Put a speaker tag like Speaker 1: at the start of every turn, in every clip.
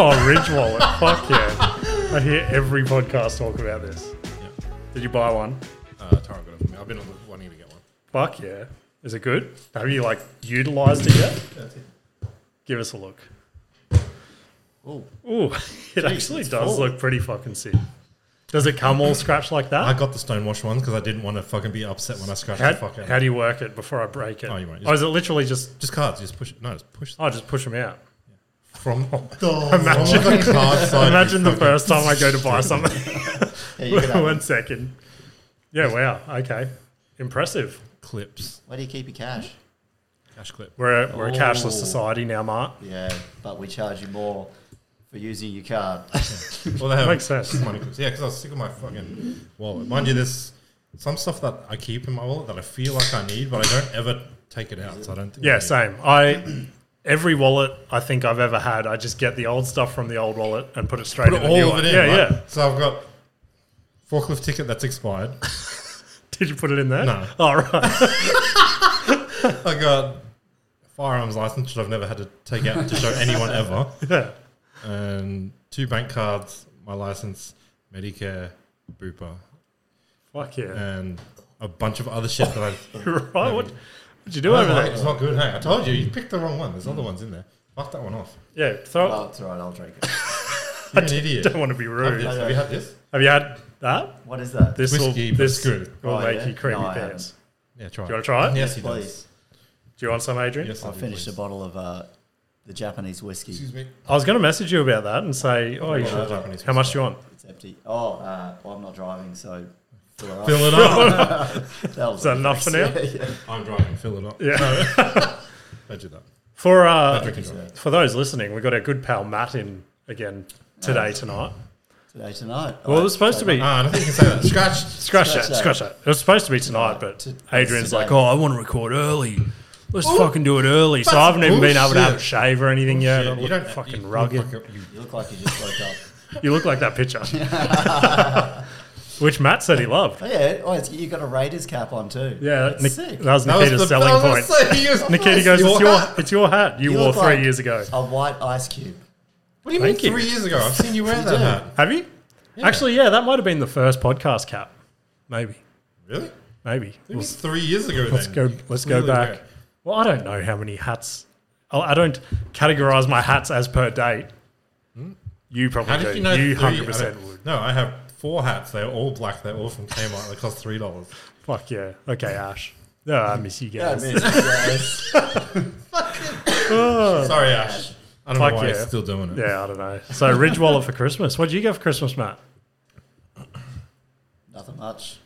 Speaker 1: Oh, Ridge Wallet. Fuck yeah. I hear every podcast talk about this.
Speaker 2: Yeah.
Speaker 1: Did you buy one?
Speaker 2: Uh, Tara got it for me. I've been wanting to get one.
Speaker 1: Fuck yeah. Is it good? Have you like utilized it yet?
Speaker 2: That's it.
Speaker 1: Give us a look.
Speaker 2: Oh,
Speaker 1: Ooh, it actually
Speaker 2: it's
Speaker 1: does
Speaker 2: full.
Speaker 1: look pretty fucking sick. Does it come all scratched like
Speaker 2: I
Speaker 1: that?
Speaker 2: got the stonewash ones because I didn't want to fucking be upset when I scratched
Speaker 1: How,
Speaker 2: the fuck out.
Speaker 1: how do you work it before I break it?
Speaker 2: Oh, you won't.
Speaker 1: Oh, is it literally just?
Speaker 2: just cards. Just push. No, just push
Speaker 1: I just push them out.
Speaker 2: from
Speaker 1: Imagine-
Speaker 2: from the card side.
Speaker 1: Imagine
Speaker 2: you
Speaker 1: the
Speaker 2: fucking-
Speaker 1: first time I go to buy something.
Speaker 3: Yeah, you could have
Speaker 1: One
Speaker 3: one.
Speaker 1: second. Yeah. Wow. Okay. Impressive.
Speaker 2: clips.
Speaker 3: Where do you keep your cash?
Speaker 2: Cash clip.
Speaker 1: We're a, we're a cashless
Speaker 3: Oh.
Speaker 1: society now, Mark.
Speaker 3: Yeah, but we charge you more for using your card.
Speaker 2: Well, they have
Speaker 1: Makes sense.
Speaker 2: Money clips. Yeah, because I was sick of my fucking wallet. Mind you, there's some stuff that I keep in my wallet that I feel like I need, but I don't ever take it out. So I don't. Think I
Speaker 1: Yeah,
Speaker 2: need it.
Speaker 1: same. I every wallet I think I've ever had, I just get the old stuff from the old wallet and put it straight in
Speaker 2: put
Speaker 1: the new
Speaker 2: all of
Speaker 1: one.
Speaker 2: it in.
Speaker 1: yeah,
Speaker 2: right?
Speaker 1: yeah.
Speaker 2: So I've got forklift ticket that's expired.
Speaker 1: Did you put it in there?
Speaker 2: No.
Speaker 1: All right.
Speaker 2: I got firearms license that I've never had to take out to show anyone ever,
Speaker 1: Yeah.
Speaker 2: and two bank cards, my license, Medicare, Booper,
Speaker 1: Fuck yeah.
Speaker 2: and a bunch of other shit that I.
Speaker 1: right. What what'd you do
Speaker 2: No,
Speaker 1: over
Speaker 2: no,
Speaker 1: there?
Speaker 2: It's not good. Hey, I told you, you picked the wrong one. There's other ones in there. Fuck that one off.
Speaker 1: Yeah. Throw.
Speaker 3: well, it's all right, I'll drink it.
Speaker 2: You're an idiot.
Speaker 1: don't want to be
Speaker 2: Have
Speaker 1: rude.
Speaker 2: this. Have you had this?
Speaker 1: Have you had that?
Speaker 3: What is that?
Speaker 1: This
Speaker 2: Whiskey,
Speaker 1: will
Speaker 2: but
Speaker 1: this
Speaker 2: it's good.
Speaker 1: will
Speaker 3: Oh,
Speaker 1: make
Speaker 3: yeah?
Speaker 1: you creamy
Speaker 3: No, I haven't.
Speaker 1: pants.
Speaker 2: Yeah, try.
Speaker 1: Do you want to try it?
Speaker 2: Yes, he does.
Speaker 3: Please.
Speaker 1: Do you want some, Adrian?
Speaker 2: Yes,
Speaker 3: I
Speaker 2: do,
Speaker 3: finished a
Speaker 2: please.
Speaker 3: bottle of uh, the Japanese whiskey.
Speaker 2: Excuse me.
Speaker 1: I was going to message you about that and say, oh, you
Speaker 2: Well,
Speaker 1: should.
Speaker 2: Japanese
Speaker 1: How much do you want?
Speaker 3: It's empty. Oh, uh, well, I'm not driving, so fill it up.
Speaker 2: Fill it up.
Speaker 3: That was
Speaker 1: Is that enough for now?
Speaker 3: Yeah, yeah.
Speaker 2: I'm driving. Fill it up.
Speaker 1: Yeah.
Speaker 2: Don't do that.
Speaker 3: Oh,
Speaker 1: For
Speaker 2: I
Speaker 1: uh,
Speaker 2: drink and drive.
Speaker 1: for those listening, we got our good pal Matt in again today tonight.
Speaker 3: Today, tonight.
Speaker 1: Well, it was supposed to be
Speaker 2: Ah, I don't think you can say that. Scratch.
Speaker 1: Scratch that,
Speaker 3: Scratch that.
Speaker 1: scratch that. It was supposed to be tonight, but
Speaker 3: T-
Speaker 1: Adrian's
Speaker 3: today.
Speaker 1: like, oh, I want to record early. Let's fucking do it early. So I haven't even been able to have a
Speaker 2: bullshit.
Speaker 1: shave or anything yet. I
Speaker 2: Shit,
Speaker 1: look fucking
Speaker 2: you look
Speaker 1: rugged.
Speaker 2: like a- you-
Speaker 3: You look like you just woke up.
Speaker 1: you look like that picture. Which Matt said he loved.
Speaker 3: Oh, yeah. Oh, it's, you got a Raiders cap on too.
Speaker 1: Yeah,
Speaker 3: That's
Speaker 1: Nik-
Speaker 3: sick.
Speaker 1: that was
Speaker 2: That was
Speaker 1: Nikita's
Speaker 2: the
Speaker 1: selling
Speaker 2: I
Speaker 1: point.
Speaker 2: was gonna say, he was-
Speaker 1: Nikita goes,
Speaker 2: Your
Speaker 1: it's your,
Speaker 2: hat. Oh.
Speaker 1: it's your hat you,
Speaker 3: You
Speaker 1: wore
Speaker 3: look
Speaker 1: three
Speaker 3: like
Speaker 1: years ago.
Speaker 3: A white ice cube.
Speaker 2: What do you
Speaker 1: Thank
Speaker 2: mean
Speaker 1: you.
Speaker 2: three years ago? I've seen you wear
Speaker 3: You
Speaker 2: that
Speaker 3: do.
Speaker 2: hat.
Speaker 1: Have you? Actually, yeah, that might have been the first podcast cap. Maybe,
Speaker 2: Really?
Speaker 1: maybe.
Speaker 2: It
Speaker 1: We'll
Speaker 2: was three years ago.
Speaker 1: Let's go. Let's go back. Well, I don't know how many hats. Oh, I I don't categorize my hats as per date. Hmm? You probably
Speaker 2: How
Speaker 1: do.
Speaker 2: did you know?
Speaker 1: you
Speaker 2: three? I
Speaker 1: hundred percent
Speaker 2: don't-
Speaker 1: would.
Speaker 2: No, I have four hats. They're all black. They're all from Kmart. They cost three dollars.
Speaker 1: Fuck yeah. Okay, Ash. No, I miss you
Speaker 3: Yeah, I
Speaker 1: guys.
Speaker 3: mean, yes.
Speaker 2: Sorry, Ash. I don't
Speaker 1: Fuck
Speaker 2: know why
Speaker 1: yeah.
Speaker 2: he's still doing it.
Speaker 1: yeah, I don't know. So Ridge Wallet for Christmas. What would you get for Christmas, Matt?
Speaker 3: Nothing much.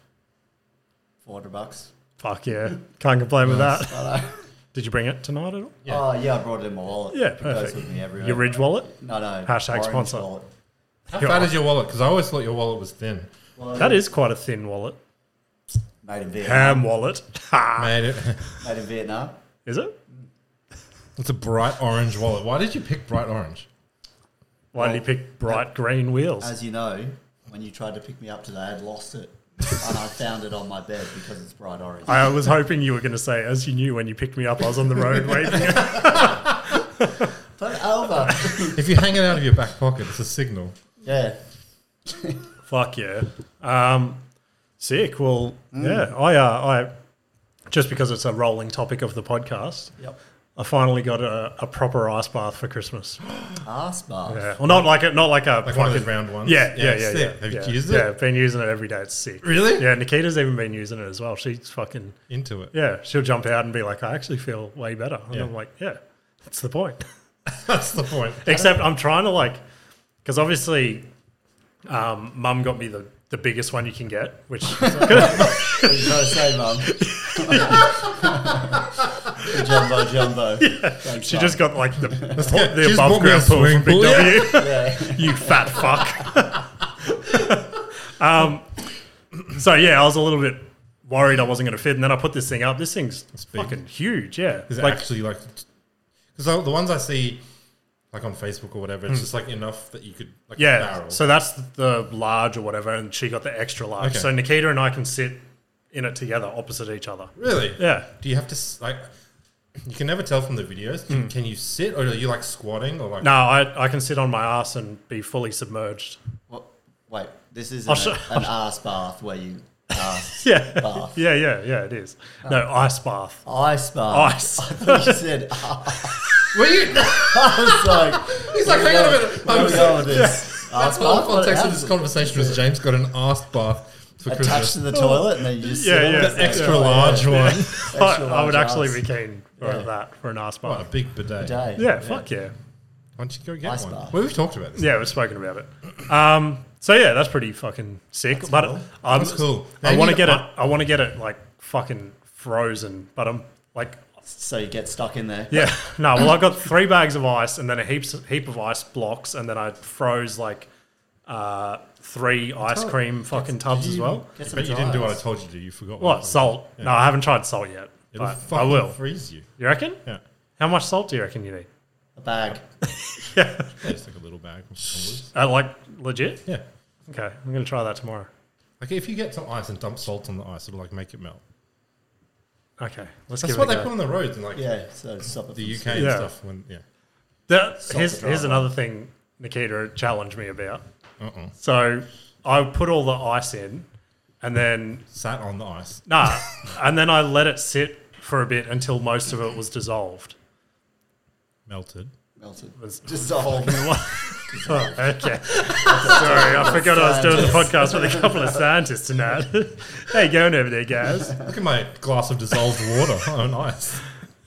Speaker 3: 400 bucks.
Speaker 1: Fuck yeah. Can't complain with that.
Speaker 3: I know.
Speaker 1: Did you bring it tonight at all?
Speaker 2: Yeah.
Speaker 3: Oh, yeah, I brought it in my wallet.
Speaker 1: Yeah,
Speaker 3: It goes
Speaker 1: perfect.
Speaker 3: with me everywhere.
Speaker 1: Your Ridge Wallet?
Speaker 3: No, no.
Speaker 1: Hashtag
Speaker 3: orange
Speaker 1: sponsor.
Speaker 3: wallet.
Speaker 2: How
Speaker 1: You're
Speaker 2: fat
Speaker 1: right.
Speaker 2: is your wallet? Because I always thought your wallet was thin.
Speaker 3: Well,
Speaker 1: That is quite a thin wallet.
Speaker 3: Made in Vietnam.
Speaker 1: Ham wallet. Ha.
Speaker 2: Made it.
Speaker 3: Made in Vietnam.
Speaker 1: Is it?
Speaker 2: It's a bright orange wallet. Why did you pick bright orange?
Speaker 1: Why did you pick bright green wheels?
Speaker 3: As you know, when you tried to pick me up today, I'd lost it. and I found it on my bed because it's bright orange.
Speaker 1: I was hoping you were going to say, as you knew when you picked me up, I was on the road waving
Speaker 3: But over.
Speaker 2: If you hang it out of your back pocket, it's a signal.
Speaker 3: yeah.
Speaker 1: Fuck yeah. Um, sick. Well,
Speaker 2: Mm.
Speaker 1: yeah. I, uh, I just because it's a rolling topic of the podcast,
Speaker 3: Yep.
Speaker 1: I finally got a, a proper ice bath for Christmas.
Speaker 3: Ass bar.
Speaker 1: Yeah. Well, not like it, not like a
Speaker 2: Like one of
Speaker 1: fucking.
Speaker 2: those round ones.
Speaker 1: yeah, yeah, yeah, yeah,
Speaker 2: sick. Have you
Speaker 1: yeah.
Speaker 2: used
Speaker 1: Yeah,
Speaker 2: it?
Speaker 1: I've been using it every day. It's sick.
Speaker 2: Really?
Speaker 1: Yeah, Nikita's even been using it as well. She's fucking.
Speaker 2: Into it.
Speaker 1: Yeah, she'll jump out and be like, "I actually feel way better," and
Speaker 2: Yeah.
Speaker 1: I'm like, "Yeah, that's the point."
Speaker 2: That's the point.
Speaker 1: Except I'm trying to like, because obviously, um, Mum got me the the biggest one you can get, which
Speaker 3: What you trying to say, Mum? The jumbo jumbo. Thanks,
Speaker 1: She
Speaker 3: Mum.
Speaker 1: just got like the, the,
Speaker 2: get- she just
Speaker 1: above
Speaker 2: bought me a
Speaker 1: ground pool from
Speaker 2: swimming
Speaker 1: Big
Speaker 2: pool, yeah.
Speaker 1: W.
Speaker 3: Yeah.
Speaker 1: you fat fuck. um, so yeah, I was a little bit worried I wasn't going to fit, and then I put this thing up. This thing's
Speaker 2: big.
Speaker 1: fucking huge. Yeah,
Speaker 2: Is it
Speaker 1: like
Speaker 2: actually like because the ones I see like on Facebook or whatever, it's just like enough that you could like
Speaker 1: Hmm. yeah.
Speaker 2: barrel.
Speaker 1: So that's the large or whatever, and she got the extra large.
Speaker 2: Okay.
Speaker 1: So Nikita and I can sit in it together, opposite each other.
Speaker 2: really,
Speaker 1: Yeah.
Speaker 2: Do you have to s- like? You can never tell from the videos. Can, can you sit or are you like squatting or like?
Speaker 1: Hmm. No, I, I can sit on my ass and be fully submerged.
Speaker 3: What? Wait, this is
Speaker 1: I'll
Speaker 3: an,
Speaker 1: show-
Speaker 3: an ass bath where you uh, ass
Speaker 1: Yeah.
Speaker 3: Bath.
Speaker 1: Yeah, yeah, yeah, it is. No, ice bath.
Speaker 3: ice
Speaker 2: Oh.
Speaker 3: bath.
Speaker 1: Ice.
Speaker 3: I thought you said ass.
Speaker 2: Were you?
Speaker 3: I was like,
Speaker 2: He's like, hang on a minute.
Speaker 3: Where are
Speaker 2: I'm
Speaker 3: we going with this?
Speaker 2: That's
Speaker 3: Ass
Speaker 2: all the
Speaker 3: bath. What-
Speaker 2: context
Speaker 3: how
Speaker 2: of this
Speaker 3: does it-
Speaker 2: conversation was James got an ass bath for
Speaker 3: attached
Speaker 2: Christmas.
Speaker 3: to the toilet, and then you just
Speaker 1: Yeah,
Speaker 3: sit on
Speaker 1: yeah.
Speaker 3: it.
Speaker 1: The
Speaker 2: Extra large one.
Speaker 1: I, I
Speaker 3: large
Speaker 1: would actually
Speaker 3: ass.
Speaker 1: be keen for
Speaker 3: Yeah.
Speaker 1: that, for an ice
Speaker 2: What a
Speaker 1: bath.
Speaker 2: big bidet.
Speaker 3: day.
Speaker 1: Yeah, fuck yeah.
Speaker 2: Why don't you go get
Speaker 3: Ice
Speaker 2: one?
Speaker 3: bath.
Speaker 2: Well, we've talked about this.
Speaker 1: Yeah, we've spoken about it. Um, so yeah, that's pretty fucking sick. but I'm,
Speaker 2: That's cool.
Speaker 1: I
Speaker 2: They
Speaker 1: want to
Speaker 2: need
Speaker 1: get it.
Speaker 2: a-
Speaker 1: I want to get it like fucking frozen. But I'm like,
Speaker 3: So you get stuck in there.
Speaker 1: yeah, no. Well, I got three bags of ice and then a heaps heap of ice blocks, and then I froze like uh, three ice
Speaker 2: Oh,
Speaker 1: cream fucking tubs as well.
Speaker 3: Get
Speaker 2: I
Speaker 3: some
Speaker 2: bet you didn't do what I
Speaker 3: dryers.
Speaker 2: told you to. You forgot
Speaker 1: What salt? No, I haven't tried salt yet.
Speaker 2: It'll
Speaker 1: but I
Speaker 2: fucking
Speaker 1: will.
Speaker 2: freeze you.
Speaker 1: You reckon?
Speaker 2: Yeah.
Speaker 1: How much salt do you reckon you need?
Speaker 3: A bag.
Speaker 2: Yeah, just like a little bag. of olives.
Speaker 1: Uh, like legit?
Speaker 2: Yeah.
Speaker 1: Okay, I'm gonna try that tomorrow.
Speaker 2: Like if you get some ice and dump salt on the ice, it'll like make it melt.
Speaker 1: Okay, let's
Speaker 2: That's
Speaker 1: give
Speaker 2: what
Speaker 1: it
Speaker 2: they
Speaker 1: a go.
Speaker 2: put on the roads in like
Speaker 3: Yeah. So stop it.
Speaker 2: the UK
Speaker 3: from-
Speaker 2: and
Speaker 1: Yeah.
Speaker 2: stuff. When yeah.
Speaker 1: The-
Speaker 3: Salt
Speaker 1: here's,
Speaker 3: the
Speaker 1: here's
Speaker 3: drama.
Speaker 1: another thing Nikita challenged me about.
Speaker 2: Uh uh
Speaker 1: So I put all the ice in, and then
Speaker 2: Sat on the ice.
Speaker 1: nah, and then I let it sit for a bit until most of it was dissolved.
Speaker 2: Melted.
Speaker 3: Melted.
Speaker 1: Was-
Speaker 3: Just a whole.
Speaker 1: Oh, okay, sorry, I forgot I was doing the podcast with a couple of scientists tonight. How you going over there, guys?
Speaker 2: Look at my glass of dissolved water on ice.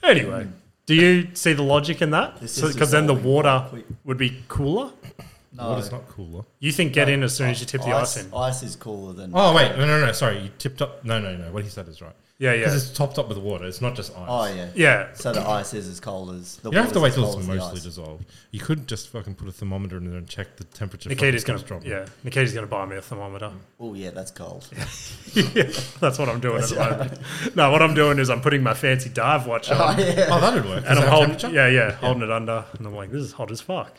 Speaker 1: Anyway, do you see the logic in that?
Speaker 3: This
Speaker 1: Because
Speaker 3: is
Speaker 1: then the
Speaker 3: dissolving
Speaker 1: water
Speaker 3: quick.
Speaker 1: would be cooler.
Speaker 3: No.
Speaker 2: Water's not cooler.
Speaker 1: You think get in as soon as you tip the
Speaker 3: oh,
Speaker 1: ice, in?
Speaker 3: Ice is cooler than.
Speaker 2: Oh wait, no, no, no. Sorry, you tipped up. No, no, no. What he said is right.
Speaker 1: Yeah,
Speaker 2: Because
Speaker 1: yeah,
Speaker 2: it's topped up with water. It's not just ice.
Speaker 3: Oh yeah.
Speaker 1: yeah.
Speaker 3: So the ice is as cold as. The
Speaker 2: You don't have to wait
Speaker 3: water's
Speaker 2: till it's
Speaker 3: as cold as the
Speaker 2: mostly
Speaker 3: ice.
Speaker 2: dissolved. You could just fucking put a thermometer in there and check the temperature.
Speaker 1: Nikita's
Speaker 2: fucking
Speaker 1: gonna
Speaker 2: drop.
Speaker 1: yeah. Nikita's gonna buy me a thermometer.
Speaker 3: Oh yeah, that's cold.
Speaker 1: yeah, that's what I'm doing at the moment. No, what I'm doing is I'm putting my fancy dive watch on,
Speaker 3: Oh yeah.
Speaker 2: Oh, that'd
Speaker 1: and
Speaker 2: work. Does it
Speaker 1: I'm
Speaker 2: have
Speaker 1: holding
Speaker 2: temperature?
Speaker 1: yeah, yeah, holding it under, and I'm like, this is hot as fuck.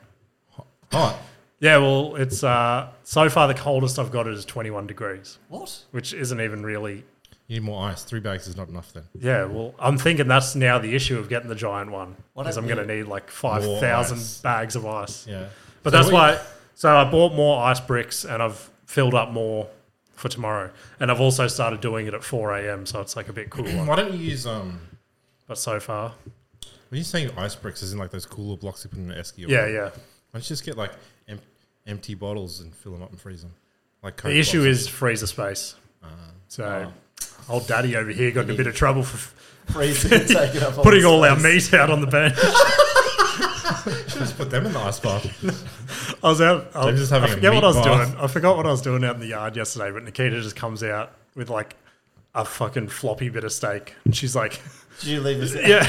Speaker 2: Oh,
Speaker 1: Yeah, well, it's uh, so far the coldest I've got it is 21 degrees,
Speaker 3: What?
Speaker 1: which isn't even really.
Speaker 2: you need more ice. Three bags is not enough then.
Speaker 1: Yeah, well, I'm thinking that's now the issue of getting the giant one
Speaker 3: Why
Speaker 1: because
Speaker 3: don't
Speaker 1: I'm going to
Speaker 3: you-
Speaker 1: need like
Speaker 2: More
Speaker 1: 5,000
Speaker 2: ice.
Speaker 1: bags of ice.
Speaker 2: Yeah.
Speaker 1: But
Speaker 2: So
Speaker 1: that's
Speaker 2: we-
Speaker 1: why. So I bought more ice bricks and I've filled up more for tomorrow. And I've also started doing it at 4 a.m. So it's like a bit cooler.
Speaker 2: Why don't you use um?
Speaker 1: but so far,
Speaker 2: When you saying ice bricks, is in like those cooler blocks you put in an esky. or
Speaker 1: yeah,
Speaker 2: whatever.
Speaker 1: yeah.
Speaker 2: Why don't you just get like em- empty bottles and fill them up and freeze them? Like Coke
Speaker 1: The issue
Speaker 2: bottles.
Speaker 1: is freezer space.
Speaker 3: Uh,
Speaker 1: So
Speaker 3: oh.
Speaker 1: old daddy over here got in a bit of trouble for
Speaker 3: Freezing and taking up all
Speaker 1: putting
Speaker 3: the
Speaker 1: all our
Speaker 3: space.
Speaker 1: meat out on the bench.
Speaker 2: just put them in the ice bath.
Speaker 1: I was out. I,
Speaker 2: They're
Speaker 1: was,
Speaker 2: just having
Speaker 1: I
Speaker 2: a
Speaker 1: forget what I
Speaker 2: meat
Speaker 1: was
Speaker 2: bath.
Speaker 1: doing. I forgot what I was doing out in the yard yesterday. But Nikita just comes out with like a fucking floppy bit of steak, and she's like,
Speaker 3: Did you leave us?
Speaker 1: "Yeah."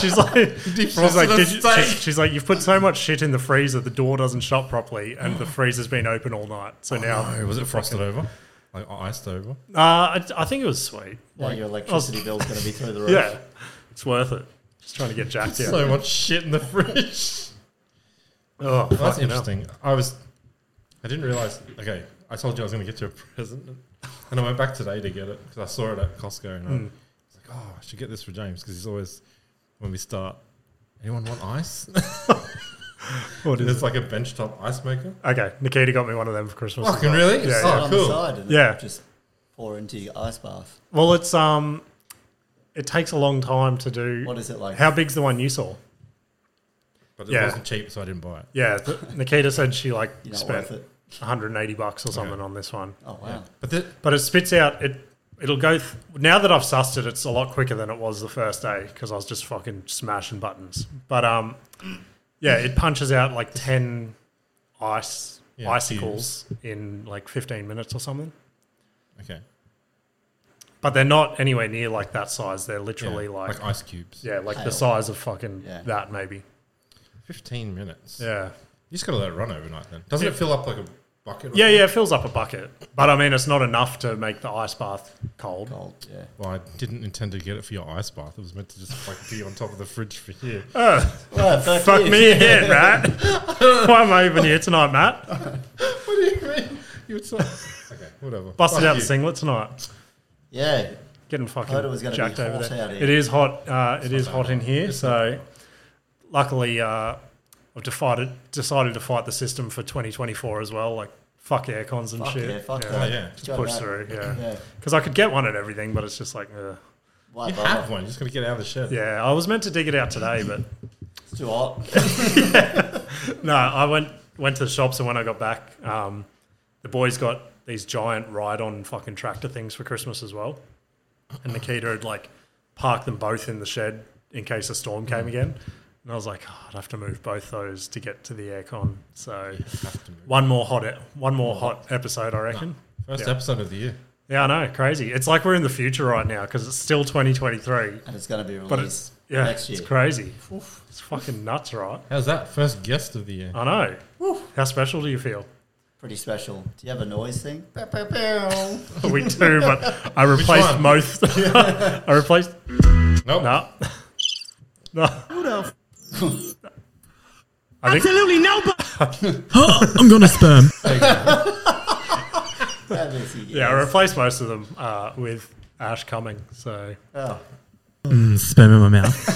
Speaker 1: she's like, she's like,
Speaker 2: the
Speaker 1: Did you,
Speaker 2: steak.
Speaker 1: she- she's like, you've put so much shit in the freezer, the door doesn't shut properly, and the freezer's been open all night. So now,
Speaker 2: Oh, was it frosted over? Like or iced over?
Speaker 1: uh, I, I think it was sweet.
Speaker 3: Now
Speaker 1: Like,
Speaker 3: your
Speaker 1: I was-
Speaker 3: electricity bill's going to be through the roof.
Speaker 1: yeah, it's worth it. Just trying to get jacked out.
Speaker 2: So much shit in the fridge.
Speaker 1: oh,
Speaker 2: Well, that's
Speaker 1: fucking hell.
Speaker 2: interesting. I was, I didn't realize. Okay, I told you I was going to get you a present, and I went back today to get it because I saw it at Costco, and I
Speaker 1: Hmm.
Speaker 2: was like, "Oh, I should get this for James because he's always when we start." Anyone want ice?
Speaker 1: What is
Speaker 2: it's like a benchtop ice maker.
Speaker 1: Okay, Nikita got me one of them for Christmas. as
Speaker 2: Fucking
Speaker 1: well. Yeah,
Speaker 2: really? Oh,
Speaker 1: yeah.
Speaker 3: Sit on
Speaker 2: cool.
Speaker 3: the side and
Speaker 1: Yeah.
Speaker 3: just pour into your ice bath.
Speaker 1: Well, it's um, it takes a long time to do.
Speaker 3: What is it like?
Speaker 1: How big's the one you saw?
Speaker 2: But it
Speaker 1: Yeah.
Speaker 2: wasn't cheap, so I didn't buy it.
Speaker 1: Yeah, th- Nikita said she like
Speaker 3: You're not
Speaker 1: spent
Speaker 3: worth it.
Speaker 1: 180 bucks or something on this one,
Speaker 3: Oh wow.
Speaker 2: But the,
Speaker 1: but it spits out it. It'll go th- now that I've sussed it. It's a lot quicker than it was the first day because I was just fucking smashing buttons. But um, yeah, it punches out like 10 ice
Speaker 2: Yeah,
Speaker 1: icicles in like 15 minutes or something.
Speaker 2: okay,
Speaker 1: But they're not anywhere near like that size. They're literally
Speaker 2: yeah,
Speaker 1: like,
Speaker 2: like ice cubes.
Speaker 1: yeah, like the
Speaker 3: Pale.
Speaker 1: size of fucking
Speaker 3: Yeah.
Speaker 1: that maybe.
Speaker 2: Fifteen minutes.
Speaker 1: Yeah.
Speaker 2: You just got to let it run overnight. Then doesn't it fill up like a bucket? or
Speaker 1: Yeah, yeah, it fills up a bucket. But I mean, it's not enough to make the ice bath cold.
Speaker 3: Cold. Yeah.
Speaker 2: Well, I didn't intend to get it for your ice bath. It was meant to just like be on top of the fridge for you.
Speaker 3: Well, fuck,
Speaker 1: Fuck
Speaker 3: you.
Speaker 1: me again, Matt. Why am I even here tonight, Matt?
Speaker 2: What do you mean? You would say. okay, whatever.
Speaker 1: Busted
Speaker 2: Fuck
Speaker 1: out
Speaker 2: you.
Speaker 1: the singlet tonight.
Speaker 3: Yeah.
Speaker 1: getting fucking
Speaker 3: it was gonna be
Speaker 1: jacked over
Speaker 3: hot
Speaker 1: there.
Speaker 3: out here.
Speaker 1: It is hot. Uh, it is
Speaker 2: not
Speaker 1: hot
Speaker 2: that
Speaker 1: in
Speaker 2: hot.
Speaker 1: here.
Speaker 2: It's not
Speaker 1: so luckily, uh, I've defied, decided to fight the system for 2024 as well. Like fuck aircons and
Speaker 3: Fuck
Speaker 1: shit.
Speaker 3: yeah, fuck
Speaker 2: Oh,
Speaker 3: that.
Speaker 2: yeah.
Speaker 1: Just
Speaker 3: Go
Speaker 1: push
Speaker 3: back.
Speaker 1: through. Yeah.
Speaker 3: Yeah.
Speaker 1: Because I could get one and everything, but it's just like, ugh.
Speaker 3: Why
Speaker 2: You
Speaker 3: bother?
Speaker 2: have one. You just got to get out of the shed.
Speaker 1: yeah. I was meant to dig it out today, but
Speaker 3: It's too hot.
Speaker 1: No, I went went to the shops, and when I got back, um, the boys got these giant ride-on fucking tractor things for Christmas as well. And Nikita had like parked them both in the shed in case a storm came
Speaker 3: Mm.
Speaker 1: again. And I was like, oh, I'd have to move both those to get to the aircon. So
Speaker 2: Have to move.
Speaker 1: one more hot, e- one more hot episode, I reckon.
Speaker 2: First
Speaker 1: Yeah.
Speaker 2: episode of the year.
Speaker 1: Yeah, I know, crazy. It's like we're in the future right now because it's still 2023,
Speaker 3: And it's going to be
Speaker 1: but it's
Speaker 3: released
Speaker 1: yeah,
Speaker 3: next year.
Speaker 1: it's crazy. Oof, it's fucking nuts, right?
Speaker 2: How's that? First guest of the year.
Speaker 1: I know. How special do you feel?
Speaker 3: Pretty special. Do you have a noise thing?
Speaker 1: we do, but I replaced
Speaker 2: one?
Speaker 1: most. I replaced
Speaker 2: Nope.
Speaker 1: no, no. I think
Speaker 4: Absolutely nobody. I'm gonna sperm.
Speaker 3: That is-
Speaker 1: yeah, I replaced most of them uh, with Ash Cumming. So
Speaker 3: Oh,
Speaker 4: Mm, sperm in my mouth.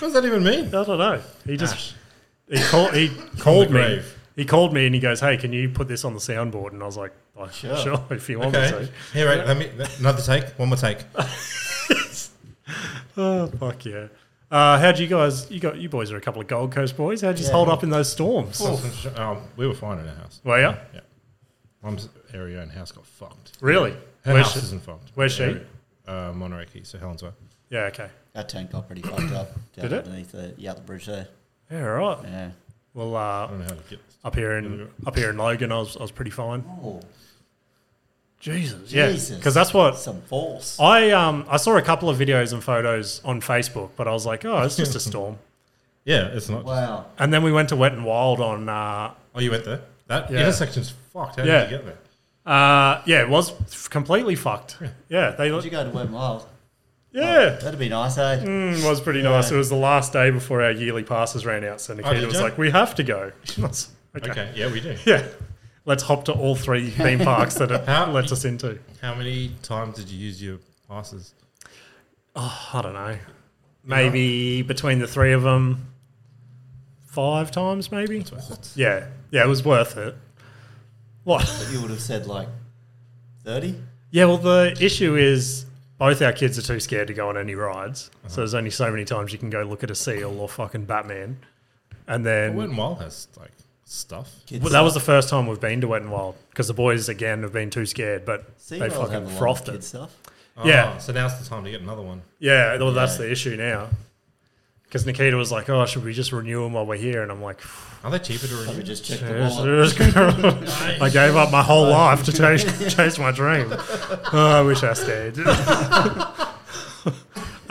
Speaker 2: What does that even mean?
Speaker 1: I don't know. He just he called he called me.
Speaker 2: grave.
Speaker 1: He called me and he goes, "Hey, can you put this on the soundboard?" And I was like, oh, sure. if you want me
Speaker 2: Okay. Here, wait, let me, let- another take. One more take.
Speaker 1: to." Oh fuck yeah! Uh, how'd you guys? You got you boys are a couple of Gold Coast boys. How'd you
Speaker 3: Yeah.
Speaker 1: hold up in those storms?
Speaker 2: Oh, we were fine in our house.
Speaker 1: Were you
Speaker 2: Yeah. Mum's area and house got fucked.
Speaker 1: really?
Speaker 2: Her
Speaker 1: Where's
Speaker 2: house
Speaker 1: she-
Speaker 2: isn't fucked.
Speaker 1: where's she?
Speaker 2: Area- Uh, Monoraki, so Helen's way.
Speaker 1: yeah. Okay.
Speaker 3: that tank got pretty fucked up. Down
Speaker 1: Did it?
Speaker 3: Underneath the, yeah, the bridge there.
Speaker 1: Yeah. All right.
Speaker 3: Yeah.
Speaker 1: Well, uh,
Speaker 2: I don't know how to get this.
Speaker 1: up here in up here in Logan, I was, I was pretty fine.
Speaker 3: Oh,
Speaker 1: Jesus, yeah,
Speaker 3: Jesus.
Speaker 1: because that's what
Speaker 3: some force.
Speaker 1: I um I saw a couple of videos and photos on Facebook, but I was like, oh, it's just a storm.
Speaker 2: Yeah, it's not.
Speaker 3: Wow.
Speaker 1: And then we went to Wet and Wild on uh,
Speaker 2: Oh, you went there? That
Speaker 1: Yeah.
Speaker 2: intersection's fucked. How
Speaker 1: Yeah.
Speaker 2: did you get there?
Speaker 1: uh yeah, it was f- completely fucked. Yeah, they
Speaker 3: Did you go to Wet n Wild?
Speaker 1: yeah.
Speaker 3: That'd be nice, eh?
Speaker 1: Mm, was pretty nice. It was the last day before our yearly passes ran out, so Nikita
Speaker 2: did
Speaker 1: was
Speaker 2: you?
Speaker 1: like, "We have to go." I was- okay.
Speaker 2: Okay, yeah, we do.
Speaker 1: yeah, let's hop to all three theme parks that it
Speaker 2: How-
Speaker 1: lets us into.
Speaker 2: How many times did you use your passes?
Speaker 1: I don't know. Maybe between the three of them, five times maybe. Yeah, yeah, it was worth it. What?
Speaker 3: But you would have said like 30?
Speaker 1: Yeah, well, the issue is both our kids are too scared to go on any rides, so there's only so many times you can go look at a seal or fucking Batman, and then.
Speaker 2: Wet and Wild has like stuff.
Speaker 3: Kids
Speaker 1: well, that was the first time we've been to Wet and Wild because the boys again have been too scared, but they
Speaker 3: SeaWorld have a
Speaker 1: fucking
Speaker 3: lot of
Speaker 1: frothed
Speaker 3: kid
Speaker 1: it.
Speaker 3: Stuff.
Speaker 2: Oh,
Speaker 1: Yeah.
Speaker 2: So now's the time to get another one.
Speaker 1: Yeah, well, that's
Speaker 3: Yeah.
Speaker 1: the issue now. Because Nikita was like, "Oh, should we just renew them while we're here?" And I'm like,
Speaker 2: Are they cheaper to
Speaker 3: Let me
Speaker 2: renew?
Speaker 3: just check the
Speaker 1: Cheers.
Speaker 3: wallet.
Speaker 1: I gave up my whole life to chase, chase my dream. Oh, I wish I stayed.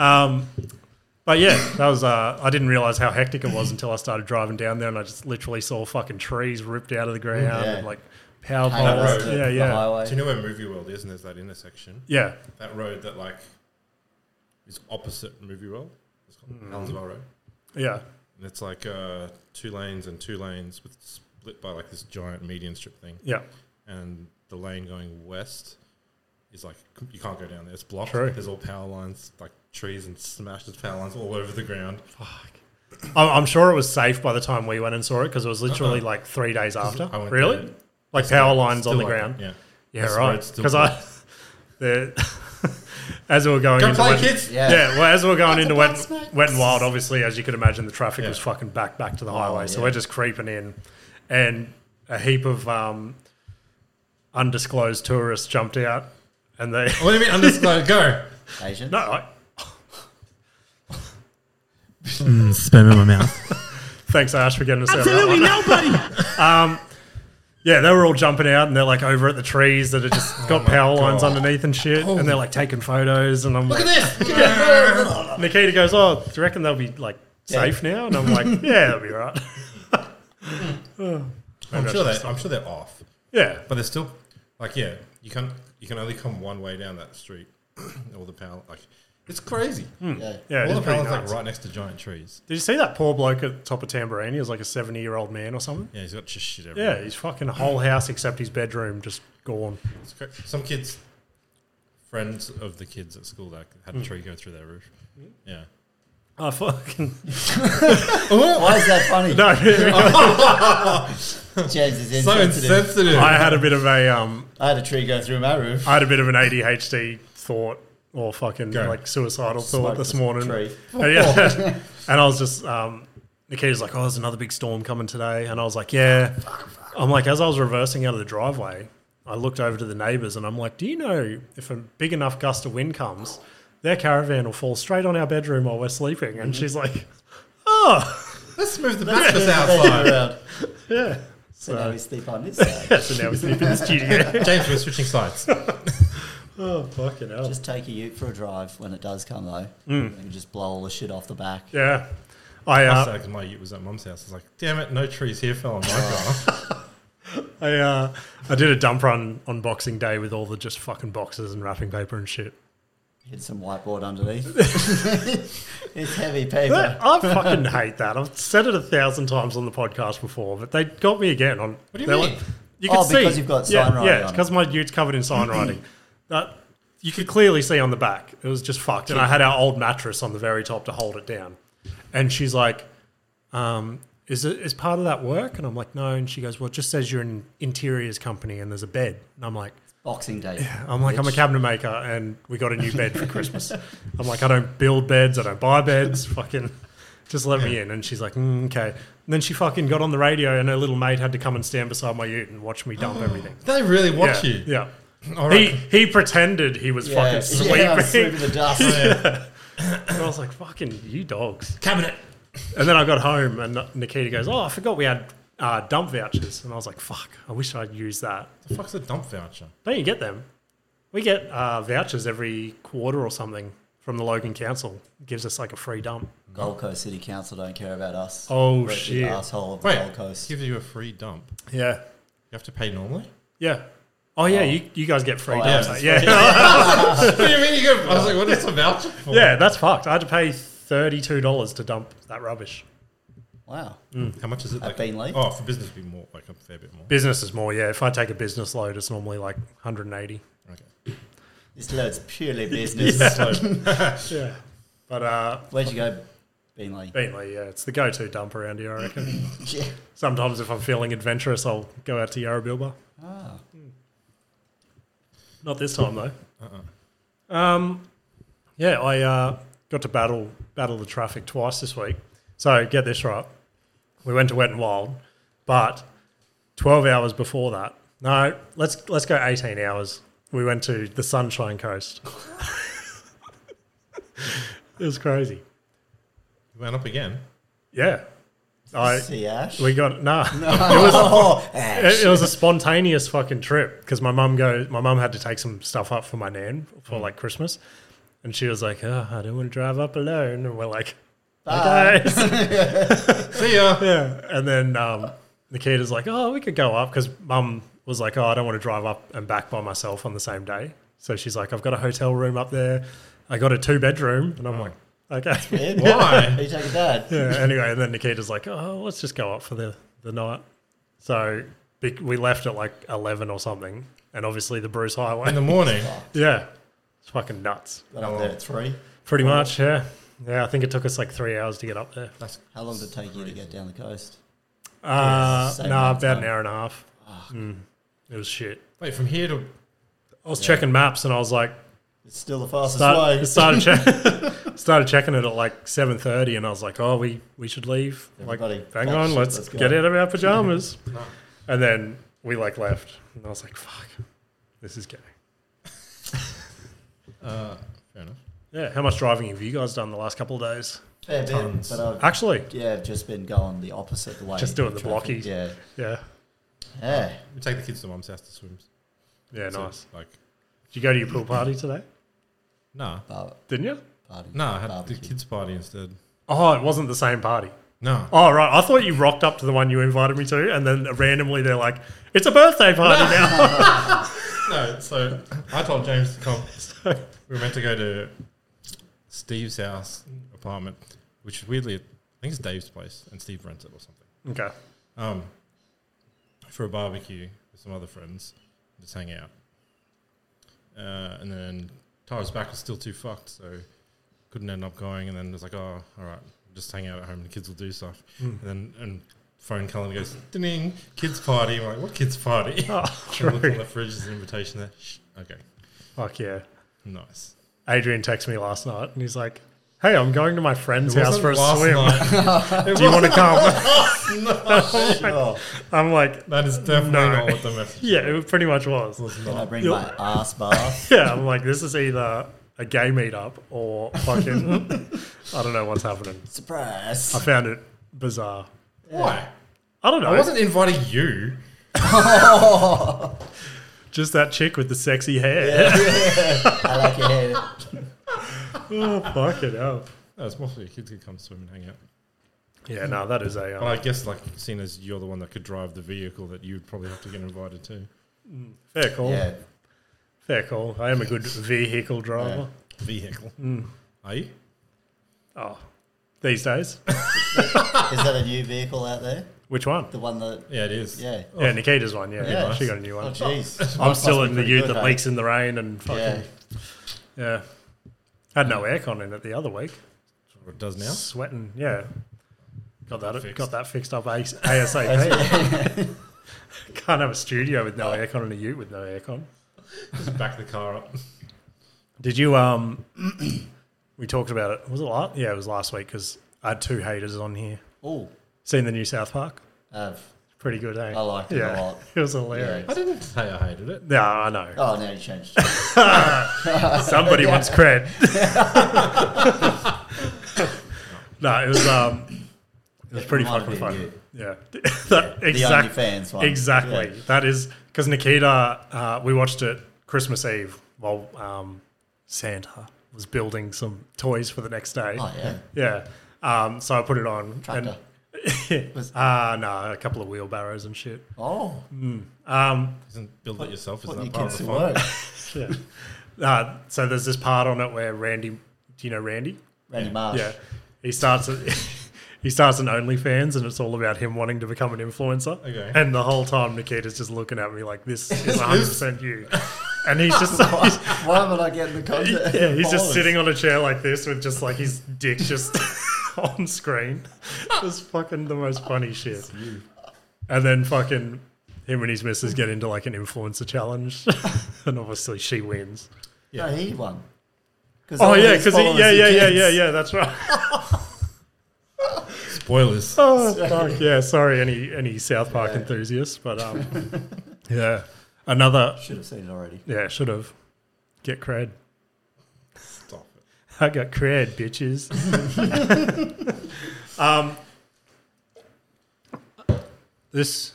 Speaker 1: um, but yeah, that was. Uh, I didn't realize how hectic it was until I started driving down there, and I just literally saw fucking trees ripped out of the ground
Speaker 3: Yeah.
Speaker 1: and like power
Speaker 3: Hang
Speaker 1: poles.
Speaker 3: on to
Speaker 1: Yeah,
Speaker 3: the
Speaker 1: yeah,
Speaker 3: highway.
Speaker 2: Do you know where Movie World is? And there's that intersection.
Speaker 1: yeah.
Speaker 2: That road that like is opposite Movie World. It's called
Speaker 1: Hmm.
Speaker 2: Helensville Road.
Speaker 1: Yeah.
Speaker 2: And it's like uh, two lanes and two lanes with split by like this giant median strip thing.
Speaker 1: Yeah.
Speaker 2: and the lane going west is like you can't go down there. It's blocked.
Speaker 1: True.
Speaker 2: There's all power lines, like trees and smashed power lines all over the ground.
Speaker 1: I'm, I'm sure it was safe by the time we went and saw it because it was literally like three days after.
Speaker 2: Uh-huh. I went
Speaker 1: Really?
Speaker 2: there.
Speaker 1: Like power lines on
Speaker 2: Still
Speaker 1: the
Speaker 2: like
Speaker 1: ground.
Speaker 2: that, Yeah.
Speaker 1: Yeah,
Speaker 2: That's why
Speaker 1: right.
Speaker 2: it's still
Speaker 1: Because I, the, as we were going
Speaker 2: Go
Speaker 1: into
Speaker 2: play,
Speaker 1: wet,
Speaker 2: kids!
Speaker 1: Yeah.
Speaker 3: Yeah.
Speaker 1: well, as we were going into wet,
Speaker 3: Blacksmith.
Speaker 1: wet and wild, obviously, as you could imagine, the traffic
Speaker 2: Yeah. Oh,
Speaker 1: was fucking back back to the highway. So
Speaker 3: yeah.
Speaker 1: we're just creeping in, and a heap of um, undisclosed tourists jumped out, and they
Speaker 2: What do you mean? Undisclosed. go.
Speaker 3: Asian.
Speaker 1: no, I,
Speaker 4: Mm, sperm in my mouth.
Speaker 1: thanks Ash for getting us out. of that
Speaker 4: Absolutely
Speaker 1: one. Um,
Speaker 4: nobody.
Speaker 1: Yeah, they were all jumping out, and they're like over at the trees that have just got power lines
Speaker 2: Oh God.
Speaker 1: underneath and shit, and they're like taking photos, and I'm like,
Speaker 2: Look at this.
Speaker 1: Nikita goes, "Oh, do you reckon they'll be like safe now?" And I'm like, "Yeah, they'll be right."
Speaker 2: I'm sure they. I'm sure they're off,
Speaker 1: Yeah,
Speaker 2: but they're still like yeah. You can you can only come one way down that street. all the power like it's crazy.
Speaker 3: Yeah.
Speaker 1: yeah.
Speaker 2: All
Speaker 1: It's Hmm.
Speaker 2: the power
Speaker 1: pretty
Speaker 2: lines like
Speaker 1: nuts.
Speaker 2: right next to giant trees.
Speaker 1: Did you see that poor bloke at the top of Tambourine? He was like a seventy-year-old man or something.
Speaker 2: Yeah, he's got just shit everywhere.
Speaker 1: Yeah, he's fucking whole house except his bedroom just gone.
Speaker 2: It's cra- Some kids friends of the kids at school that had a tree go through their roof. Yeah. Oh,
Speaker 1: I fucking
Speaker 3: Why is that funny?
Speaker 1: no.
Speaker 3: James is
Speaker 2: So
Speaker 3: insensitive.
Speaker 2: insensitive.
Speaker 1: I had a bit of a um,
Speaker 3: I had a tree go through my roof.
Speaker 1: I had a bit of an ADHD thought or fucking
Speaker 2: Go.
Speaker 1: like suicidal
Speaker 3: Smoked
Speaker 1: thought this
Speaker 3: a
Speaker 1: morning.
Speaker 3: tree.
Speaker 1: And, yeah, and I was just, um, Nikita's like, oh, there's another big storm coming today. And I was like, yeah. I'm like, as I was reversing out of the driveway, I looked over to the neighbors and I'm like, do you know if a big enough gust of wind comes, their caravan will fall straight on our bedroom while we're sleeping? And she's like, oh,
Speaker 2: Let's move the mattress
Speaker 3: Around.
Speaker 2: outside.
Speaker 1: yeah.
Speaker 3: So now we
Speaker 1: So,
Speaker 3: sleep on this side.
Speaker 1: so now we sleep in the studio.
Speaker 2: James, we're switching sides.
Speaker 1: Uh, oh, fucking hell.
Speaker 3: Just take a ute for a drive when it does come though.
Speaker 1: Hmm.
Speaker 3: And just blow all the shit off the back.
Speaker 1: yeah. I,
Speaker 2: I
Speaker 1: uh,
Speaker 2: said, 'cause my ute was at mum's house. I was like, damn it, no trees here fell on my car.
Speaker 1: I uh, I did a dump run on Boxing Day with all the just fucking boxes and wrapping paper and shit.
Speaker 3: Hit some whiteboard underneath. it's heavy paper.
Speaker 1: I fucking hate that. I've said it a thousand times on the podcast before, but they got me again on. What
Speaker 2: do you mean?
Speaker 1: you
Speaker 3: Oh,
Speaker 1: could see
Speaker 3: because you've got
Speaker 1: yeah,
Speaker 3: sign writing
Speaker 1: Yeah,
Speaker 3: on
Speaker 1: because my ute's covered in sign writing. That you could clearly see on the back. It was just fucked, and I had our old mattress on the very top to hold it down. And she's like, um, is it is part of that work? And I'm like, no. And she goes, well, it just says you're an interiors company and there's a bed. And I'm like,
Speaker 3: Boxing day.
Speaker 1: I'm like, I'm a
Speaker 3: bitch.
Speaker 1: cabinet maker, and we got a new bed for Christmas. I'm like, I don't build beds, I don't buy beds. Fucking, just let me in. And she's like, mm, okay. And then she fucking got on the radio, and her little mate had to come and stand beside my ute and watch me dump everything.
Speaker 2: They really watch
Speaker 1: yeah,
Speaker 2: you.
Speaker 1: yeah.
Speaker 2: All
Speaker 1: He
Speaker 2: right.
Speaker 1: he pretended he was
Speaker 3: Yeah,
Speaker 1: fucking sleeping.
Speaker 3: yeah, I'm sleeping in the
Speaker 2: Oh,
Speaker 3: dust.
Speaker 1: And I was like, fucking you dogs.
Speaker 2: Cabinet.
Speaker 1: And then I got home, and Nikita goes, oh, I forgot we had uh, dump vouchers, and I was like, fuck, I wish I'd used that.
Speaker 2: The fuck's a dump voucher?
Speaker 1: Don't you get them? We get uh, vouchers every quarter or something from the Logan Council. It gives us like a free dump.
Speaker 3: Gold Coast City Council don't care about us.
Speaker 1: Oh,
Speaker 3: We're the
Speaker 1: shit.
Speaker 3: Asshole of the
Speaker 2: Wait,
Speaker 3: Gold Coast.
Speaker 2: give you a free dump.
Speaker 1: Yeah.
Speaker 2: You have to pay normally?
Speaker 1: Yeah. Oh, yeah. You, you guys get free
Speaker 3: Oh,
Speaker 1: dumps.
Speaker 3: yeah.
Speaker 1: Yeah.
Speaker 2: what do you mean you go? I was like, what is a voucher for?
Speaker 1: yeah, that's fucked. I had to pay $32 to dump that rubbish.
Speaker 3: Wow.
Speaker 2: How much is it?
Speaker 3: At Beanley?
Speaker 2: Oh, for business, it'd be more, like a fair bit more.
Speaker 1: Business is more, yeah. If I take a business load, it's normally like 180
Speaker 2: Okay.
Speaker 3: This load's purely business.
Speaker 2: So,
Speaker 1: Yeah. But uh,
Speaker 3: Where'd you go, Beanley?
Speaker 1: Beanley, yeah, it's the go to dump around here, I reckon.
Speaker 3: Yeah.
Speaker 1: Sometimes if I'm feeling adventurous, I'll go out to Yarrabilba.
Speaker 3: Ah.
Speaker 1: Not this time though. Um, yeah, I uh, got to battle battle the traffic twice this week. So get this right, we went to Wet and Wild, but twelve hours before that, no, let's let's go eighteen hours. We went to the Sunshine Coast. it was crazy.
Speaker 2: you went up again.
Speaker 1: Yeah, I
Speaker 3: See Ash?
Speaker 1: we got nah.
Speaker 3: oh,
Speaker 1: It,
Speaker 3: Ash.
Speaker 1: it was a spontaneous fucking trip because my mum go. My mum had to take some stuff up for my nan for like Christmas, and she was like, oh, "I don't want to drive up alone." And we're like, "Okay."
Speaker 2: See ya.
Speaker 1: yeah. And then um, Nikita's like, "Oh, we could go up," because mum was like, "Oh, I don't want to drive up and back by myself on the same day." So she's like, "I've got a hotel room up there. I got a two bedroom," and I'm like, "Okay."
Speaker 3: Ed?
Speaker 2: Why?
Speaker 3: Are you taking dad?
Speaker 1: yeah, anyway, and then Nikita's like, oh, let's just go up for the, the night. So bec- we left at like 11 or something, and obviously the Bruce
Speaker 2: In
Speaker 1: Highway.
Speaker 2: the morning.
Speaker 1: yeah, it's fucking nuts.
Speaker 3: Got up there at three.
Speaker 1: Pretty much, yeah. Yeah, I think it took us like three hours to get up there.
Speaker 2: That's
Speaker 3: How long did it take you to get down the coast?
Speaker 1: Uh,
Speaker 3: same
Speaker 1: nah,
Speaker 3: amount of
Speaker 1: about an
Speaker 3: time.
Speaker 1: hour and a half. Mm. it was shit.
Speaker 2: wait from here to.
Speaker 1: I was checking maps and I was like,
Speaker 3: It's still the fastest
Speaker 1: start,
Speaker 3: way.
Speaker 1: started, check, started checking it at like 7.30 and I was like, oh, we, we should leave.
Speaker 3: Everybody,
Speaker 1: like, hang
Speaker 3: fuck
Speaker 1: on,
Speaker 3: shit,
Speaker 1: let's,
Speaker 3: let's go.
Speaker 1: get out of our pajamas. And then we like left. And I was like, fuck, this is gay.
Speaker 2: Uh, fair enough.
Speaker 1: Yeah, how much driving have you guys done the last couple of days?
Speaker 3: Fair bit,
Speaker 2: Tons.
Speaker 3: but I've
Speaker 1: Actually,
Speaker 3: yeah, I've just been going the opposite way.
Speaker 1: Ah. Just doing the
Speaker 3: Traffic,
Speaker 1: blockies.
Speaker 3: Yeah,
Speaker 1: yeah.
Speaker 3: yeah.
Speaker 2: We take the kids to mum's house to swim.
Speaker 1: Yeah,
Speaker 2: So,
Speaker 1: nice.
Speaker 2: Like,
Speaker 1: Did you go to your pool party today?
Speaker 2: nah,
Speaker 3: Bar-
Speaker 1: Didn't you?
Speaker 3: party.
Speaker 2: nah. I had
Speaker 3: barbecue.
Speaker 2: the kids party instead.
Speaker 1: Oh, it wasn't the same party.
Speaker 2: No.
Speaker 1: Oh, right. I thought you rocked up to the one you invited me to, and then randomly they're like, it's a birthday party now.
Speaker 2: No. So I told James to come. we were meant to go to Steve's house apartment, which is weirdly, I think it's Dave's place, and Steve rents it or something.
Speaker 1: okay.
Speaker 2: um, for a barbecue with some other friends, just hang out. uh, and then Tyra's back was still too fucked, so couldn't end up going. And then it was like, oh, all right, just hang out at home. The kids will do stuff.
Speaker 1: Hmm.
Speaker 2: And then and phone Cullen goes, ding, kids party. I'm like, what kids party?
Speaker 1: Oh,
Speaker 2: And look on
Speaker 1: true.
Speaker 2: the fridge, there's an invitation there. Shh. Okay,
Speaker 1: Fuck yeah.
Speaker 2: nice.
Speaker 1: Adrian texted me last night and he's like, hey, I'm going to my friend's house
Speaker 2: wasn't
Speaker 1: for a
Speaker 2: last
Speaker 1: swim.
Speaker 2: night. It
Speaker 1: Do you want to come?
Speaker 2: wasn't last night.
Speaker 3: Oh,
Speaker 1: I'm like,
Speaker 2: That is definitely
Speaker 1: No.
Speaker 2: not what the message
Speaker 1: yeah, it pretty much was.
Speaker 2: was.
Speaker 3: can I
Speaker 2: Not.
Speaker 3: bring my ass bath?
Speaker 1: Yeah, I'm like, this is either a gay meetup or fucking, I don't know what's happening. I
Speaker 3: Surprise.
Speaker 1: found it bizarre.
Speaker 2: Why?
Speaker 1: I don't know.
Speaker 2: I wasn't inviting you.
Speaker 1: Just that chick with the sexy hair.
Speaker 3: I like your hair.
Speaker 1: Oh, fuck it up.
Speaker 2: No, it's mostly kids could come swim and hang out.
Speaker 1: Yeah, no, that is a.
Speaker 2: But
Speaker 1: Um,
Speaker 2: I guess, like, seeing as you're the one that could drive the vehicle, that you'd probably have to get invited to.
Speaker 1: fair call.
Speaker 3: Yeah.
Speaker 1: Fair call. I am a good vehicle driver.
Speaker 2: Vehicle. Are you?
Speaker 1: Oh, these days.
Speaker 3: Is that a new vehicle out there?
Speaker 1: Which one?
Speaker 3: The one that.
Speaker 2: Yeah, it is. Oh,
Speaker 3: Yeah.
Speaker 1: Yeah, Nikita's one. Yeah,
Speaker 3: Yeah.
Speaker 1: she got a new
Speaker 3: Oh,
Speaker 1: one.
Speaker 3: jeez.
Speaker 1: I'm still in
Speaker 3: Must
Speaker 1: the
Speaker 3: be pretty
Speaker 1: youth
Speaker 3: good,
Speaker 1: that
Speaker 3: hey?
Speaker 1: leaks in the rain and
Speaker 3: Yeah.
Speaker 1: fucking yeah. Had no aircon in it the other week.
Speaker 2: Or It does now.
Speaker 1: Sweating. Yeah. Got that.
Speaker 2: Fixed.
Speaker 1: Got that fixed up AS- ASAP. Can't have a studio with no
Speaker 3: Oh.
Speaker 1: aircon and a ute with no aircon.
Speaker 2: Just back the car up.
Speaker 1: Did you? Um, we talked about it. Was it last? Yeah, it was last week because I had two haters on here.
Speaker 3: Oh,
Speaker 1: Seen the new South Park?
Speaker 3: have.
Speaker 1: Pretty good, eh?
Speaker 3: I liked it a
Speaker 1: yeah.
Speaker 3: lot.
Speaker 1: It was hilarious.
Speaker 2: I didn't say I hated it.
Speaker 1: Yeah, I know.
Speaker 3: Oh, now you changed.
Speaker 1: Somebody wants cred. no, it was um, it was
Speaker 3: It
Speaker 1: pretty
Speaker 3: reminded
Speaker 1: fucking
Speaker 3: me of
Speaker 1: fun.
Speaker 3: you.
Speaker 1: Yeah, that, exact-
Speaker 3: The OnlyFans one.
Speaker 1: Exactly.
Speaker 3: Yeah.
Speaker 1: That is because Nikita. Uh, we watched it Christmas Eve while um, Santa was building some toys for the next day.
Speaker 3: Oh, yeah.
Speaker 1: Yeah. Um, so I put it on.
Speaker 3: Tractor.
Speaker 1: And, uh, no, a couple of wheelbarrows and shit.
Speaker 3: Oh,
Speaker 1: Um,
Speaker 2: Isn't build it yourself? Is
Speaker 3: putting
Speaker 2: that
Speaker 3: your
Speaker 2: part of
Speaker 3: kids
Speaker 2: the
Speaker 3: to
Speaker 2: fun?
Speaker 3: work.
Speaker 1: yeah. uh, so there's this part on it where Randy, do you know Randy?
Speaker 3: Randy Marsh.
Speaker 1: Yeah, he starts. A, he starts an OnlyFans, and it's all about him wanting to become an influencer.
Speaker 2: Okay.
Speaker 1: And the whole time, Nikita's just looking at me like, "This is 100 percent you," and he's just he's,
Speaker 3: Why am I not getting the content?
Speaker 1: yeah, he's just
Speaker 3: Followers.
Speaker 1: sitting on a chair like this with just like his dick just on screen. It's fucking the most funny shit. And then fucking him and his missus get into like an influencer challenge, and obviously she wins.
Speaker 3: No, he won.
Speaker 1: Oh yeah, because yeah, yeah, yeah, yeah, yeah. That's right.
Speaker 2: Spoilers.
Speaker 1: Oh, fuck, yeah, sorry, any any South Park enthusiasts, but um, yeah, another
Speaker 3: Should have seen it already.
Speaker 1: yeah, should have get cred.
Speaker 2: Stop it.
Speaker 1: I got cred, bitches. um, this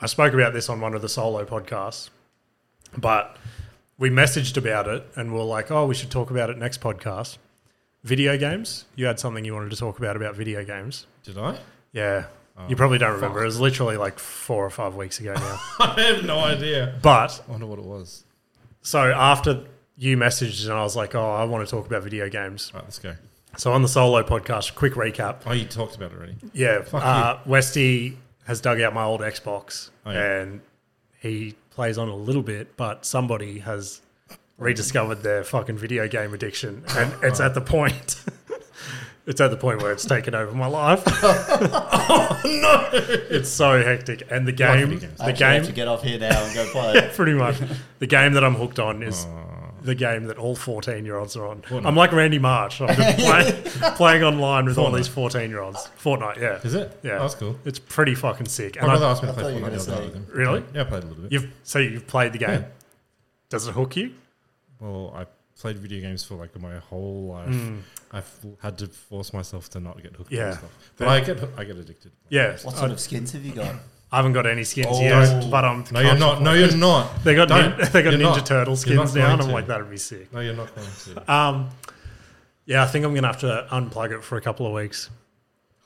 Speaker 1: I spoke about this on one of the solo podcasts, but we messaged about it and we are like, oh, we should talk about it next podcast. Video games. You had something you wanted to talk about about video games.
Speaker 2: Did I?
Speaker 1: Yeah.
Speaker 2: Oh,
Speaker 1: you probably don't remember. It was literally like four or five weeks ago now.
Speaker 2: I have no idea.
Speaker 1: but
Speaker 2: I wonder what it was.
Speaker 1: so after you messaged and I was like, oh, I want to talk about video games.
Speaker 2: Right, let's go.
Speaker 1: So on the solo podcast, quick recap.
Speaker 2: Oh, you talked about it already.
Speaker 1: Yeah.
Speaker 2: Fuck
Speaker 1: Uh, Westy has dug out my old Xbox
Speaker 2: Oh, yeah.
Speaker 1: and he plays on a little bit, but somebody has rediscovered their fucking video game addiction. And it's at the point. It's at the point where it's taken over my life. oh no! It's so hectic, and the
Speaker 2: like
Speaker 1: game,
Speaker 2: video games.
Speaker 1: the
Speaker 3: I actually
Speaker 1: game,
Speaker 3: have to get off here now and go play.
Speaker 1: Yeah, pretty much. The game that I'm hooked on is
Speaker 2: Oh.
Speaker 1: the game that all 14 year olds are on. I'm like Randy March. I'm just play, playing online with all
Speaker 2: Fortnite.
Speaker 1: these 14 year olds. Fortnite, yeah.
Speaker 2: Is it? Oh,
Speaker 1: Yeah.
Speaker 2: That's cool.
Speaker 1: It's pretty fucking sick.
Speaker 2: My
Speaker 1: And
Speaker 2: brother
Speaker 1: I,
Speaker 2: asked me to
Speaker 3: I
Speaker 2: play
Speaker 3: thought you were
Speaker 2: Fortnite the
Speaker 3: gonna
Speaker 2: other day
Speaker 3: say-
Speaker 2: with him.
Speaker 1: Really?
Speaker 2: Yeah, I played a little bit.
Speaker 1: you've so you've played the game.
Speaker 2: Yeah.
Speaker 1: Does it hook you?
Speaker 2: Well, I played video games for like my whole life. I've had to force myself to not get hooked.
Speaker 1: Mm. Yeah.
Speaker 2: Yeah, stuff. but I get I get addicted.
Speaker 1: Yeah.
Speaker 3: What
Speaker 1: I,
Speaker 3: sort of skins have you got?
Speaker 1: I haven't got any skins
Speaker 2: Oh,
Speaker 1: yet,
Speaker 2: don't.
Speaker 1: but I'm.
Speaker 2: No, you're not. No, you're not.
Speaker 1: They got
Speaker 2: Don't.
Speaker 1: nin, they got
Speaker 2: You're
Speaker 1: Ninja
Speaker 2: not.
Speaker 1: Turtle
Speaker 2: You're not
Speaker 1: skins now, and
Speaker 2: going
Speaker 1: I'm
Speaker 2: to.
Speaker 1: like, that'd be sick.
Speaker 2: No, you're not going to.
Speaker 1: Um, yeah, I think I'm gonna have to unplug it for a couple of weeks.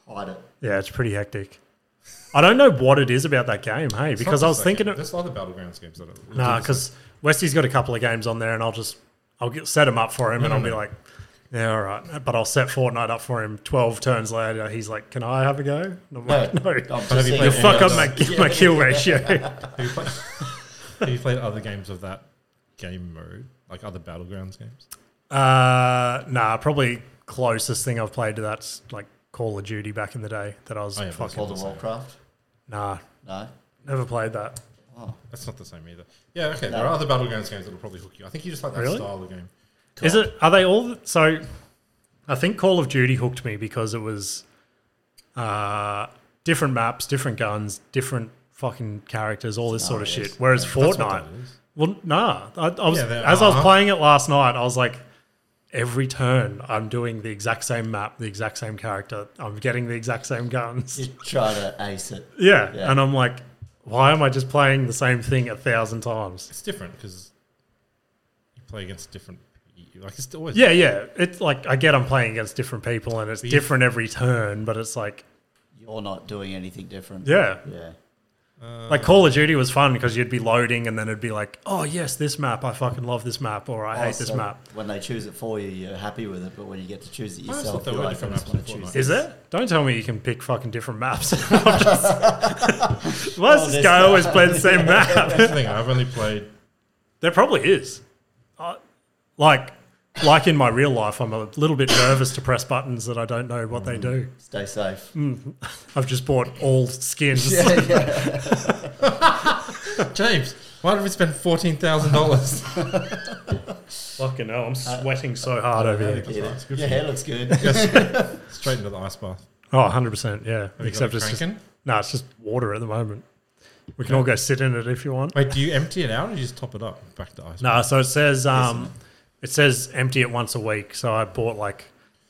Speaker 3: Hide it.
Speaker 1: Yeah, it's pretty hectic. I don't know what it is about that game, hey,
Speaker 2: It's
Speaker 1: because
Speaker 2: not
Speaker 1: I
Speaker 2: just
Speaker 1: was
Speaker 2: that
Speaker 1: thinking
Speaker 2: game.
Speaker 1: it.
Speaker 2: There's other battlegrounds games that are.
Speaker 1: Nah, because Westy's got a couple of games on there, and I'll just I'll get, set him up for him, and
Speaker 2: no,
Speaker 1: I'll be
Speaker 2: no.
Speaker 1: like, yeah, all right. But I'll set Fortnite up for him. Twelve turns later, he's like, "Can I have a go?" And I'm like, "No,
Speaker 2: have
Speaker 3: I'm
Speaker 2: you
Speaker 3: just seeing
Speaker 2: played
Speaker 1: you
Speaker 3: if
Speaker 2: any
Speaker 1: fuck
Speaker 2: of
Speaker 1: up my,
Speaker 2: those?
Speaker 1: my kill ratio."
Speaker 2: have you played? have you played other games of that game mode? Like other Battlegrounds games?
Speaker 1: Uh, nah, probably closest thing I've played to that's like Call of Duty back in the day that I was
Speaker 2: Oh, yeah, that's
Speaker 1: fucking
Speaker 3: World of Warcraft?
Speaker 1: nah,
Speaker 3: No.
Speaker 1: never played that.
Speaker 3: Oh,
Speaker 2: That's not the same either. Yeah, okay. There are
Speaker 3: No.
Speaker 2: other Battlegrounds games that'll probably hook you. I think you just like that
Speaker 1: Really?
Speaker 2: style of game.
Speaker 1: Is it? Are they all? th- So, I think Call of Duty hooked me because it was uh, different maps, different guns, different fucking characters, all this sort of shit. Whereas
Speaker 2: Yeah, that's what
Speaker 1: Fortnite,
Speaker 2: that is.
Speaker 1: well, nah. I, I was
Speaker 2: Yeah, there
Speaker 1: as I was
Speaker 2: are.
Speaker 1: playing it last night, I was like, every turn I'm doing the exact same map, the exact same character, I'm getting the exact same guns.
Speaker 3: you try to ace it.
Speaker 1: Yeah.
Speaker 3: Yeah.
Speaker 1: And I'm like, why am I just playing the same thing a thousand times?
Speaker 2: It's different because you play against different. Like it's always
Speaker 1: Yeah, yeah. It's like I get I'm playing against different people and it's
Speaker 2: But you-
Speaker 1: different every turn, but it's like
Speaker 3: You're not doing anything different.
Speaker 1: yeah.
Speaker 3: Yeah.
Speaker 1: like Call of Duty was fun because you'd be loading and then it'd be like, "Oh, yes, this map. I fucking love this map or I hate this
Speaker 3: Also,
Speaker 1: map."
Speaker 3: When they choose it for you, you're happy with it, but when you get to choose it
Speaker 2: I always thought
Speaker 3: yourself,
Speaker 2: there
Speaker 3: you're
Speaker 2: were
Speaker 3: like, I
Speaker 2: different
Speaker 3: just
Speaker 2: maps
Speaker 3: want to
Speaker 2: in
Speaker 3: choose
Speaker 2: Fortnite.
Speaker 3: this.
Speaker 1: Is there? Don't tell me you can pick fucking different maps. I'm just- Why
Speaker 3: Oh,
Speaker 1: does this
Speaker 3: this
Speaker 1: guy
Speaker 3: guy.
Speaker 1: always play the same map?
Speaker 2: That's the thing. I've only played.
Speaker 1: There probably is. I, like, like in my real life, I'm a little bit nervous to press buttons that I don't know what they do.
Speaker 3: Stay safe.
Speaker 1: I've just bought all skins.
Speaker 3: Yeah, yeah.
Speaker 2: James, why did we spend fourteen thousand dollars?
Speaker 1: Fucking hell, I'm sweating so hard over here.
Speaker 2: Yeah, it's good
Speaker 3: Your
Speaker 2: for
Speaker 3: hair looks good.
Speaker 2: Straight into the ice bath.
Speaker 1: Oh, 100%, yeah.
Speaker 2: Have you
Speaker 1: Except
Speaker 2: got
Speaker 1: it's just, no,
Speaker 2: Kranken?
Speaker 1: it's just water at the moment. We can all go sit in it if you want.
Speaker 2: Wait, do you empty it out or you just top it up back to ice?
Speaker 1: No, so it says um, it says empty it once a week. So I bought like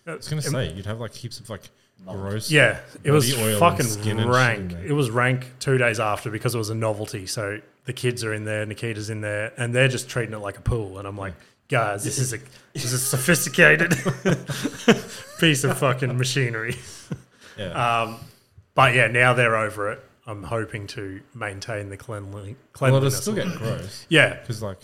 Speaker 2: I was gonna say you'd have like heaps of like gross.
Speaker 1: Yeah, it was
Speaker 2: Bloody oil and skin and shit
Speaker 1: fucking
Speaker 2: in
Speaker 1: rank.
Speaker 2: there.
Speaker 1: It was rank two days after because it was a novelty. So the kids are in there, Nikita's in there, and they're just treating it like a pool. And I'm like, guys, this is a this is a sophisticated piece of fucking machinery.
Speaker 2: Yeah.
Speaker 1: Uh, But yeah, now they're over it. I'm hoping to maintain the cleanly,
Speaker 2: well, it'll
Speaker 1: cleanliness.
Speaker 2: still get gross
Speaker 1: yeah,
Speaker 2: because like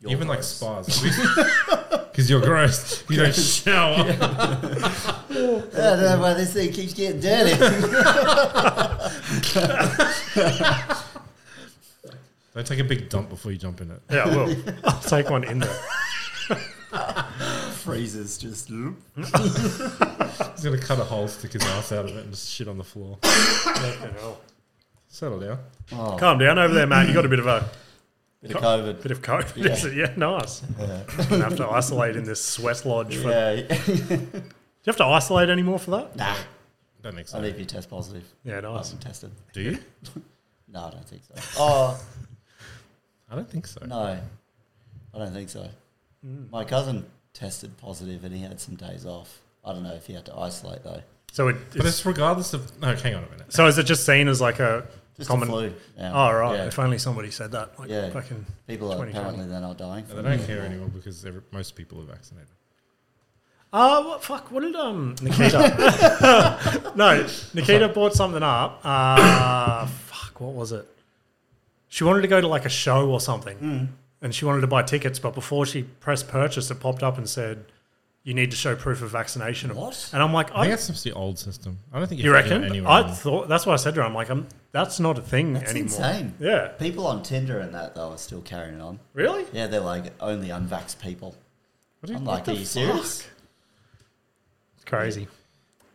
Speaker 3: You're
Speaker 2: even like
Speaker 3: gross.
Speaker 2: spas because you're gross. You don't shower.
Speaker 3: I don't know why this thing keeps getting dirty.
Speaker 2: Don't take a big dump before you jump in it.
Speaker 1: yeah, I will. I'll take one in there.
Speaker 3: Freezes just.
Speaker 2: He's gonna cut a hole, stick his ass out of it, and just shit on the floor.
Speaker 1: Fucking hell.
Speaker 2: Settle down.
Speaker 3: Oh,
Speaker 1: Calm down over there, Matt. You got a bit of a
Speaker 3: bit of COVID.
Speaker 1: bit of COVID. Yeah, is it? yeah nice. I'm gonna have to isolate in this sweat lodge for
Speaker 3: Yeah.
Speaker 1: Do you have to isolate anymore for that?
Speaker 3: nah.
Speaker 2: Don't make
Speaker 3: I'll
Speaker 2: sense.
Speaker 3: leave you test positive.
Speaker 1: Yeah,
Speaker 3: I
Speaker 1: nice.
Speaker 3: wasn't tested.
Speaker 2: Do you?
Speaker 3: No, I don't think so. Oh,
Speaker 2: I don't think so.
Speaker 3: no. I don't think so. My cousin tested positive and he had some days off. I don't know if he had to isolate though.
Speaker 1: So it,
Speaker 2: But
Speaker 1: it's,
Speaker 2: it's regardless of. No, hang on a minute.
Speaker 1: so is it just seen as like a
Speaker 3: Just
Speaker 1: common?
Speaker 3: a flu. Yeah.
Speaker 1: Oh right.
Speaker 3: Yeah.
Speaker 1: If only somebody said that. Like
Speaker 3: Yeah.
Speaker 1: fucking.
Speaker 3: People are
Speaker 1: 2020.
Speaker 3: apparently they're not dying.
Speaker 2: They
Speaker 3: From
Speaker 2: don't
Speaker 3: it.
Speaker 2: care anymore because every, most people are vaccinated.
Speaker 1: Oh what, fuck! What did um Nikita? no, Nikita brought something up. Uh, fuck! What was it? She wanted to go to like a show or something,
Speaker 3: Hmm.
Speaker 1: and she wanted to buy tickets. But before she pressed purchase, it popped up and said, "You need to show proof of vaccination."
Speaker 3: What?
Speaker 1: And I'm like,
Speaker 2: I
Speaker 1: I,
Speaker 2: think that's just the old system. I don't think
Speaker 1: you
Speaker 2: have to do
Speaker 1: reckon?
Speaker 2: it anyway.
Speaker 1: I thought that's what I said to her. I'm like, I'm, that's not a thing
Speaker 3: That's
Speaker 1: anymore.
Speaker 3: insane.
Speaker 1: Yeah.
Speaker 3: People on Tinder and that though are still carrying it on.
Speaker 1: Really?
Speaker 3: Yeah, they're like only unvaxxed people.
Speaker 2: What do you-
Speaker 3: I'm
Speaker 2: what
Speaker 3: like,
Speaker 2: the
Speaker 3: are you serious?
Speaker 1: Crazy.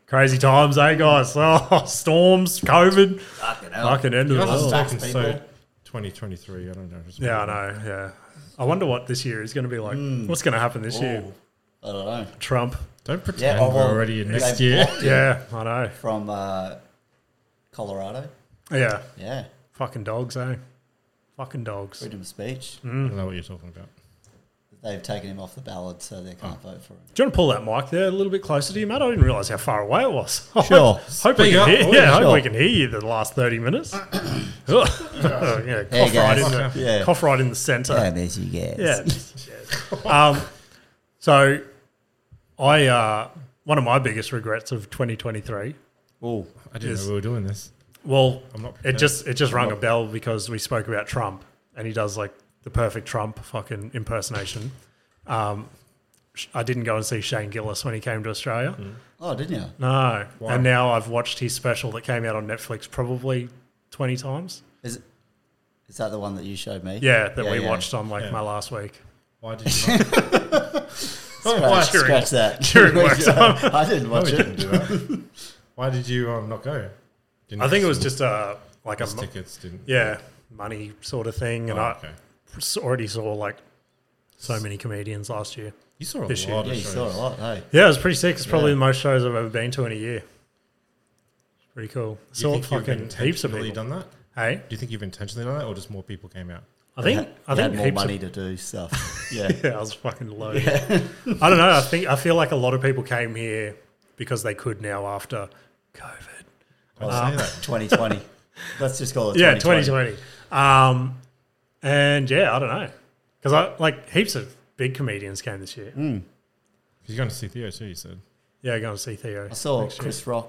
Speaker 1: Crazy times, eh, guys? Oh, storms, COVID.
Speaker 3: Fucking hell.
Speaker 1: Fucking end of
Speaker 2: You
Speaker 1: the
Speaker 2: guys are
Speaker 3: Oh.
Speaker 1: world.
Speaker 2: talking
Speaker 3: Vax
Speaker 2: so
Speaker 3: people.
Speaker 2: 2023. I don't know. It's
Speaker 1: Yeah, I know. Yeah. I wonder what this year is going to be like. What's going to happen this year?
Speaker 3: Ooh, I don't know.
Speaker 1: Trump.
Speaker 2: Don't
Speaker 3: Yeah,
Speaker 2: pretend
Speaker 3: oh, well,
Speaker 2: we're already in
Speaker 3: they've
Speaker 2: next year.
Speaker 3: blocked it
Speaker 1: Yeah, I know.
Speaker 3: From uh, Colorado.
Speaker 1: Yeah.
Speaker 3: Yeah.
Speaker 1: Fucking dogs, eh? Fucking dogs.
Speaker 3: Freedom of speech.
Speaker 1: Mm.
Speaker 2: I don't know what you're talking about.
Speaker 3: They've taken him off the ballot, so they can't
Speaker 1: Oh.
Speaker 3: vote for him.
Speaker 1: Do you want to pull that mic there a little bit closer to you, Matt? I didn't realise how far away it was. I
Speaker 3: Sure.
Speaker 1: hope- hope we
Speaker 2: Speak
Speaker 1: can
Speaker 2: up.
Speaker 1: hear, yeah,
Speaker 2: Oh, yeah,
Speaker 1: I hope
Speaker 3: sure.
Speaker 1: we can hear you the last 30 minutes. Oh, yeah, cough, right
Speaker 3: guys.
Speaker 1: in the,
Speaker 3: Yeah.
Speaker 1: cough right in the centre.
Speaker 3: Yeah, there's you guys.
Speaker 1: Yeah. um, so I uh, one of my biggest regrets of 2023.
Speaker 3: Oh,
Speaker 2: I didn't
Speaker 1: Yes.
Speaker 2: know we were doing this.
Speaker 1: Well,
Speaker 2: I'm not
Speaker 1: it
Speaker 2: prepared.
Speaker 1: just it just rang a bell because we spoke about Trump and he does like the perfect Trump fucking impersonation. Um, sh- I didn't go and see Shane Gillis when he came to Australia.
Speaker 3: oh, didn't you?
Speaker 1: No,
Speaker 2: Mm-hmm. Why?
Speaker 1: and now I've watched his special that came out on Netflix probably 20 times.
Speaker 3: Is it? Is that the one that you showed me?
Speaker 1: Yeah, that we
Speaker 3: yeah.
Speaker 1: watched on like
Speaker 2: Yeah.
Speaker 1: my last week.
Speaker 2: Why did you not? Why-
Speaker 3: Scratch,
Speaker 1: During-
Speaker 3: scratch that.
Speaker 1: during work time.
Speaker 3: I didn't
Speaker 2: why
Speaker 3: watch
Speaker 2: we didn't
Speaker 3: it.
Speaker 2: do that? Why did you um, not go? Didn't
Speaker 1: I think it
Speaker 2: you-
Speaker 1: was just a like a
Speaker 2: just uh,
Speaker 1: mo-
Speaker 2: tickets didn't.
Speaker 1: yeah money sort of thing, and
Speaker 2: Oh,
Speaker 1: I
Speaker 2: okay.
Speaker 1: s- already saw like so many comedians last year.
Speaker 2: You saw a
Speaker 1: This year.
Speaker 2: lot
Speaker 3: Yeah,
Speaker 2: of
Speaker 3: you
Speaker 2: shows.
Speaker 3: saw a lot, hey.
Speaker 1: Yeah, it was pretty sick. It's probably
Speaker 3: Yeah.
Speaker 1: the most shows I've ever been to in a year. Pretty cool.
Speaker 2: Do you
Speaker 1: Saw
Speaker 2: think you've
Speaker 1: fucking heaps of
Speaker 2: intentionally
Speaker 1: people.
Speaker 2: done that?
Speaker 1: Hey,
Speaker 2: Do you think you've intentionally done that, or just more people came out?
Speaker 1: I think
Speaker 3: They had-
Speaker 1: I
Speaker 3: they
Speaker 1: think
Speaker 3: had more
Speaker 1: heaps
Speaker 3: money
Speaker 1: of
Speaker 3: to do stuff. Yeah.
Speaker 1: yeah, I was fucking loaded. I don't know. I think I feel like a lot of people came here because they could now after COVID.
Speaker 2: I'd say that.
Speaker 3: 2020. Let's just call it
Speaker 1: Yeah,
Speaker 3: 2020.
Speaker 1: 2020. Um, and yeah, I don't know because I like heaps of big comedians came this year.
Speaker 3: Mm.
Speaker 2: You're going to see Theo too. You said
Speaker 1: Yeah, go and see Theo.
Speaker 3: I saw
Speaker 1: next year.
Speaker 3: Chris Rock.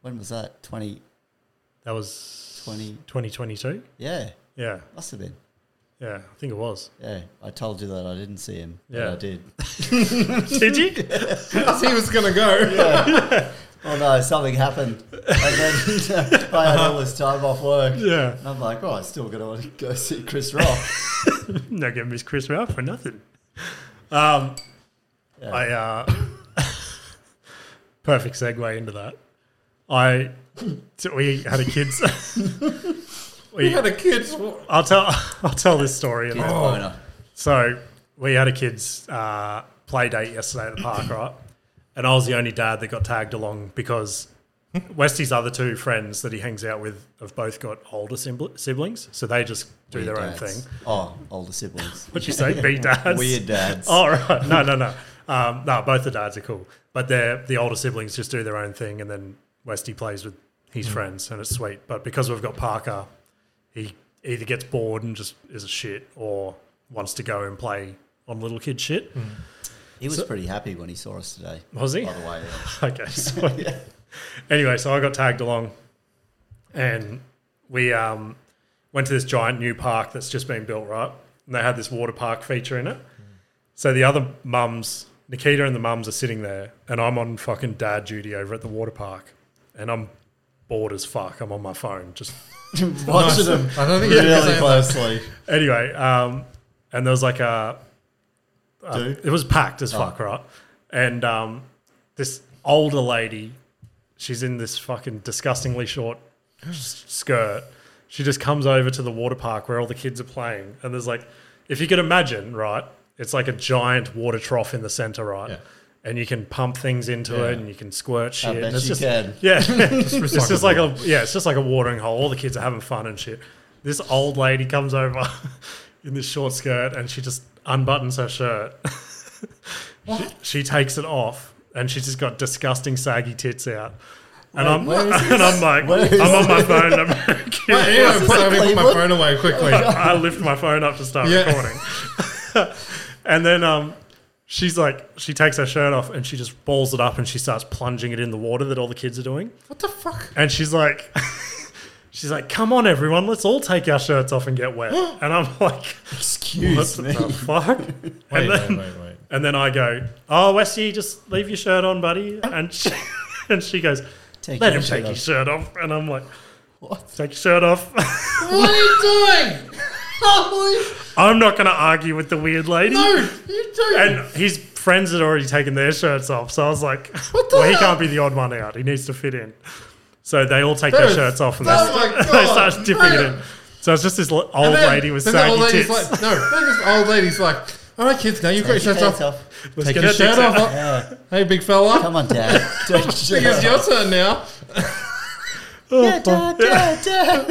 Speaker 3: When was that? 20.
Speaker 1: That was
Speaker 3: 20
Speaker 1: 2022.
Speaker 3: Yeah,
Speaker 1: Yeah,
Speaker 3: must have been.
Speaker 1: yeah, I think it was.
Speaker 3: Yeah, I told you that I didn't see him. Yeah,
Speaker 1: Yeah.
Speaker 3: I did.
Speaker 1: Did you?
Speaker 2: he was going to go.
Speaker 3: Oh no, something happened. And then I had all this time off work.
Speaker 1: yeah.
Speaker 3: And I'm like, oh, I'm still going to want to go see Chris Rock.
Speaker 1: No, get Miss Chris Ralph for nothing. Um,
Speaker 3: Yeah.
Speaker 1: I uh, perfect segue into that. I so we had a kids. we
Speaker 2: He had a kid.
Speaker 1: I'll tell I'll tell this story. And
Speaker 3: He's a
Speaker 1: then-
Speaker 3: boner.
Speaker 1: So we had a kids uh, play date yesterday at the park, right? And I was the only dad that got tagged along because Westy's other two friends that he hangs out with have both got older sibl- siblings, so they just do
Speaker 3: Weird
Speaker 1: their own
Speaker 3: dads.
Speaker 1: thing.
Speaker 3: Oh, older siblings.
Speaker 1: What'd you say? Be dads.
Speaker 3: Weird dads.
Speaker 1: All Oh, right, No, no, no. Um, no, both the dads are cool, but they're the older siblings just do their own thing, and then Westy plays with his friends, and it's sweet. But because we've got Parker, he either gets bored and just is a shit, or wants to go and play on little kid shit.
Speaker 3: He was pretty happy when he saw us today.
Speaker 1: Was he?
Speaker 3: By the way,
Speaker 1: okay. So, Anyway, so I got tagged along, and we um, went to this giant new park that's just been built, right? And they had this water park feature in it. So the other mums, Nikita and the mums, are sitting there, and I'm on fucking dad duty over at the water park, and I'm bored as fuck. I'm on my phone, just
Speaker 3: watching him
Speaker 2: I don't think you can
Speaker 3: really
Speaker 2: say
Speaker 3: closely.
Speaker 1: anyway. Um, and there was like a
Speaker 3: Dude,
Speaker 1: It was packed
Speaker 3: Oh.
Speaker 1: as fuck, right? And um, this older lady, she's in this fucking disgustingly short s- skirt. She just comes over to the water park where all the kids are playing, and there's like, if you could imagine, right? It's like a giant water trough in the center, right?
Speaker 2: Yeah.
Speaker 1: And you can pump things into
Speaker 2: Yeah.
Speaker 1: it, and you can squirt shit.
Speaker 3: I
Speaker 1: and
Speaker 3: bet
Speaker 1: it's
Speaker 3: you
Speaker 1: just,
Speaker 3: can.
Speaker 1: yeah, it's
Speaker 2: recycled
Speaker 1: just like a yeah, it's just like a watering hole. All the kids are having fun and shit. This old lady comes over in this short skirt and she just unbuttons her shirt. she, she takes it off and she's just got disgusting saggy tits out. And I'm
Speaker 3: where is
Speaker 1: and I'm like
Speaker 3: Where is
Speaker 1: I'm on my phone. I'm
Speaker 2: Wait, hang on,
Speaker 3: this
Speaker 2: put- let
Speaker 3: like
Speaker 2: me put my
Speaker 3: Cleveland?
Speaker 2: phone away quickly.
Speaker 1: I lift my phone up to start
Speaker 2: Yeah.
Speaker 1: recording. and then um, she's like, she takes her shirt off and she just balls it up and she starts plunging it in the water that all the kids are doing.
Speaker 2: what the fuck?
Speaker 1: And she's like, she's like, come on, everyone, let's all take our shirts off and get wet. And I'm like, what
Speaker 3: excuse me.
Speaker 1: the fuck?
Speaker 2: Wait,
Speaker 1: and,
Speaker 2: wait,
Speaker 1: then,
Speaker 2: wait, wait.
Speaker 1: and then I go, oh, Westy, just leave your shirt on, buddy. And she, and she goes,
Speaker 3: Take
Speaker 1: let
Speaker 3: your
Speaker 1: him
Speaker 3: shirt
Speaker 1: take
Speaker 3: off."
Speaker 1: his shirt off. And I'm like,
Speaker 3: What?
Speaker 1: take your shirt off.
Speaker 2: What are you doing?
Speaker 1: I'm not going to argue with the weird lady.
Speaker 2: No, you do.
Speaker 1: And his friends had already taken their shirts off. So I was like, well, he can't be the odd one out. He needs to fit in. So they all take
Speaker 2: That
Speaker 1: their
Speaker 2: is-
Speaker 1: shirts off and they,
Speaker 2: oh
Speaker 1: st-
Speaker 2: my
Speaker 1: they
Speaker 2: God,
Speaker 1: start dipping it in.
Speaker 2: man.
Speaker 1: So it's just this l- old
Speaker 2: And then-
Speaker 1: lady with
Speaker 2: then the
Speaker 1: saggy
Speaker 2: old lady's
Speaker 1: tits.
Speaker 2: Like, no, then this old lady's like, all right, kids, now you've got your
Speaker 3: Take your
Speaker 2: shirts off.
Speaker 3: pants off.
Speaker 1: Let's
Speaker 2: Take
Speaker 1: get
Speaker 2: your
Speaker 1: our dicks
Speaker 2: shirt off.
Speaker 1: out.
Speaker 3: Yeah.
Speaker 2: Hey, big fella.
Speaker 3: Come on, Dad. Take your
Speaker 2: I think
Speaker 3: shirt
Speaker 2: it's
Speaker 3: off.
Speaker 2: your turn now.
Speaker 3: Yeah, Dad, Dad, Dad.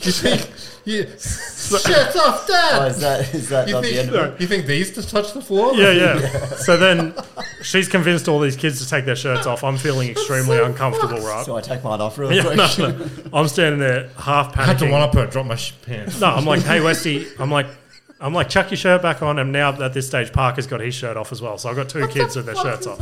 Speaker 2: You think, you, shirts off,
Speaker 3: Oh,
Speaker 2: dad.
Speaker 3: is that, is that
Speaker 2: You
Speaker 3: not the end of it?
Speaker 2: think, you think these just touch the floor?
Speaker 1: Yeah, yeah. so then she's convinced all these kids to take their shirts off. I'm feeling extremely uncomfortable, right?
Speaker 3: So I take mine off real
Speaker 1: Yeah,
Speaker 3: quick.
Speaker 1: no, no. I'm standing there half panicking.
Speaker 2: I had to one up her, drop my sh- pants.
Speaker 1: No, I'm like, hey Westy, I'm like, I'm like, chuck your shirt back on. And now at this stage, Parker's got his shirt off as well. So I've got two kids with their shirts off.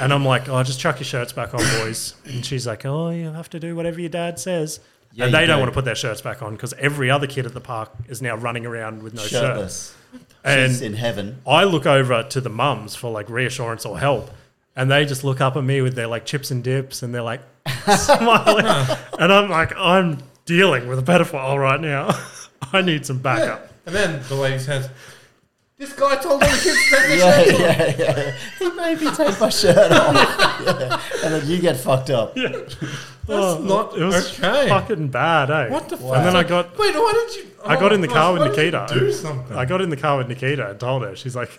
Speaker 1: And I'm like, oh, just chuck your shirts back on, boys. And she's like, oh, you have to do whatever your dad says.
Speaker 3: Yeah,
Speaker 1: and
Speaker 3: you
Speaker 1: they do.
Speaker 3: do.
Speaker 1: not want to put their shirts back on because every other kid at the park is now running around with no shirt.
Speaker 3: Shirtless. She's
Speaker 1: And
Speaker 3: in heaven.
Speaker 1: I look over to the mums for like reassurance or help. And they just look up at me with their like chips and dips and they're like smiling. and I'm like, I'm dealing with a pedophile right now. I need some backup.
Speaker 2: And then the lady says, "This guy told all the kids to take their
Speaker 3: Yeah,
Speaker 2: shirts off."
Speaker 3: yeah, yeah. He made me take my shirt off. Yeah. And then you get fucked up.
Speaker 1: That's
Speaker 2: not
Speaker 1: Oh, it was
Speaker 2: okay.
Speaker 1: fucking bad, eh?
Speaker 2: What the
Speaker 3: Wow.
Speaker 1: And then I got
Speaker 2: Wait, why did you? Oh,
Speaker 1: I got in the
Speaker 2: my-
Speaker 1: car with
Speaker 2: why did you
Speaker 1: Nikita.
Speaker 2: Do something.
Speaker 1: I got in the car with Nikita and told her. She's like,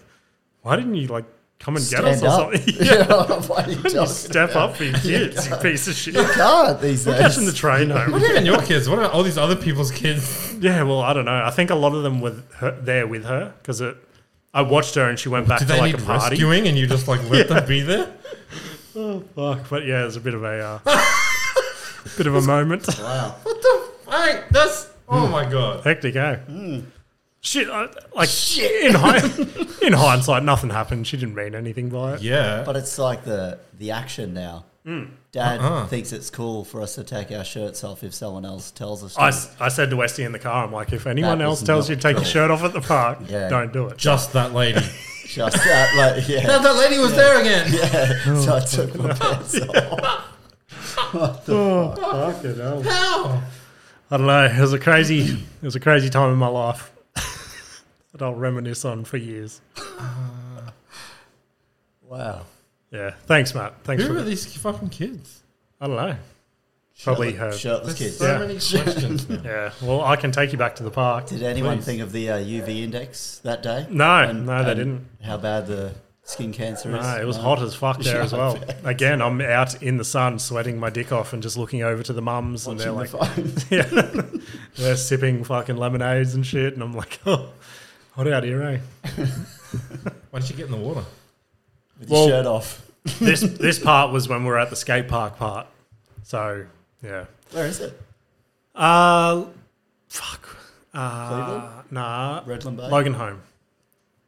Speaker 1: "Why didn't you like come and get us
Speaker 3: Stand
Speaker 1: or
Speaker 3: up.
Speaker 1: something?
Speaker 3: Yeah. Why are you
Speaker 1: You
Speaker 3: talking?
Speaker 1: step up for your kids, you piece of shit. We're
Speaker 3: Can't these days.
Speaker 1: catching the train home."
Speaker 2: What even your kids? What about all these other people's kids?
Speaker 1: Yeah, well, I don't know. I think a lot of them were her, there with her because it. I watched her and she went back
Speaker 2: Did
Speaker 1: to
Speaker 2: they
Speaker 1: like a
Speaker 2: need
Speaker 1: party.
Speaker 2: rescuing and you just like let them be there?
Speaker 1: Fuck, but yeah, it was a bit of a uh, bit of a moment.
Speaker 3: Wow.
Speaker 2: What the? Fuck? That's oh my god.
Speaker 1: Hectic, eh? Shit, I, like in, hind- in hindsight, nothing happened. She didn't mean anything by it.
Speaker 2: Yeah.
Speaker 3: But it's like the, the action now.
Speaker 1: Mm.
Speaker 3: Dad thinks it's cool for us to take our shirts off if someone else tells us to.
Speaker 1: I, s- I said to Westy in the car, I'm like, if anyone
Speaker 3: That
Speaker 1: else
Speaker 3: was
Speaker 1: tells you
Speaker 3: not
Speaker 1: to take your
Speaker 3: cool.
Speaker 1: shirt off at the park,
Speaker 3: Yeah.
Speaker 1: don't do it.
Speaker 2: just that lady.
Speaker 3: Just that, like, yeah.
Speaker 2: that lady was there again.
Speaker 3: So I took my pants off.
Speaker 1: Oh, fucking hell.
Speaker 2: How?
Speaker 1: I don't know. It was a crazy, it was a crazy time in my life that I'll reminisce on for years.
Speaker 3: Wow.
Speaker 1: Yeah. Thanks, Matt. Thanks
Speaker 2: Who
Speaker 1: for
Speaker 2: are
Speaker 1: that.
Speaker 2: these fucking kids?
Speaker 1: I don't know. Probably her.
Speaker 3: Shirtless,
Speaker 2: There's
Speaker 3: shirtless kids.
Speaker 2: so
Speaker 1: Yeah.
Speaker 2: many questions now.
Speaker 1: Yeah. Well, I can take you back to the park.
Speaker 3: Did anyone
Speaker 2: Please.
Speaker 3: think of the uh, UV index that day?
Speaker 1: No, no, they didn't.
Speaker 3: How bad the skin cancer is?
Speaker 1: No, it was hot as fuck there
Speaker 3: Yeah,
Speaker 1: as well. Again, I'm out in the sun, sweating my dick off, and just looking over to the mums, and they're
Speaker 3: Watching the
Speaker 1: like,
Speaker 3: phone.
Speaker 1: yeah, they're sipping fucking lemonades and shit, and I'm like, oh, hot out here, eh?
Speaker 2: Why did you get in the water?
Speaker 3: with
Speaker 1: Well-
Speaker 3: your shirt off.
Speaker 1: This this part was when we were at the skate park part, so yeah.
Speaker 3: Where is it?
Speaker 1: Uh, fuck. Uh,
Speaker 3: Cleveland?
Speaker 1: nah,
Speaker 3: Redland Bay?
Speaker 1: Logan Home,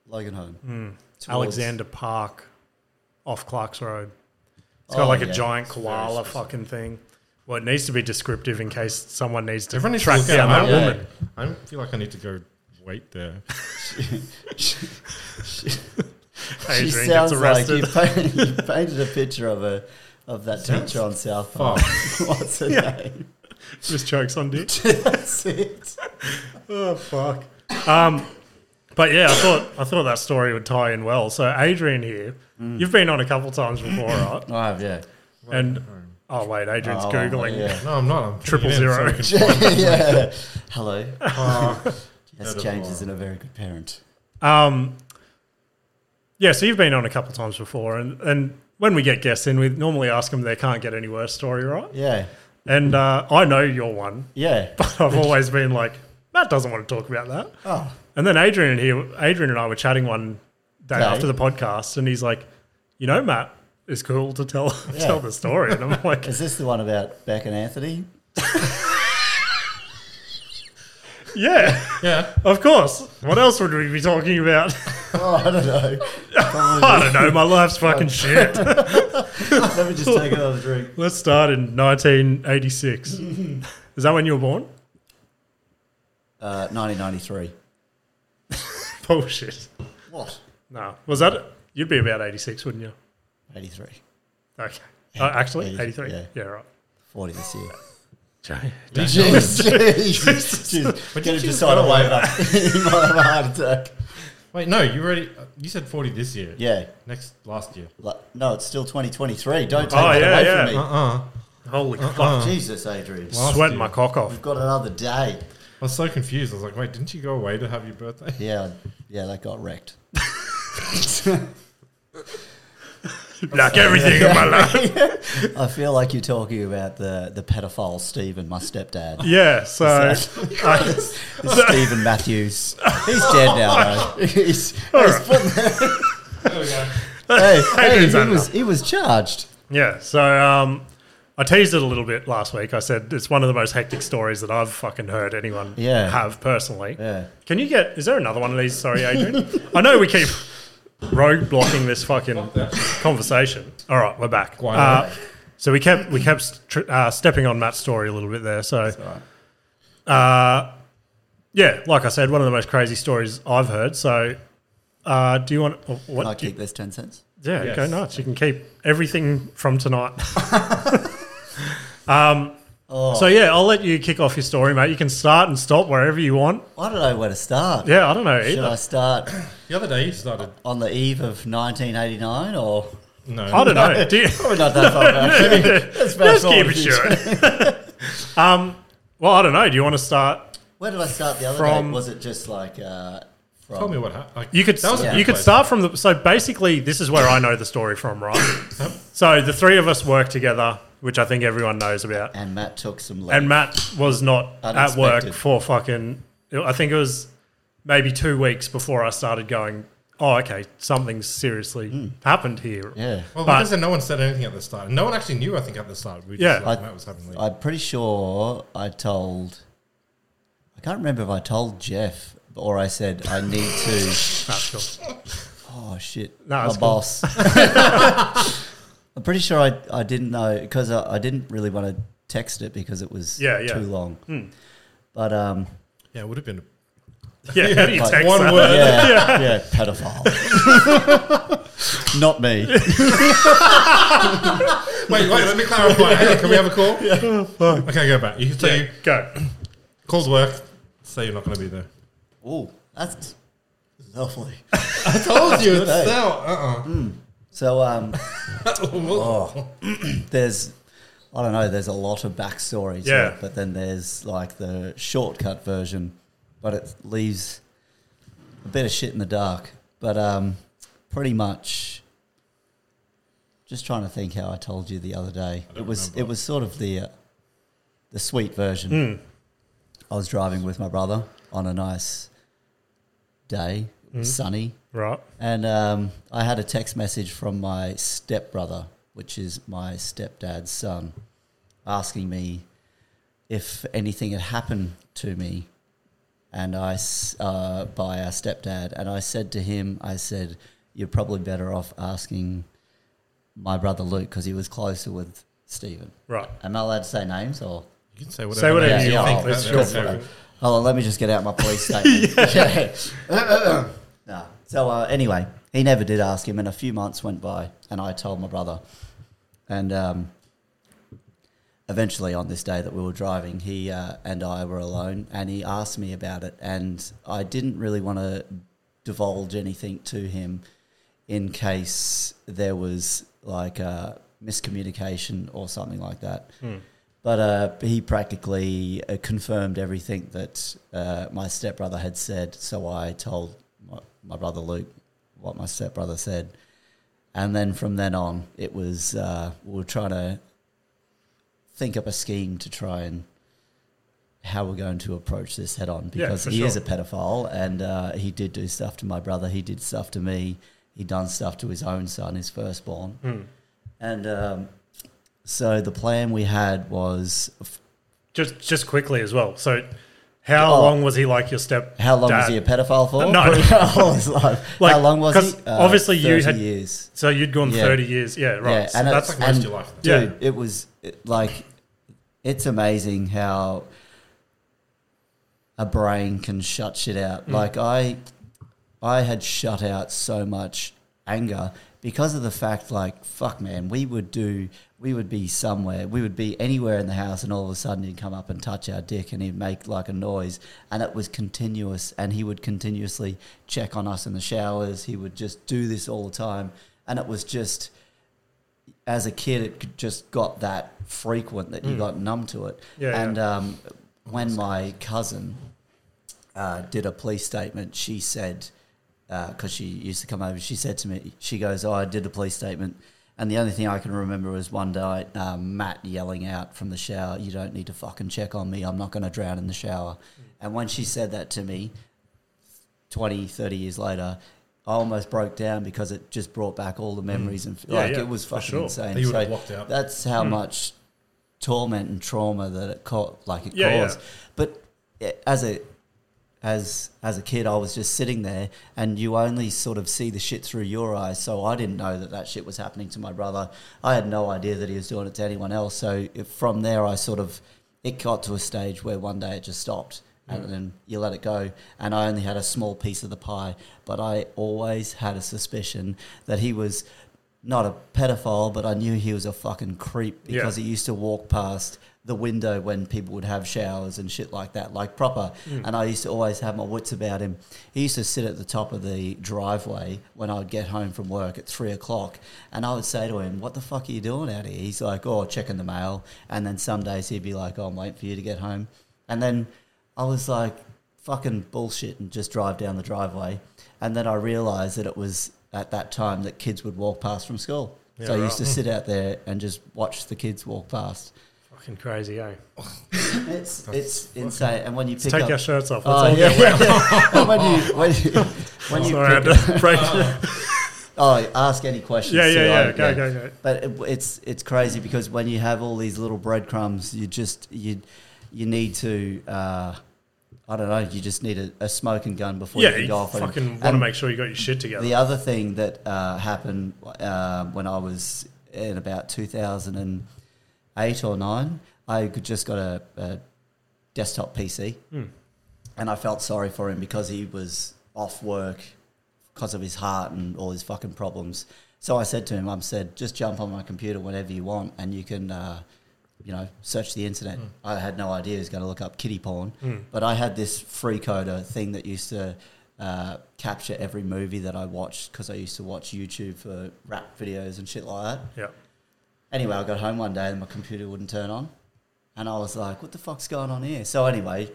Speaker 3: Loganholme. Towards-
Speaker 1: Alexander Park, off Clark's Road. It's
Speaker 3: Oh,
Speaker 1: got like a
Speaker 3: yeah.
Speaker 1: giant
Speaker 3: It's very
Speaker 1: koala
Speaker 3: specific.
Speaker 1: fucking thing. Well, it needs to be descriptive in case someone needs to
Speaker 2: Everyone needs to
Speaker 1: track
Speaker 2: look
Speaker 1: down
Speaker 2: out. I
Speaker 1: that
Speaker 2: don't-
Speaker 1: woman.
Speaker 2: I don't feel like I need to go wait there.
Speaker 3: She
Speaker 1: Adrian
Speaker 3: sounds
Speaker 1: gets
Speaker 3: like you
Speaker 1: arrested.
Speaker 3: painted, you painted a picture of a of that
Speaker 2: Sounds
Speaker 3: teacher on South
Speaker 2: Fuck.
Speaker 3: Park. What's her name?
Speaker 1: Just chokes on dick.
Speaker 3: That's it.
Speaker 1: oh fuck. Um, but yeah, I thought I thought that story would tie in well. So Adrian here,
Speaker 3: Mm.
Speaker 1: you've been on a couple times before, right?
Speaker 3: I have, yeah.
Speaker 1: and oh wait, Adrian's
Speaker 3: Oh,
Speaker 1: googling.
Speaker 3: yeah.
Speaker 2: No, I'm not. I'm
Speaker 1: Triple
Speaker 2: putting it in
Speaker 1: zero.
Speaker 2: we can-
Speaker 3: yeah. Hello.
Speaker 2: Oh,
Speaker 3: That's changes in a very good parent.
Speaker 1: Um, yeah, so you've been on a couple times before, and and when we get guests in, we normally ask them they can't get any worse story, right?
Speaker 3: Yeah.
Speaker 1: And uh, I know your one,
Speaker 3: Yeah.
Speaker 1: but I've always been like, Matt doesn't want to talk about that.
Speaker 3: Oh.
Speaker 1: And then Adrian and here, Adrian and I were chatting one day
Speaker 3: Okay.
Speaker 1: after the podcast, and he's like, "You know, Matt, it's cool to tell
Speaker 3: Yeah.
Speaker 1: tell the story." And I'm like,
Speaker 3: Is this the one about Beck and Anthony?
Speaker 1: "Yeah,
Speaker 2: Yeah.
Speaker 1: of course. What else would we be talking about?
Speaker 3: Oh, I don't know.
Speaker 1: I don't know. My life's fucking shit."
Speaker 3: Let me just take another drink.
Speaker 1: Let's start in 1986. Is that when you were born?
Speaker 3: Uh, 1993.
Speaker 1: Bullshit.
Speaker 3: What?
Speaker 1: No, was that you'd be about 86, wouldn't you?
Speaker 3: 83.
Speaker 1: Okay, uh, actually,
Speaker 3: Eighty-
Speaker 1: 83.
Speaker 3: yeah.
Speaker 1: Yeah, right.
Speaker 3: 40 this year.
Speaker 2: Jesus.
Speaker 3: Jesus.
Speaker 2: But
Speaker 3: Could
Speaker 2: did
Speaker 3: have
Speaker 2: you
Speaker 3: just had a
Speaker 2: go away?
Speaker 3: wave up. He might have a heart attack.
Speaker 2: Wait, no, you already. You said 40 this year.
Speaker 3: Yeah.
Speaker 2: Next, last year.
Speaker 3: Like, no, it's still 2023. Don't take
Speaker 1: Oh,
Speaker 3: that
Speaker 1: yeah,
Speaker 3: away
Speaker 1: yeah.
Speaker 3: from me.
Speaker 2: Uh-uh.
Speaker 1: Holy fuck!
Speaker 3: Jesus, Adrian.
Speaker 2: Last
Speaker 1: Sweating my
Speaker 2: year.
Speaker 1: cock off.
Speaker 3: We've got another day.
Speaker 2: I was so confused. I was like, wait, didn't you go away to have your birthday?
Speaker 3: Yeah, yeah, that got wrecked.
Speaker 1: Like everything in my life.
Speaker 3: I feel like you're talking about the, the pedophile Stephen, my stepdad.
Speaker 1: Yeah, so I,
Speaker 3: Stephen Matthews. He's dead now, though. He's, he's put-
Speaker 2: There we go.
Speaker 3: hey, hey,
Speaker 1: Adrian's
Speaker 3: he,
Speaker 1: out
Speaker 3: was, he was charged.
Speaker 1: yeah, so um, I teased it a little bit last week. I said it's one of the most hectic stories that I've fucking heard anyone
Speaker 3: Yeah.
Speaker 1: have personally.
Speaker 3: Yeah.
Speaker 1: Can you get? Is there another one of these? Sorry, Adrian. I know we keep road blocking this fucking conversation. All right, we're back.
Speaker 2: Quite
Speaker 1: Uh, so we kept we kept tr- uh, stepping on Matt's story a little bit there. So, uh, yeah, like I said, one of the most crazy stories I've heard. So, uh, do you want? oh, What
Speaker 3: Can I
Speaker 1: do you-
Speaker 3: keep this 10 cents?
Speaker 1: Yeah,
Speaker 2: Yes.
Speaker 1: go nuts. You can keep everything from tonight.
Speaker 3: Oh,
Speaker 1: Um, So yeah, I'll let you kick off your story, mate. You can start and stop wherever you want.
Speaker 3: I don't know where to start.
Speaker 1: Yeah, I don't know
Speaker 3: Should I
Speaker 1: either.
Speaker 3: start
Speaker 2: The other day you started.
Speaker 3: on the eve of 1989 or
Speaker 2: No,
Speaker 1: I don't know. Do you,
Speaker 3: probably not that far back? That's about
Speaker 1: let's
Speaker 3: all
Speaker 1: keep it
Speaker 3: it is.
Speaker 1: short. um, well, I don't know. Do you want to start?
Speaker 3: Where did I start the other
Speaker 1: From-
Speaker 3: day? Was it just like uh, from?
Speaker 2: Tell me what happened. Like,
Speaker 1: You could
Speaker 2: That was a
Speaker 3: Yeah.
Speaker 2: good
Speaker 1: you could
Speaker 2: place.
Speaker 1: start from the. So basically, this is where I know the story from, right? so the three of us work together, which I think everyone knows about.
Speaker 3: And Matt took some. Leave.
Speaker 1: And Matt was not at work
Speaker 3: Unexpected.
Speaker 1: for fucking. I think it was maybe two weeks before I started going. Oh, okay, something's seriously happened here.
Speaker 3: Hmm. yeah,
Speaker 2: Well,
Speaker 1: But-
Speaker 2: because then no one said anything at the start. No one actually knew. I think at the start. We just,
Speaker 1: Yeah.
Speaker 2: like,
Speaker 3: I-
Speaker 2: Matt was having like,
Speaker 3: I'm pretty sure I told. I can't remember if I told Jeff or I said I need to.
Speaker 1: Ah, cool.
Speaker 3: Oh shit!
Speaker 1: No,
Speaker 3: my
Speaker 1: it's cool.
Speaker 3: boss. I'm pretty sure I, I didn't know because I, I didn't really want to text it because it was
Speaker 1: Yeah, Hmm. yeah.
Speaker 3: too long. But um,
Speaker 2: yeah, it would have been.
Speaker 1: Yeah, how do you
Speaker 3: Like
Speaker 1: text
Speaker 2: one
Speaker 1: that?
Speaker 2: word.
Speaker 3: yeah, yeah, pedophile. Not me.
Speaker 2: Wait, wait. Let me clarify. Hang on, can we have a call? Okay, go back. You, so
Speaker 1: Yeah,
Speaker 2: you
Speaker 1: go.
Speaker 2: called work. Say you're not going to be there.
Speaker 3: Ooh, that's lovely.
Speaker 2: I told you. uh-uh.
Speaker 3: eh?
Speaker 2: out.
Speaker 3: So um, oh,
Speaker 2: Uh uh.
Speaker 3: there's, I don't know, there's a lot of backstory to
Speaker 1: Yeah.
Speaker 3: it, but then there's like the shortcut version, but it leaves a bit of shit in the dark. But um, pretty much, just trying to think how I told you the other day. It was it was sort of the uh, the sweet version. I was driving with my brother on a nice day, It was sunny.
Speaker 1: Right.
Speaker 3: And um, I had a text message from my stepbrother, which is my stepdad's son, asking me if anything had happened to me. And I, s- uh, by our stepdad, and I said to him, I said, you're probably better off asking my brother Luke because he was closer with Stephen.
Speaker 1: Right.
Speaker 3: Am I allowed to say names or?
Speaker 2: You can say whatever.
Speaker 1: Say whatever
Speaker 3: Yeah,
Speaker 1: you
Speaker 3: yeah,
Speaker 1: think.
Speaker 3: oh,
Speaker 1: That's
Speaker 2: that's
Speaker 1: your
Speaker 2: good.
Speaker 1: favorite.
Speaker 3: Hold on, Oh, let me just get out my police statement. Okay. no. So uh, anyway, he never did ask him, and a few months went by, and I told my brother, and um, eventually on this day that we were driving, he uh, and I were alone, and he asked me about it, and I didn't really want to divulge anything to him in case there was like a miscommunication or something like that. But uh, he practically uh, confirmed everything that uh, my stepbrother had said. So I told my, my brother Luke what my stepbrother said. And then from then on, it was uh, we were trying to think up a scheme to try and how we're going to approach this head on because
Speaker 1: for
Speaker 3: he is a
Speaker 1: sure.
Speaker 3: pedophile and uh, he did do stuff to my brother. He did stuff to me. He done stuff to his own son, his firstborn.
Speaker 1: Hmm.
Speaker 3: And um, so the plan we had was f-
Speaker 1: Just, just quickly as well. So, how
Speaker 3: Oh.
Speaker 1: long was he like your step?
Speaker 3: how long was
Speaker 1: dad?
Speaker 3: he a pedophile for?
Speaker 1: No.
Speaker 3: Pretty- all his life.
Speaker 1: Like,
Speaker 3: how long was
Speaker 1: 'cause
Speaker 3: he?
Speaker 1: obviously you
Speaker 3: 30
Speaker 1: had-
Speaker 3: years.
Speaker 1: So you'd gone
Speaker 3: Yeah.
Speaker 1: thirty years. Yeah. Right.
Speaker 3: Yeah,
Speaker 1: so
Speaker 3: and
Speaker 1: that's like
Speaker 3: it's-
Speaker 2: like most
Speaker 3: and
Speaker 2: of your life.
Speaker 1: Yeah.
Speaker 3: Dude, it was it- like it's amazing how a brain can shut shit out. Like I I had shut out so much anger because of the fact like fuck man, we would do we would be somewhere, we would be anywhere in the house and all of a sudden he'd come up and touch our dick and he'd make like a noise and it was continuous and he would continuously check on us in the showers. He would just do this all the time and it was just as a kid, it could- just got that frequent that you got numb to it.
Speaker 1: Mm. Yeah, yeah.
Speaker 3: and Um, when my cousin uh, did a police statement, she said, because she used to come over, she said to me, she goes, oh, I did a police statement. And the only thing I can remember was one night um, Matt yelling out from the shower, you don't need to fucking check on me. I'm not going to drown in the shower. And when she said that to me, 20, 30 years later, I almost broke down because it just brought back all the memories and f-
Speaker 1: Mm. Yeah,
Speaker 3: like
Speaker 1: yeah,
Speaker 3: it was
Speaker 1: for
Speaker 3: fucking
Speaker 1: sure.
Speaker 3: insane.
Speaker 2: You would've walked out.
Speaker 3: That's
Speaker 1: Mm.
Speaker 3: how much torment and trauma that it caught, like it
Speaker 1: Yeah, yeah.
Speaker 3: caused. But eh, as a as as a kid, I was just sitting there, and you only sort of see the shit through your eyes. So I didn't know that that shit was happening to my brother. I had no idea that he was doing it to anyone else. So if, from there, I sort of it got to a stage where one day it just stopped, and then you let it go. And I only had a small piece of the pie, but I always had a suspicion that he was not a pedophile, but I knew he was a fucking creep
Speaker 1: Yeah.
Speaker 3: because he used to walk past the window when people would have showers and shit like that, like proper. And I used to always have my wits about him. He used to sit at the top of the driveway when I would get home from work at three o'clock, and I would say to him, "What the fuck are you doing out here?" He's like, "Oh, checking the mail." And then some days he'd be like, "Oh, I'm waiting for you to get home," and then I was like, "Fucking bullshit," and just drive down the driveway. And then I realised that it was at that time that kids would walk past from school. so I
Speaker 1: right.
Speaker 3: used to sit out there and just watch the kids walk past.
Speaker 1: Fucking crazy, eh?
Speaker 3: It's it's insane. And when you pick
Speaker 1: Take
Speaker 3: up,
Speaker 1: our shirts off.
Speaker 3: oh
Speaker 1: Let's all
Speaker 3: yeah,
Speaker 1: get wet.
Speaker 3: yeah. when you when you when you
Speaker 1: Sorry, I had
Speaker 3: pick up,
Speaker 1: to break.
Speaker 3: oh, ask any questions.
Speaker 1: yeah, yeah,
Speaker 3: too,
Speaker 1: yeah.
Speaker 3: I-
Speaker 1: Go, go, go.
Speaker 3: But it, it's it's crazy because when you have all these little breadcrumbs, you just you you need to. Uh, I don't know. You just need a, a smoking gun before you
Speaker 1: Yeah,
Speaker 3: can
Speaker 1: you
Speaker 3: go off. and-
Speaker 1: fucking want to
Speaker 3: and
Speaker 1: make sure you got your shit together.
Speaker 3: the other thing that uh, happened uh, when I was in about 2008 or 9, I could- just got a, a desktop PC. And I felt sorry for him because he was off work because of his heart and all his fucking problems. So I said to him, I said, just jump on my computer whenever you want and you can, uh, you know, search the internet. I had no idea he was going to look up kitty porn, but I had this free coder thing that used to uh, capture every movie that I watched because I used to watch YouTube for rap videos and shit like that.
Speaker 1: yeah.
Speaker 3: Anyway, I got home one day and my computer wouldn't turn on. And I was like, what the fuck's going on here? So, anyway,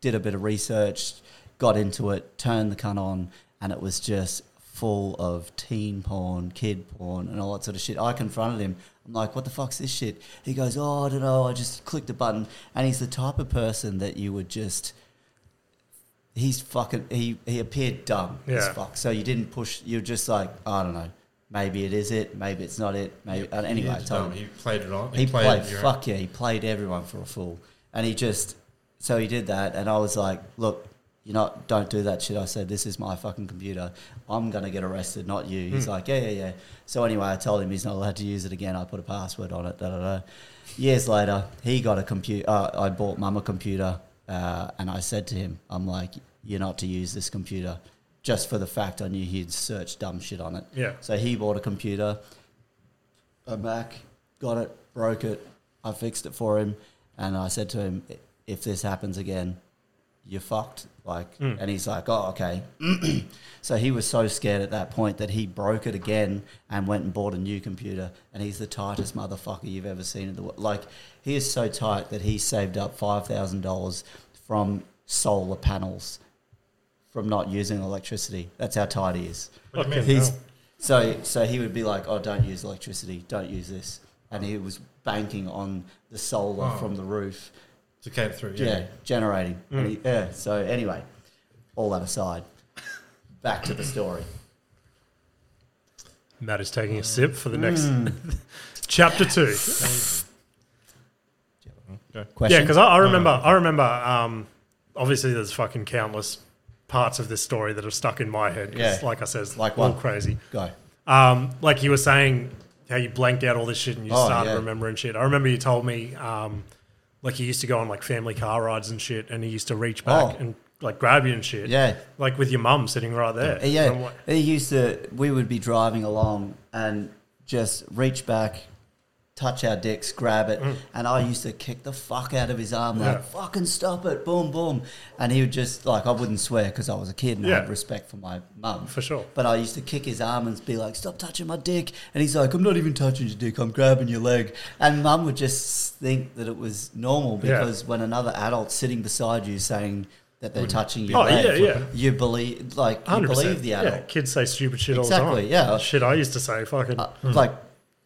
Speaker 3: did a bit of research, got into it, turned the cunt on, and it was just full of teen porn, kid porn, and all that sort of shit. I confronted him. I'm like, what the fuck's this shit? He goes, oh, I don't know. I just clicked a button. And he's the type of person that you would just. He's fucking. He, he appeared dumb as
Speaker 1: Yeah.
Speaker 3: fuck. So you didn't push. You're just like, I don't know. Maybe it is it. Be- Maybe it's not it. Maybe and anyway, I
Speaker 2: he,
Speaker 3: told
Speaker 2: no,
Speaker 3: him
Speaker 2: he played it on.
Speaker 3: he played.
Speaker 2: it, you're right.
Speaker 3: fuck yeah, he played everyone for a fool, and he just so he did that, and I was like, look, you know, don't do that shit. I said, this is my fucking computer. I'm gonna get arrested, not you. He's like, yeah, yeah, yeah. So anyway, I told him he's not allowed to use it again. I put a password on it. Da da da. Years later, he got a computer. Uh, I bought mum a computer, uh, and I said to him, I'm like, you're not to use this computer. Just for the fact I knew he'd searched dumb shit on it.
Speaker 1: Yeah.
Speaker 3: So he bought a computer, a Mac, got it, broke it. I fixed it for him, and I said to him, "I- "If this happens again, you're fucked." Like, and he's like, "Oh, okay." so he was so scared at that point that he broke it again and went and bought a new computer. And he's the tightest motherfucker you've ever seen in the world. Like, he is so tight that he saved up five thousand dollars from solar panels from not using electricity. That's how tight he is.
Speaker 2: What do you
Speaker 1: Fucking
Speaker 2: mean? Oh.
Speaker 3: He's
Speaker 1: hell.
Speaker 3: so so he would be like, "Oh, don't use electricity. Don't use this," and he was banking on the solar
Speaker 2: Oh.
Speaker 3: from the roof,
Speaker 2: To get through.
Speaker 3: yeah,
Speaker 2: Yeah.
Speaker 3: generating. And
Speaker 2: Hmm.
Speaker 3: he- yeah. So anyway, all that aside, back to the story.
Speaker 1: Matt is taking a sip for the next chapter two.
Speaker 2: Okay.
Speaker 3: Question?
Speaker 1: Yeah, because I, I remember, I remember. Um, obviously, there's fucking countless parts of this story that have stuck in my head. 'cause,
Speaker 3: Yeah.
Speaker 1: like I said, it's
Speaker 3: Like
Speaker 1: like all
Speaker 3: what?
Speaker 1: crazy.
Speaker 3: go.
Speaker 1: Um, like you were saying, how you blanked out all this shit and you
Speaker 3: Oh,
Speaker 1: started
Speaker 3: yeah.
Speaker 1: remembering shit. I remember you told me, um, like you used to go on like family car rides and shit, and he used to reach back
Speaker 3: Oh.
Speaker 1: and like grab you and shit.
Speaker 3: Yeah.
Speaker 1: like with your mum sitting right there. And I'm
Speaker 3: Uh, Yeah,
Speaker 1: like,
Speaker 3: he used to. We would be driving along and just reach back, touch our dicks, grab it, and I used to kick the fuck out of his arm
Speaker 1: Mm. Yeah.
Speaker 3: like "fucking stop it!" Boom, boom, and he would just like I wouldn't swear because I was a kid and I
Speaker 1: Yeah.
Speaker 3: had respect for my mum
Speaker 1: For sure.
Speaker 3: But I used to kick his arm and be like, "Stop touching my dick!" And he's like, "I'm not even touching your dick. I'm grabbing your leg." And mum would just think that it was normal
Speaker 1: Yeah.
Speaker 3: because when another adult sitting beside you saying that they're touching your
Speaker 1: Oh,
Speaker 3: leg,
Speaker 1: yeah, yeah.
Speaker 3: you believe like you
Speaker 1: 100%.
Speaker 3: believe the
Speaker 1: Yeah,
Speaker 3: adult.
Speaker 1: kids say stupid shit all the
Speaker 3: Exactly,
Speaker 1: time.
Speaker 3: yeah.
Speaker 1: Shit I used to say, fucking.
Speaker 3: Uh, Like,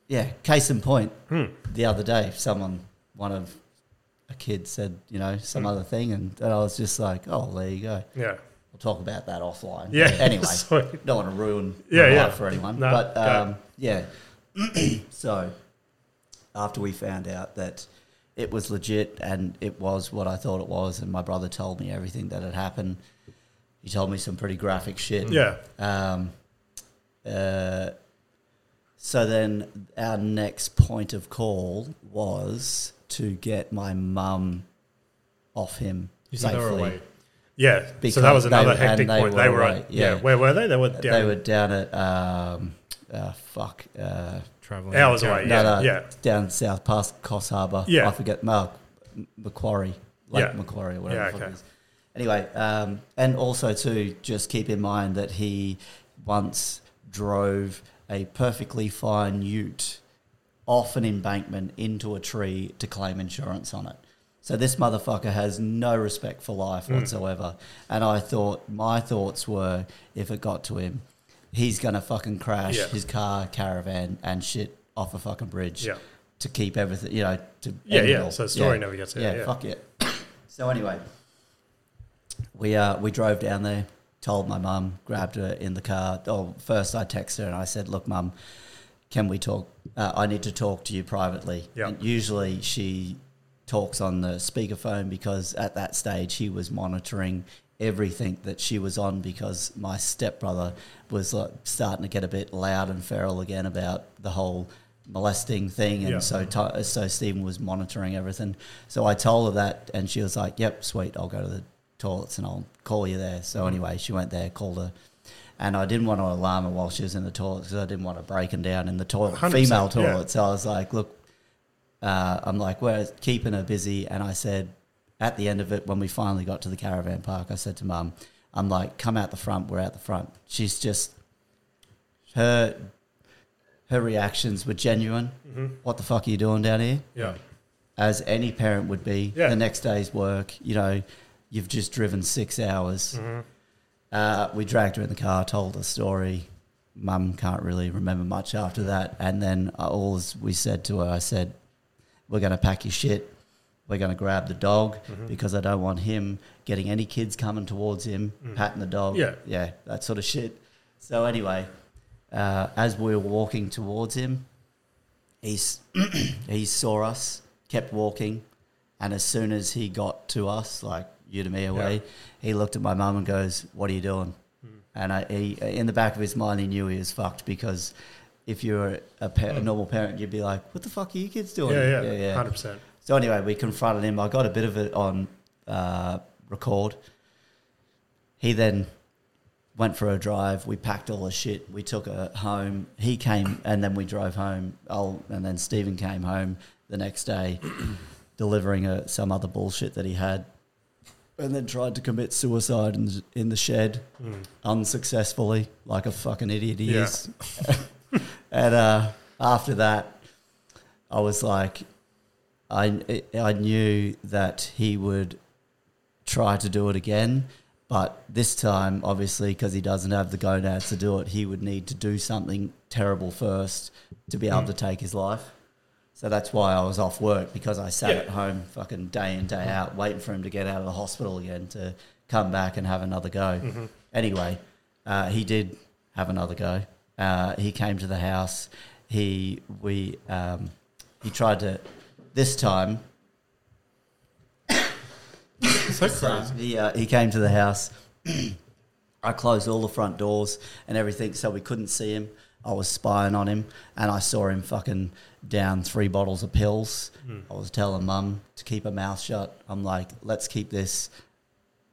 Speaker 3: yeah, case in point,
Speaker 1: Hmm.
Speaker 3: the other day, someone, one of a kid said, you know, some
Speaker 1: Hmm.
Speaker 3: other thing, and, and I was just like, oh, there you go.
Speaker 1: yeah.
Speaker 3: We'll talk about that offline.
Speaker 1: Yeah,
Speaker 3: Anyway,
Speaker 1: sweet.
Speaker 3: don't want to ruin
Speaker 1: Yeah,
Speaker 3: my
Speaker 1: yeah.
Speaker 3: life for anyone.
Speaker 1: No,
Speaker 3: but
Speaker 1: go.
Speaker 3: um, yeah. so after we found out that it was legit and it was what I thought it was, and my brother told me everything that had happened, he told me some pretty graphic shit.
Speaker 1: Yeah.
Speaker 3: Um, uh, so then our next point of call was to get my mum off him.
Speaker 2: You said they were
Speaker 3: safely.
Speaker 2: away.
Speaker 1: Yeah.
Speaker 3: Because
Speaker 1: so that was
Speaker 3: they
Speaker 1: another
Speaker 3: were-
Speaker 1: hectic
Speaker 3: and they
Speaker 1: point.
Speaker 3: were
Speaker 1: They were,
Speaker 3: right,
Speaker 1: at, yeah.
Speaker 3: yeah.
Speaker 1: Where were they? They were down
Speaker 3: They were down at um, uh, fuck, uh,
Speaker 2: Traveling.
Speaker 1: hours away.
Speaker 3: no,
Speaker 1: Yeah,
Speaker 3: no,
Speaker 1: yeah.
Speaker 3: down south past Coss Harbour.
Speaker 1: Yeah.
Speaker 3: I forget. Mark M- Macquarie, Lake
Speaker 1: Yeah.
Speaker 3: Macquarie, whatever
Speaker 1: Yeah,
Speaker 3: the fuck
Speaker 1: okay.
Speaker 3: it is. Anyway, um, and also too, just keep in mind that he once drove a perfectly fine Ute off an embankment into a tree to claim insurance on it. So this motherfucker has no respect for life
Speaker 1: Hmm.
Speaker 3: whatsoever. And I thought my thoughts were if it got to him, he's gonna fucking crash
Speaker 1: Yeah.
Speaker 3: his car, caravan, and shit off a fucking bridge
Speaker 1: Yeah.
Speaker 3: to keep everything, you know, to
Speaker 1: Yeah,
Speaker 3: end it
Speaker 1: yeah,
Speaker 3: all.
Speaker 1: so the story never gets out, yeah.
Speaker 3: fuck it. so anyway, we uh we drove down there, told my mum, grabbed her in the car. Oh, first I texted her and I said, "Look, mum, can we talk? Uh, I need to talk to you privately."
Speaker 1: Yeah.
Speaker 3: And usually she talks on the speakerphone because at that stage he was monitoring everything that she was on because my stepbrother was like starting to get a bit loud and feral again about the whole molesting thing and
Speaker 1: Yeah.
Speaker 3: so ti so Stephen was monitoring everything so I told her that and she was like yep sweet I'll go to the toilets and I'll call you there
Speaker 1: Mm-hmm.
Speaker 3: so anyway she went there called her and I didn't want to alarm her while she was in the toilet because I didn't want to break her down in the toilet
Speaker 1: 100%,
Speaker 3: female
Speaker 1: yeah.
Speaker 3: toilet so I was like look uh, I'm like, we're keeping her busy. And I said, at the end of it, when we finally got to the caravan park, I said to mum, I'm like, come out the front. We're out the front. She's just, her, her reactions were genuine. What the fuck are you doing down here?
Speaker 1: Mm-hmm. Yeah.
Speaker 3: As any parent would be.
Speaker 1: Yeah.
Speaker 3: The next day's work, you know, you've just driven six hours.
Speaker 1: Mm-hmm.
Speaker 3: Uh, we dragged her in the car, told the story. Mum can't really remember much after that. And then uh, all we said to her, I said, we're going to pack your shit. We're going to grab the dog because I don't want him getting any kids coming towards him, patting the dog.
Speaker 1: Yeah.
Speaker 3: Yeah, that sort of shit. So, anyway, uh, as we were walking towards him, he's, he saw us, kept walking. And as soon as he got to us, like you to me away, he looked at my mum and goes, What are you doing? And I, he, in the back of his mind, he knew he was fucked because if you're a, pa- a normal parent, you'd be like, What the fuck are you kids doing?
Speaker 1: Yeah, yeah, hundred percent.
Speaker 3: So anyway, we confronted him. I got a bit of it on uh, record. He then went for a drive. We packed all the shit. We took her home. He came and then we drove home. Oh, and then Stephen came home the next day, delivering her some other bullshit that he had, and then tried to commit suicide in the, in the shed, unsuccessfully, like a fucking idiot he
Speaker 1: Yeah.
Speaker 3: is. and uh, after that, I was like, I I knew that he would try to do it again, but this time, obviously, because he doesn't have the gonads to do it, he would need to do something terrible first to be able to take his life. So that's why I was off work because I sat
Speaker 1: Yeah.
Speaker 3: at home fucking day in day out waiting for him to get out of the hospital again to come back and have another go. Anyway, uh, he did have another go. Uh, he came to the house. He we um, he tried to this time
Speaker 2: so crazy.
Speaker 3: He, uh, he came to the house. I closed all the front doors and everything so we couldn't see him. I was spying on him and I saw him fucking down three bottles of pills. I was telling mum to keep her mouth shut. I'm like, let's keep this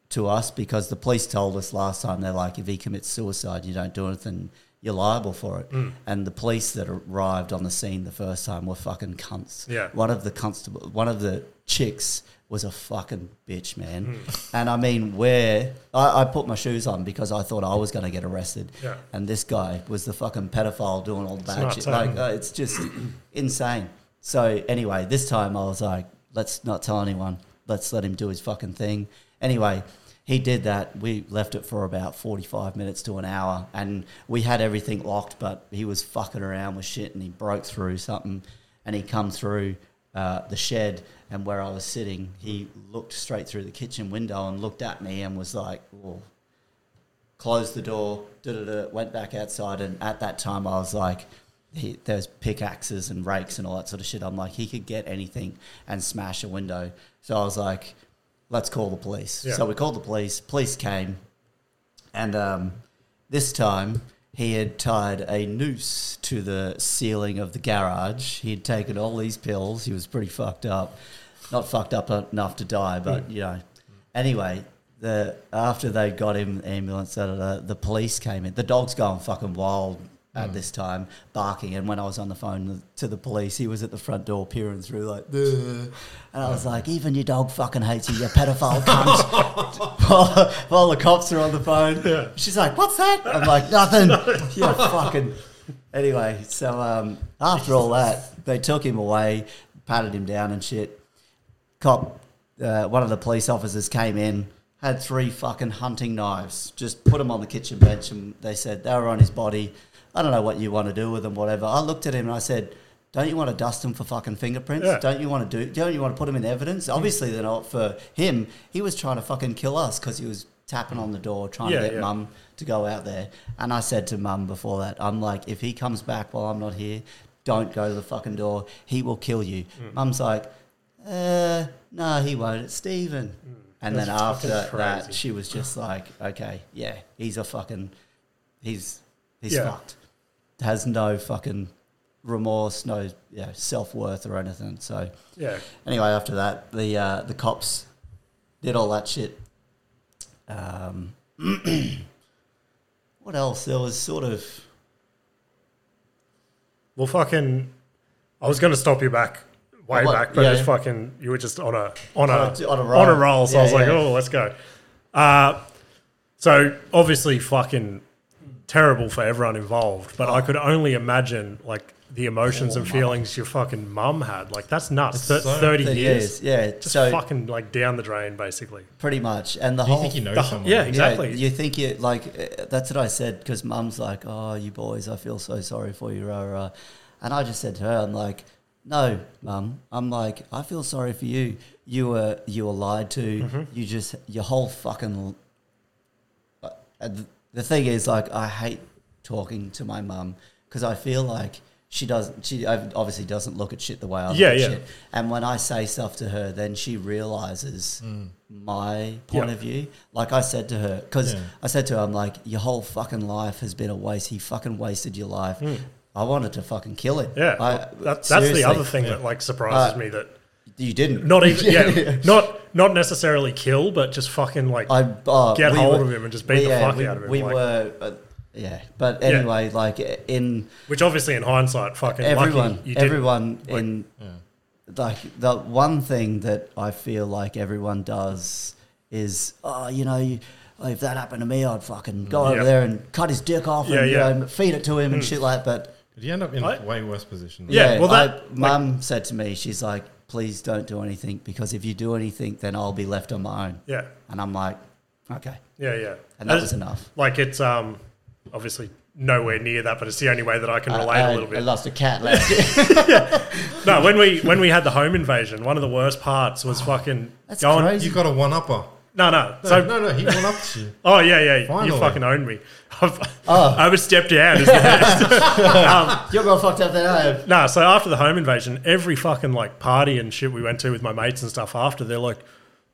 Speaker 3: to us because the police told us last time they're like, if he commits suicide, you don't do anything, you're liable for it. And the police that arrived on the scene the first time were fucking cunts.
Speaker 1: Yeah.
Speaker 3: One of the constable, one of the chicks was a fucking bitch, man. And I mean, where I, I put my shoes on because I thought I was going to get arrested,
Speaker 1: Yeah.
Speaker 3: and this guy was the fucking pedophile doing all the bad
Speaker 1: nuts,
Speaker 3: shit.
Speaker 1: eh?
Speaker 3: Like, uh, it's just insane. So anyway, this time I was like, let's not tell anyone. Let's let him do his fucking thing. Anyway, he did that. We left it for about 45 minutes to an hour and we had everything locked, but he was fucking around with shit and he broke through something and he come through uh, the shed and where I was sitting, he looked straight through the kitchen window and looked at me and was like, well, closed the door, da-da-da, went back outside, and at that time I was like, he, there's pickaxes and rakes and all that sort of shit. I'm like, he could get anything and smash a window. So I was like, let's call the police.
Speaker 1: Yeah.
Speaker 3: So we called the police. Police came, and um, this time he had tied a noose to the ceiling of the garage. He had taken all these pills. He was pretty fucked up. Not fucked up enough to die, but you know. Anyway, the after they got him ambulance, da, da, da, the police came in. The dog's gone fucking wild at this time, barking. And when I was on the phone to the police, he was at the front door peering through like, "Ugh." and I was like, even your dog fucking hates you, you pedophile cunt. while, while the cops are on the phone, she's like, what's that? I'm like, nothing. you fucking. Anyway, so um, after all that, they took him away, patted him down and shit cop, uh, one of the police officers came in, had three fucking hunting knives, just put them on the kitchen bench, and they said they were on his body. I don't know what you want to do with them, whatever. I looked at him and I said, "Don't you want to dust them for fucking fingerprints?
Speaker 1: Yeah.
Speaker 3: Don't you want to do? Don't you want to put them in evidence? Obviously, they're not for him. He was trying to fucking kill us because he was." Tapping on the door, trying
Speaker 1: Yeah,
Speaker 3: to get
Speaker 1: yeah.
Speaker 3: mum to go out there. And I said to mum before that, I'm like, if he comes back while I'm not here, don't go to the fucking door. He will kill you.
Speaker 1: Hmm.
Speaker 3: Mum's like, uh, no, he won't. It's Stephen. And then
Speaker 1: Hmm. That's
Speaker 3: after
Speaker 1: fucking
Speaker 3: that,
Speaker 1: crazy.
Speaker 3: she was just like, okay, yeah, he's a fucking, he's he's
Speaker 1: Yeah.
Speaker 3: fucked. Has no fucking remorse, no you know, self worth or anything. So
Speaker 1: Yeah.
Speaker 3: anyway, after that, the uh, the cops did all that shit. Um, what else? There was sort of
Speaker 1: Well, fucking. I was going to stop you back, way
Speaker 3: What?
Speaker 1: back, but
Speaker 3: Yeah.
Speaker 1: just fucking. You were just on a on a
Speaker 3: On a- on a roll.
Speaker 1: so I
Speaker 3: Yeah,
Speaker 1: was like,
Speaker 3: yeah.
Speaker 1: oh, let's go. Uh, so obviously, fucking terrible for everyone involved. But
Speaker 3: Oh.
Speaker 1: I could only imagine like the emotions and feelings your fucking mum had. Like that's nuts. Th-
Speaker 2: It's so-
Speaker 1: Thirty
Speaker 3: thirty
Speaker 1: years,
Speaker 3: years. Yeah,
Speaker 1: just
Speaker 3: so
Speaker 1: fucking like down the drain, basically.
Speaker 3: pretty much, and the
Speaker 2: Do you
Speaker 3: whole
Speaker 2: think you know
Speaker 1: The-
Speaker 2: someone?
Speaker 1: yeah,
Speaker 3: Oh Yeah,
Speaker 1: exactly.
Speaker 3: you think you like uh, that's what I said because Mum's like, "Oh, you boys, I feel so sorry for you." Rah, rah. And I just said to her, "I'm like, no, Mum. I'm like, I feel sorry for you. You were you were lied to.
Speaker 1: Mm-hmm.
Speaker 3: You just your whole fucking." Uh, th- the thing is, like, I hate talking to my mum because I feel like she doesn't. She ob- obviously doesn't look at shit the way I look
Speaker 1: Yeah,
Speaker 3: at
Speaker 1: yeah.
Speaker 3: shit. And when I say stuff to her, then she realizes my point
Speaker 1: Mm. Yeah.
Speaker 3: of view. Like I said to her, because
Speaker 2: Yeah.
Speaker 3: I said to her, I'm like, your whole fucking life has been a waste. He fucking wasted your life. I wanted to fucking kill it.
Speaker 1: Mm. Yeah,
Speaker 3: I,
Speaker 1: that, that's
Speaker 3: seriously.
Speaker 1: the other thing
Speaker 2: Yeah.
Speaker 1: that like surprises
Speaker 3: Uh,
Speaker 1: me that
Speaker 3: You didn't.
Speaker 1: not even yeah, not not necessarily kill, but just fucking like
Speaker 3: I oh,
Speaker 1: Get hold
Speaker 3: were-
Speaker 1: of him and just beat the fuck
Speaker 3: we,
Speaker 1: out of him,
Speaker 3: We
Speaker 1: like-
Speaker 3: were, uh, yeah. But anyway, like in
Speaker 1: Which obviously, in hindsight, fucking
Speaker 3: everyone,
Speaker 1: lucky you didn't.
Speaker 3: everyone in like the one thing that I feel like everyone does is, oh, you know, you, oh, if that happened to me, I'd fucking go over
Speaker 1: Yep.
Speaker 3: there and cut his dick off
Speaker 1: Mm. Yeah,
Speaker 3: and you
Speaker 1: yeah.
Speaker 3: know, feed it to him and shit like. But
Speaker 2: Did you end up in
Speaker 1: I-
Speaker 2: a way worse position?
Speaker 1: Yeah, well,
Speaker 3: I-
Speaker 1: that-
Speaker 3: mum said to me, she's like, please don't do anything because if you do anything, then I'll be left on my own.
Speaker 1: Yeah,
Speaker 3: And I'm like, okay,
Speaker 1: yeah, yeah.
Speaker 3: and that
Speaker 1: As-
Speaker 3: was enough.
Speaker 1: Like it's um obviously nowhere near that, but it's the only way that I can
Speaker 3: I-
Speaker 1: relate a
Speaker 3: I-
Speaker 1: little
Speaker 3: I
Speaker 1: bit.
Speaker 3: lost a cat last year.
Speaker 1: no, when we when we had the home invasion, one of the worst parts was fucking
Speaker 3: Oh, That's
Speaker 1: going.
Speaker 3: crazy.
Speaker 2: You got a one upper.
Speaker 1: No, no.
Speaker 2: No,
Speaker 1: So
Speaker 2: no, no, he one upped you.
Speaker 1: oh yeah, yeah.
Speaker 2: Finally.
Speaker 1: You fucking owned me. I've,
Speaker 3: Oh.
Speaker 1: I was stepped down. Isn't it?
Speaker 3: You're more fucked up than I am.
Speaker 1: no, so after the home invasion, every fucking like party and shit we went to with my mates and stuff after, they're like.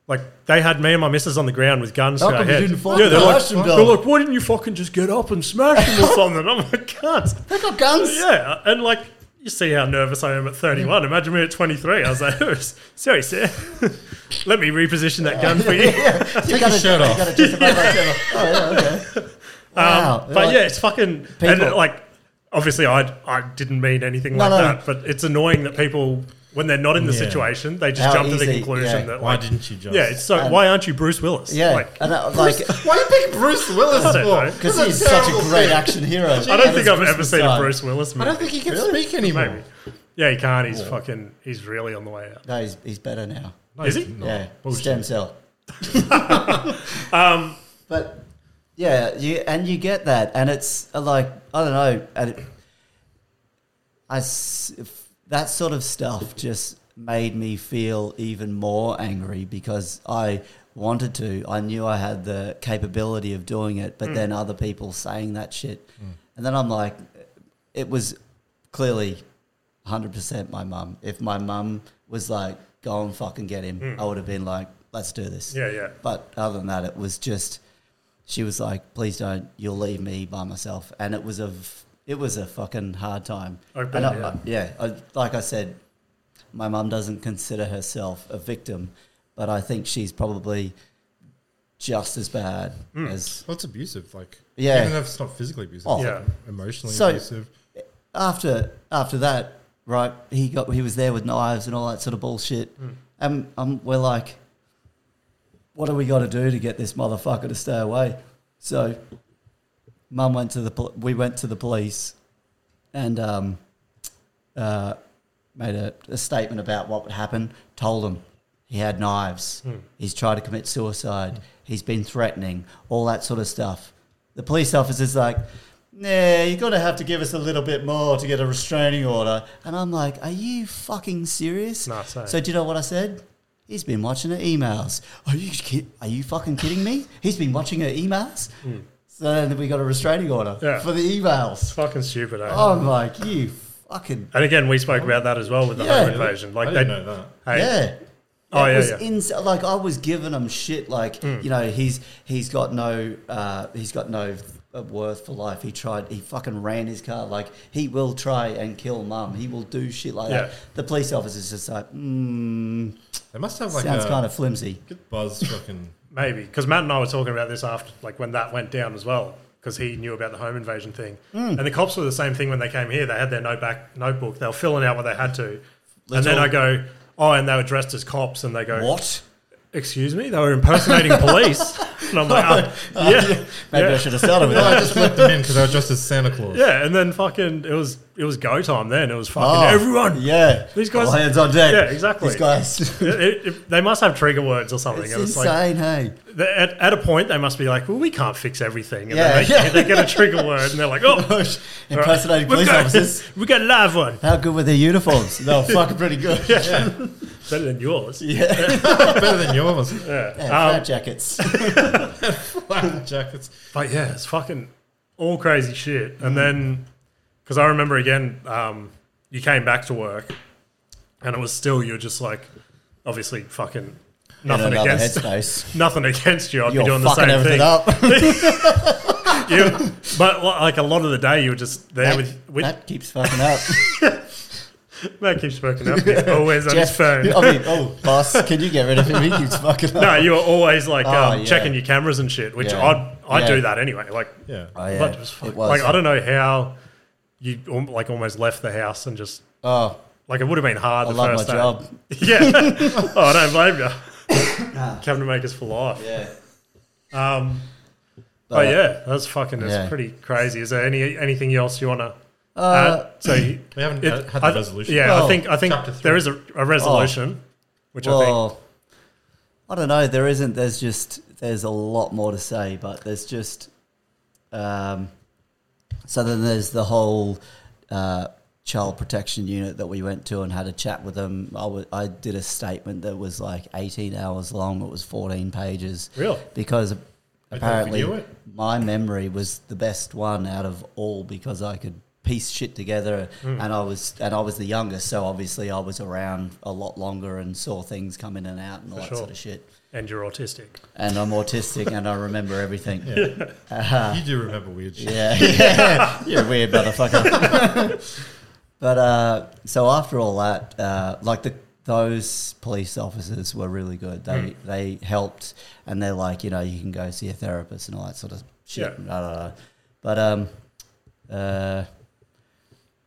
Speaker 1: Like they had me and my missus on the ground with guns
Speaker 3: How
Speaker 1: to our
Speaker 3: come you
Speaker 1: head.
Speaker 3: didn't fucking
Speaker 1: yeah, they're like,
Speaker 3: smash them,
Speaker 1: they're
Speaker 3: Bill?
Speaker 1: like, why didn't you fucking just get up and smash them or something? I'm like, can't.
Speaker 3: They got guns.
Speaker 1: Yeah, and like you see how nervous I am at 31. Imagine me at 23. I was like, oh, s- sorry, sir. Let me reposition that gun for you.
Speaker 3: Take
Speaker 2: your shirt off.
Speaker 3: Got oh, yeah, okay. Wow.
Speaker 1: Um, But yeah, it's fucking and
Speaker 3: People-
Speaker 1: like obviously I I didn't mean anything
Speaker 3: No,
Speaker 1: like
Speaker 3: no.
Speaker 1: that, but it's annoying that people when they're not in the
Speaker 2: Yeah.
Speaker 1: situation they just
Speaker 3: How
Speaker 1: jump to the
Speaker 3: easy,
Speaker 1: conclusion
Speaker 3: yeah.
Speaker 1: that
Speaker 2: Why
Speaker 1: like
Speaker 2: didn't you just?
Speaker 1: yeah, it's so
Speaker 3: Um,
Speaker 1: why aren't you Bruce Willis?
Speaker 3: yeah.
Speaker 1: like
Speaker 3: and I, like
Speaker 2: Why do you pick Bruce Willis
Speaker 1: I don't know.
Speaker 2: for?
Speaker 3: because
Speaker 2: That's
Speaker 3: he's such a
Speaker 2: terrible
Speaker 3: great
Speaker 2: thing.
Speaker 3: action hero.
Speaker 1: I don't
Speaker 3: And
Speaker 1: think
Speaker 3: it's
Speaker 1: I've ever
Speaker 3: Christmas
Speaker 1: seen a
Speaker 3: time.
Speaker 1: Bruce Willis
Speaker 2: I
Speaker 1: movie.
Speaker 2: don't think he can speak anymore.
Speaker 1: Maybe. Yeah, he can't. He's fucking. He's really on the way out.
Speaker 3: No, he's, he's better now.
Speaker 2: No,
Speaker 1: Is
Speaker 2: he's
Speaker 1: he?
Speaker 2: not.
Speaker 3: yeah,
Speaker 2: Bullshit.
Speaker 3: stem cell.
Speaker 1: Um,
Speaker 3: but yeah, you and you get that, and it's uh, like I don't know, and it, I s- f- that sort of stuff just made me feel even more angry because I wanted to. I knew I had the capability of doing it, but then other people saying that shit, and then I'm like, it was clearly 100% my mum. If my mum was like, go and fucking get him, I would have been like, let's do this.
Speaker 1: Yeah, yeah.
Speaker 3: But other than that, it was just, she was like, please don't, you'll leave me by myself. And it was a, v- it was a fucking hard time.
Speaker 1: I bet,
Speaker 3: and I,
Speaker 1: yeah.
Speaker 3: I- yeah I, like I said, my mum doesn't consider herself a victim, but I think she's probably just as bad
Speaker 1: Hmm.
Speaker 3: as
Speaker 2: Well, it's abusive. Like,
Speaker 3: Yeah.
Speaker 2: even if it's not physically abusive,
Speaker 3: Oh.
Speaker 2: it's
Speaker 1: Yeah.
Speaker 2: emotionally
Speaker 3: So-
Speaker 2: abusive.
Speaker 3: after after that, right? He got he was there with knives and all that sort of bullshit.
Speaker 1: Hmm.
Speaker 3: And um, we're like, what do we got to do to get this motherfucker to stay away? So, mum went to the pol- we went to the police, and um, uh, made a, a statement about what would happen. Told him he had knives. He's tried to commit suicide. He's been threatening. All that sort of stuff. The police officer's like, "Nah, you're gonna have to give us a little bit more to get a restraining order." And I'm like, "Are you fucking serious?"
Speaker 1: No, same.
Speaker 3: so do you know what I said? He's been watching her emails. Are you kid- are you fucking kidding me? He's been watching her emails. So then we got a restraining order
Speaker 1: Yeah.
Speaker 3: for the emails.
Speaker 1: It's fucking stupid, eh?
Speaker 3: I'm like, you fucking
Speaker 1: And again, we spoke about that as well with the
Speaker 3: Yeah.
Speaker 1: home invasion. Like
Speaker 2: I
Speaker 1: they
Speaker 2: didn't know that.
Speaker 1: Hey,
Speaker 3: yeah.
Speaker 1: Oh,
Speaker 3: That
Speaker 1: yeah,
Speaker 3: was
Speaker 1: yeah. Hmm.
Speaker 3: ins- like I was giving him shit. Like you know, he's he's got no uh, he's got no uh, worth for life. He tried. He fucking ran his car. Like he will try and kill mum. He will do shit like
Speaker 1: Yeah.
Speaker 3: that. The police officer's just like, mm,
Speaker 2: They must have like
Speaker 3: sounds
Speaker 2: a
Speaker 3: kind of flimsy.
Speaker 2: good buzz. Fucking
Speaker 1: Maybe because Matt and I were talking about this after, like when that went down as well, because he knew about the home invasion thing.
Speaker 3: Mm.
Speaker 1: And the cops were the same thing when they came here. They had their note back notebook. They were filling out what they had to, and
Speaker 3: Let's
Speaker 1: then
Speaker 3: all-
Speaker 1: I go, oh, and they were dressed as cops, and they go,
Speaker 3: What?
Speaker 1: Excuse me, they were impersonating police, and I'm like, "Uh, yeah,
Speaker 3: Oh, Maybe I
Speaker 1: yeah.
Speaker 3: should have started with
Speaker 2: no, I
Speaker 3: that.
Speaker 2: just flipped them in because they were dressed as Santa Claus.
Speaker 1: yeah. And then fucking, it was it was go time. Then it was fucking
Speaker 3: Oh,
Speaker 1: everyone.
Speaker 3: Yeah,
Speaker 1: These guys-
Speaker 3: All hands on deck.
Speaker 1: Yeah, exactly.
Speaker 3: These guys, it's
Speaker 1: It- it- it- they must have trigger words or something. and it's like,
Speaker 3: insane. hey,
Speaker 1: They- At, at a point, they must be like, well, we can't fix everything. And
Speaker 3: Yeah,
Speaker 1: then they,
Speaker 3: yeah.
Speaker 1: they get a trigger word and they're like, oh,
Speaker 3: impersonating
Speaker 1: we've
Speaker 3: police
Speaker 1: got-
Speaker 3: officers.
Speaker 1: we got a live one.
Speaker 3: How good were their uniforms? They were fucking pretty good. Yeah,
Speaker 1: Better than yours. Yeah.
Speaker 2: better than yours.
Speaker 1: Um,
Speaker 3: flat jackets.
Speaker 2: Flak jackets.
Speaker 1: But yeah, it's fucking all crazy shit.
Speaker 3: Mm.
Speaker 1: And then, because I remember again, um, you came back to work and it was still, you're just like, obviously, fucking nothing
Speaker 3: another
Speaker 1: against.
Speaker 3: headspace.
Speaker 1: Nothing against you. I'd
Speaker 3: You're
Speaker 1: be doing the
Speaker 3: fucking
Speaker 1: same
Speaker 3: everything
Speaker 1: thing.
Speaker 3: up.
Speaker 1: You- but like a lot of the day, you were just there
Speaker 3: That,
Speaker 1: with, with
Speaker 3: that keeps fucking up.
Speaker 1: Matt keeps fucking up. He's always on his
Speaker 3: Jeff, I
Speaker 1: phone.
Speaker 3: mean, oh, boss, can you get rid of him? He keeps fucking up.
Speaker 1: No, you were always like
Speaker 3: Oh,
Speaker 1: um,
Speaker 3: yeah.
Speaker 1: checking your cameras and shit, which
Speaker 3: Yeah.
Speaker 1: I'd I
Speaker 3: Yeah.
Speaker 1: do that anyway. Like,
Speaker 2: Yeah.
Speaker 3: Oh, yeah,
Speaker 1: but it was, fuck-
Speaker 3: it was.
Speaker 1: like I don't know how you al- like almost left the house and just
Speaker 3: oh,
Speaker 1: like it would have been hard.
Speaker 3: I
Speaker 1: the
Speaker 3: love my
Speaker 1: first day.
Speaker 3: job.
Speaker 1: Yeah. oh, I don't blame you. Cabinet makers for life.
Speaker 3: Yeah.
Speaker 1: Um, but,
Speaker 3: But-
Speaker 1: yeah, that's fucking. That's
Speaker 3: Yeah.
Speaker 1: pretty crazy. Is there any anything else you want to?
Speaker 3: Uh,
Speaker 1: add? So you-
Speaker 2: We haven't
Speaker 1: it-
Speaker 2: had, had
Speaker 1: I-
Speaker 2: the resolution.
Speaker 1: Yeah, I
Speaker 3: Well, Oh.
Speaker 1: think I think
Speaker 2: chapter three.
Speaker 1: there is a, a resolution, which I think
Speaker 3: Well, I don't know. There isn't. There's just there's a lot more to say, but there's just um, so then there's the whole uh, child protection unit that we went to and had a chat with them. I wa- I did a statement that was like 18 hours long. It was 14 pages.
Speaker 1: Really?
Speaker 3: Because
Speaker 2: video
Speaker 3: apparently
Speaker 2: it?
Speaker 3: my memory was the best one out of all because I could piece shit together and I was and I was the youngest so obviously I was around a lot longer and saw things come in and out and all that
Speaker 1: sure.
Speaker 3: sort of shit
Speaker 1: and you're autistic.
Speaker 3: and I'm autistic and I remember everything yeah
Speaker 2: You do remember weird shit.
Speaker 3: yeah, yeah. you're a weird motherfucker but uh so after all that uh like the those police officers were really good they they helped and they're like you know you can go see a therapist and all that sort of shit
Speaker 1: Yeah.
Speaker 3: blah, blah, blah. but um uh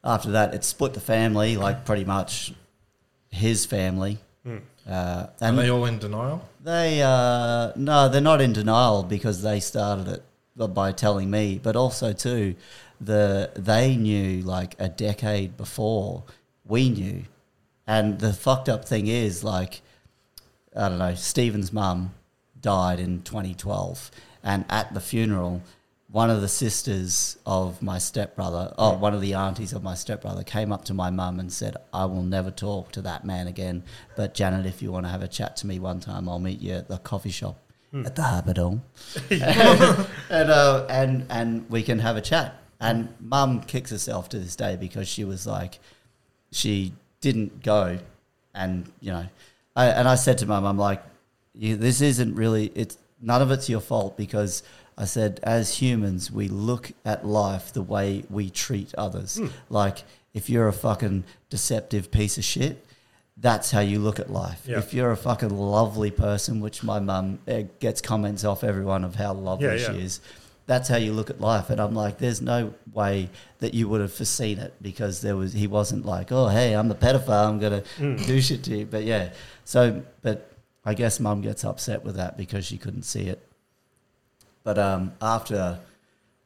Speaker 3: after that, it split the family, like pretty much his family. Uh,
Speaker 2: Are
Speaker 3: and
Speaker 2: they
Speaker 3: they,
Speaker 2: all in denial?
Speaker 3: uh, no, they're not in denial because they started it by telling me, but also too, the they knew like a decade before we knew, and the fucked up thing is like, I don't know, Stephen's mum died in 2012, and at the funeral. One of the sisters of my stepbrother, oh, one of the aunties of my stepbrother, came up to my mum and said, I will never talk to that man again. But Janet, if you want to have a chat to me one time, I'll meet you at the coffee shop at the Harbour Dome and uh, and and we can have a chat. And mum kicks herself to this day because she was like, she didn't go, and you know, I, and I said to mum, I'm like, you, this isn't really it's none of it's your fault because I said as humans we look at life the way we treat others. Like if you're a fucking deceptive piece of shit, that's how you look at life.
Speaker 1: Yeah.
Speaker 3: If you're a fucking lovely person, which my mum eh, gets comments off everyone of how lovely
Speaker 1: Yeah,
Speaker 3: she
Speaker 1: yeah.
Speaker 3: is, that's how you look at life. And I'm like, there's no way that you would have foreseen it because there was he wasn't like, oh hey, I'm the pedophile, I'm gonna
Speaker 1: Hmm.
Speaker 3: do shit to you. But yeah, so but I guess mum gets upset with that because she couldn't see it. But um, after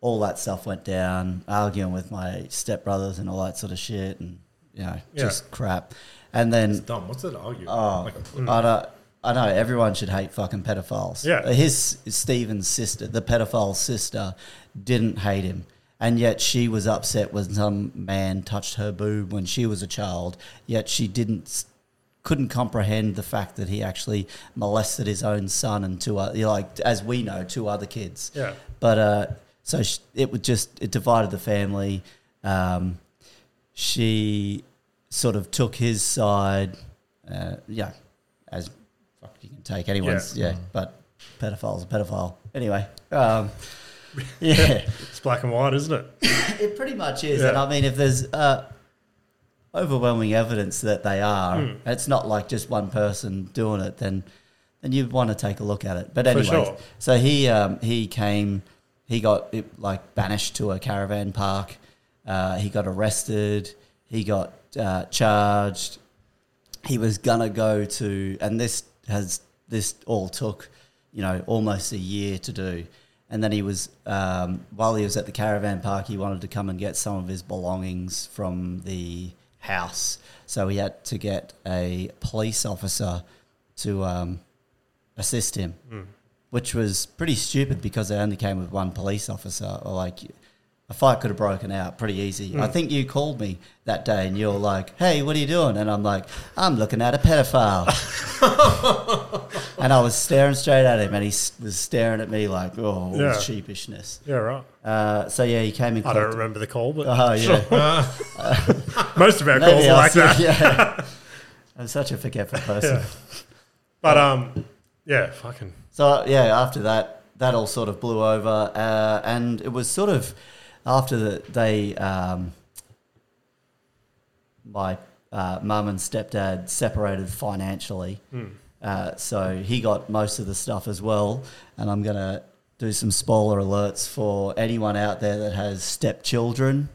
Speaker 3: all that stuff went down, arguing with my stepbrothers and all that sort of shit, and you know,
Speaker 1: Yeah.
Speaker 3: just crap. And then
Speaker 2: It's dumb. What's that argument?
Speaker 3: Oh,
Speaker 2: Like,
Speaker 3: I know. I know everyone should hate fucking pedophiles.
Speaker 1: Yeah.
Speaker 3: his Stephen's sister, the pedophile sister, didn't hate him, and yet she was upset when some man touched her boob when she was a child. Yet she didn't, couldn't comprehend the fact that he actually molested his own son and two, other, like as we know, two other kids.
Speaker 1: Yeah.
Speaker 3: But uh, so sh- it would just it divided the family. Um, she sort of took his side. Uh, yeah, as fuck you can take anyone's.
Speaker 1: Mm.
Speaker 3: Yeah, but pedophile's a pedophile anyway. Um, yeah,
Speaker 1: It's black and white, isn't it?
Speaker 3: it pretty much is.
Speaker 1: Yeah.
Speaker 3: And I mean, if there's uh, overwhelming evidence that they are,
Speaker 1: Hmm.
Speaker 3: and it's not like just one person doing it, then then you'd want to take a look at it. But anyway,
Speaker 1: sure.
Speaker 3: so he um, he came, he got it, like banished to a caravan park. Uh, he got arrested. He got uh, charged. He was gonna go to, and this has this all took, you know, almost a year to do. And then he was um, while he was at the caravan park, he wanted to come and get some of his belongings from the house. So he had to get a police officer to um, assist him,
Speaker 1: Hmm.
Speaker 3: which was pretty stupid because they only came with one police officer. Or like, a fight could have broken out pretty easy.
Speaker 1: Hmm.
Speaker 3: I think you called me that day and you're like, "Hey, what are you doing?" And I'm like, "I'm looking at a pedophile." and I was staring straight at him, and he s- was staring at me like, "Oh, all
Speaker 1: Yeah.
Speaker 3: sheepishness."
Speaker 1: Yeah, right.
Speaker 3: Uh, so yeah, he came and
Speaker 1: I
Speaker 3: called.
Speaker 1: don't remember the call, but
Speaker 3: Oh yeah,
Speaker 1: most of our
Speaker 3: Maybe
Speaker 1: calls
Speaker 3: I'll
Speaker 1: are like
Speaker 3: see-
Speaker 1: that.
Speaker 3: Yeah. I'm such a forgetful person.
Speaker 1: But um, yeah, fucking
Speaker 3: So yeah, after that, that all sort of blew over, uh, and it was sort of after the, they, um, my uh, mum and stepdad separated financially, uh, so he got most of the stuff as well. And I'm gonna do some spoiler alerts for anyone out there that has stepchildren.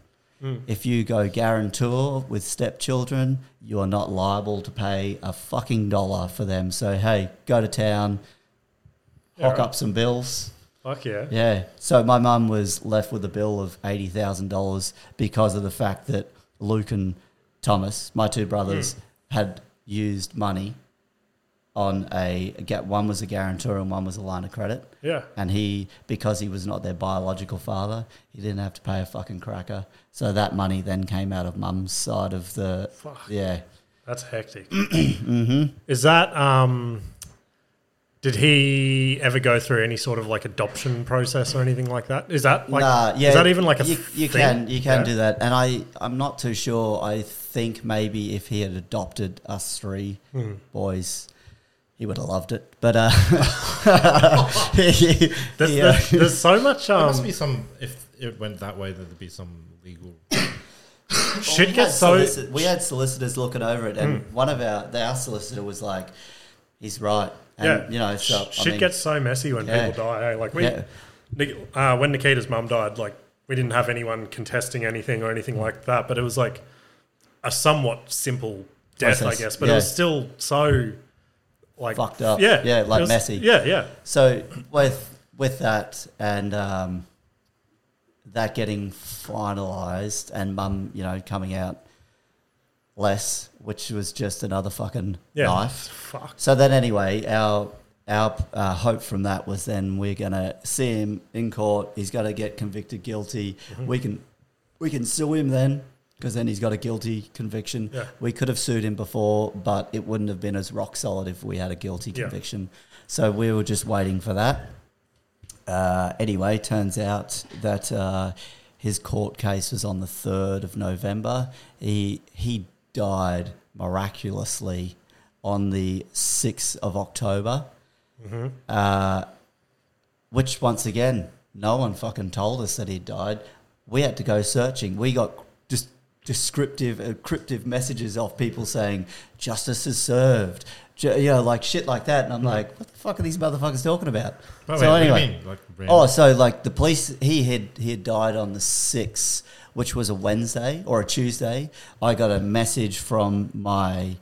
Speaker 3: If you go guarantor with stepchildren, you are not liable to pay a fucking dollar for them. So hey, go to town, hock up some bills.
Speaker 1: fuck yeah.
Speaker 3: Yeah. So my mum was left with a bill of eighty thousand dollars because of the fact that Luke and Thomas, my two brothers, had used money on a get one was a guarantor and one was a line of credit.
Speaker 1: Yeah.
Speaker 3: And he because he was not their biological father, he didn't have to pay a fucking cracker. So that money then came out of mum's side of the
Speaker 1: Fuck.
Speaker 3: Yeah.
Speaker 1: That's hectic. Is that um? Did he ever go through any sort of like adoption process or anything like that? Is that like
Speaker 3: nah, yeah,
Speaker 1: is that even like a
Speaker 3: you, you
Speaker 1: thing?
Speaker 3: can you can
Speaker 1: Yeah.
Speaker 3: do that? And I I'm not too sure. I think maybe if he had adopted us three
Speaker 1: Hmm.
Speaker 3: boys, he would have loved it. But uh, he-
Speaker 1: There's,
Speaker 3: he, uh,
Speaker 1: there's, there's so much
Speaker 2: there must
Speaker 1: um,
Speaker 2: be some. If it went that way, there'd be some legal.
Speaker 3: Well,
Speaker 1: shit
Speaker 3: we had
Speaker 1: gets so Hmm.
Speaker 3: solici- we had solicitors looking over it, and one of our our solicitor was like, "He's right." And,
Speaker 1: yeah
Speaker 3: you know, so
Speaker 1: Sh-
Speaker 3: I
Speaker 1: shit
Speaker 3: mean,
Speaker 1: gets so messy when
Speaker 3: Yeah.
Speaker 1: people die. eh? Like we
Speaker 3: Yeah.
Speaker 1: Nik- uh, when Nikita's mum died, like we didn't have anyone contesting anything or anything like that, but it was like a somewhat simple death,
Speaker 3: Process,
Speaker 1: I guess. But
Speaker 3: yeah.
Speaker 1: it was still so like
Speaker 3: Fucked up.
Speaker 1: Yeah,
Speaker 3: Yeah, like
Speaker 1: it was-
Speaker 3: messy.
Speaker 1: Yeah, yeah,
Speaker 3: So with with that and um, that getting finalised and mum, you know, coming out less, which was just another fucking
Speaker 1: yeah.
Speaker 3: knife.
Speaker 1: Fuck.
Speaker 3: So then anyway, our our uh, hope from that was then we're gonna see him in court. He's gonna get convicted guilty.
Speaker 1: Mm-hmm.
Speaker 3: We can we can sue him then because then he's got a guilty conviction.
Speaker 1: Yeah.
Speaker 3: We could have sued him before, but it wouldn't have been as rock solid if we had a guilty
Speaker 1: Yeah.
Speaker 3: conviction. So we were just waiting for that. Uh, anyway, turns out that uh, his court case was on the third of November. He he died miraculously on the sixth of October, uh, which once again, no one fucking told us that he died. We had to go searching. We got just descriptive, uh, cryptic messages off people saying justice is served, Ju- you know, like shit like that. And I'm like, what the fuck are these motherfuckers talking about?
Speaker 2: Mm. By the
Speaker 3: so
Speaker 2: way, what do you
Speaker 3: anyway,
Speaker 2: mean? Like,
Speaker 3: Oh,
Speaker 2: random-
Speaker 3: so like the police, he had he had died on the sixth, which was a Wednesday or a Tuesday. I got a message from my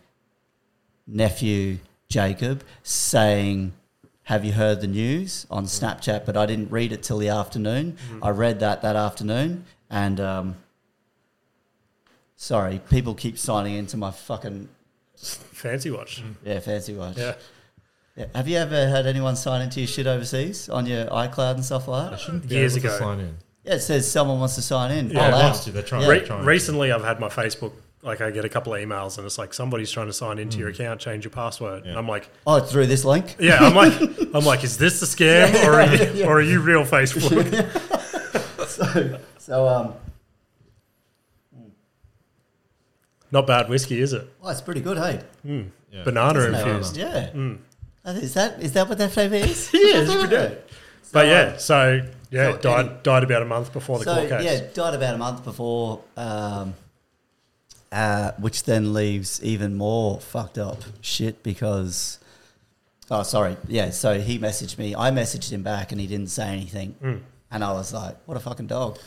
Speaker 3: nephew Jacob saying, "Have you heard the news on Snapchat?" But I didn't read it till the afternoon. I read that that afternoon, and um, sorry, people keep signing into my fucking
Speaker 1: Fancy watch.
Speaker 2: Mm.
Speaker 3: yeah fancy watch.
Speaker 1: Yeah.
Speaker 3: Yeah. Have you ever had anyone sign into your shit overseas on your iCloud and stuff like that?
Speaker 2: Be
Speaker 1: years
Speaker 2: able to
Speaker 1: ago.
Speaker 2: sign in.
Speaker 3: Yeah, it says someone wants to sign in.
Speaker 1: Yeah.
Speaker 2: Oh,
Speaker 3: I'll allow.
Speaker 2: last year they're trying.
Speaker 1: Re-
Speaker 2: they're trying.
Speaker 1: recently, I've had my Facebook. Like I get a couple of emails and it's like somebody's trying to sign into your account, change your password, and
Speaker 2: Mm. Yeah.
Speaker 1: I'm like,
Speaker 3: Oh, through this link.
Speaker 1: yeah, I'm like, I'm like, is this the scam or are you, or are you real Facebook?
Speaker 3: so, so um,
Speaker 1: Not bad whiskey, is it?
Speaker 3: oh, it's pretty good, hey.
Speaker 2: Yeah.
Speaker 1: Banana
Speaker 3: No,
Speaker 1: infused.
Speaker 3: Yeah. That- Is that is that what that flavour is?
Speaker 1: Hmm. Yeah, it's pretty good. But yeah, so yeah,
Speaker 3: so
Speaker 1: died
Speaker 3: any-
Speaker 1: died about a month before the
Speaker 3: So
Speaker 1: court case.
Speaker 3: yeah, died about a month before, um, uh, which then leaves even more fucked up shit because. Oh, sorry. Yeah, so he messaged me. I messaged him back, and he didn't say anything.
Speaker 1: Hmm.
Speaker 3: And I was like, "What a fucking dog."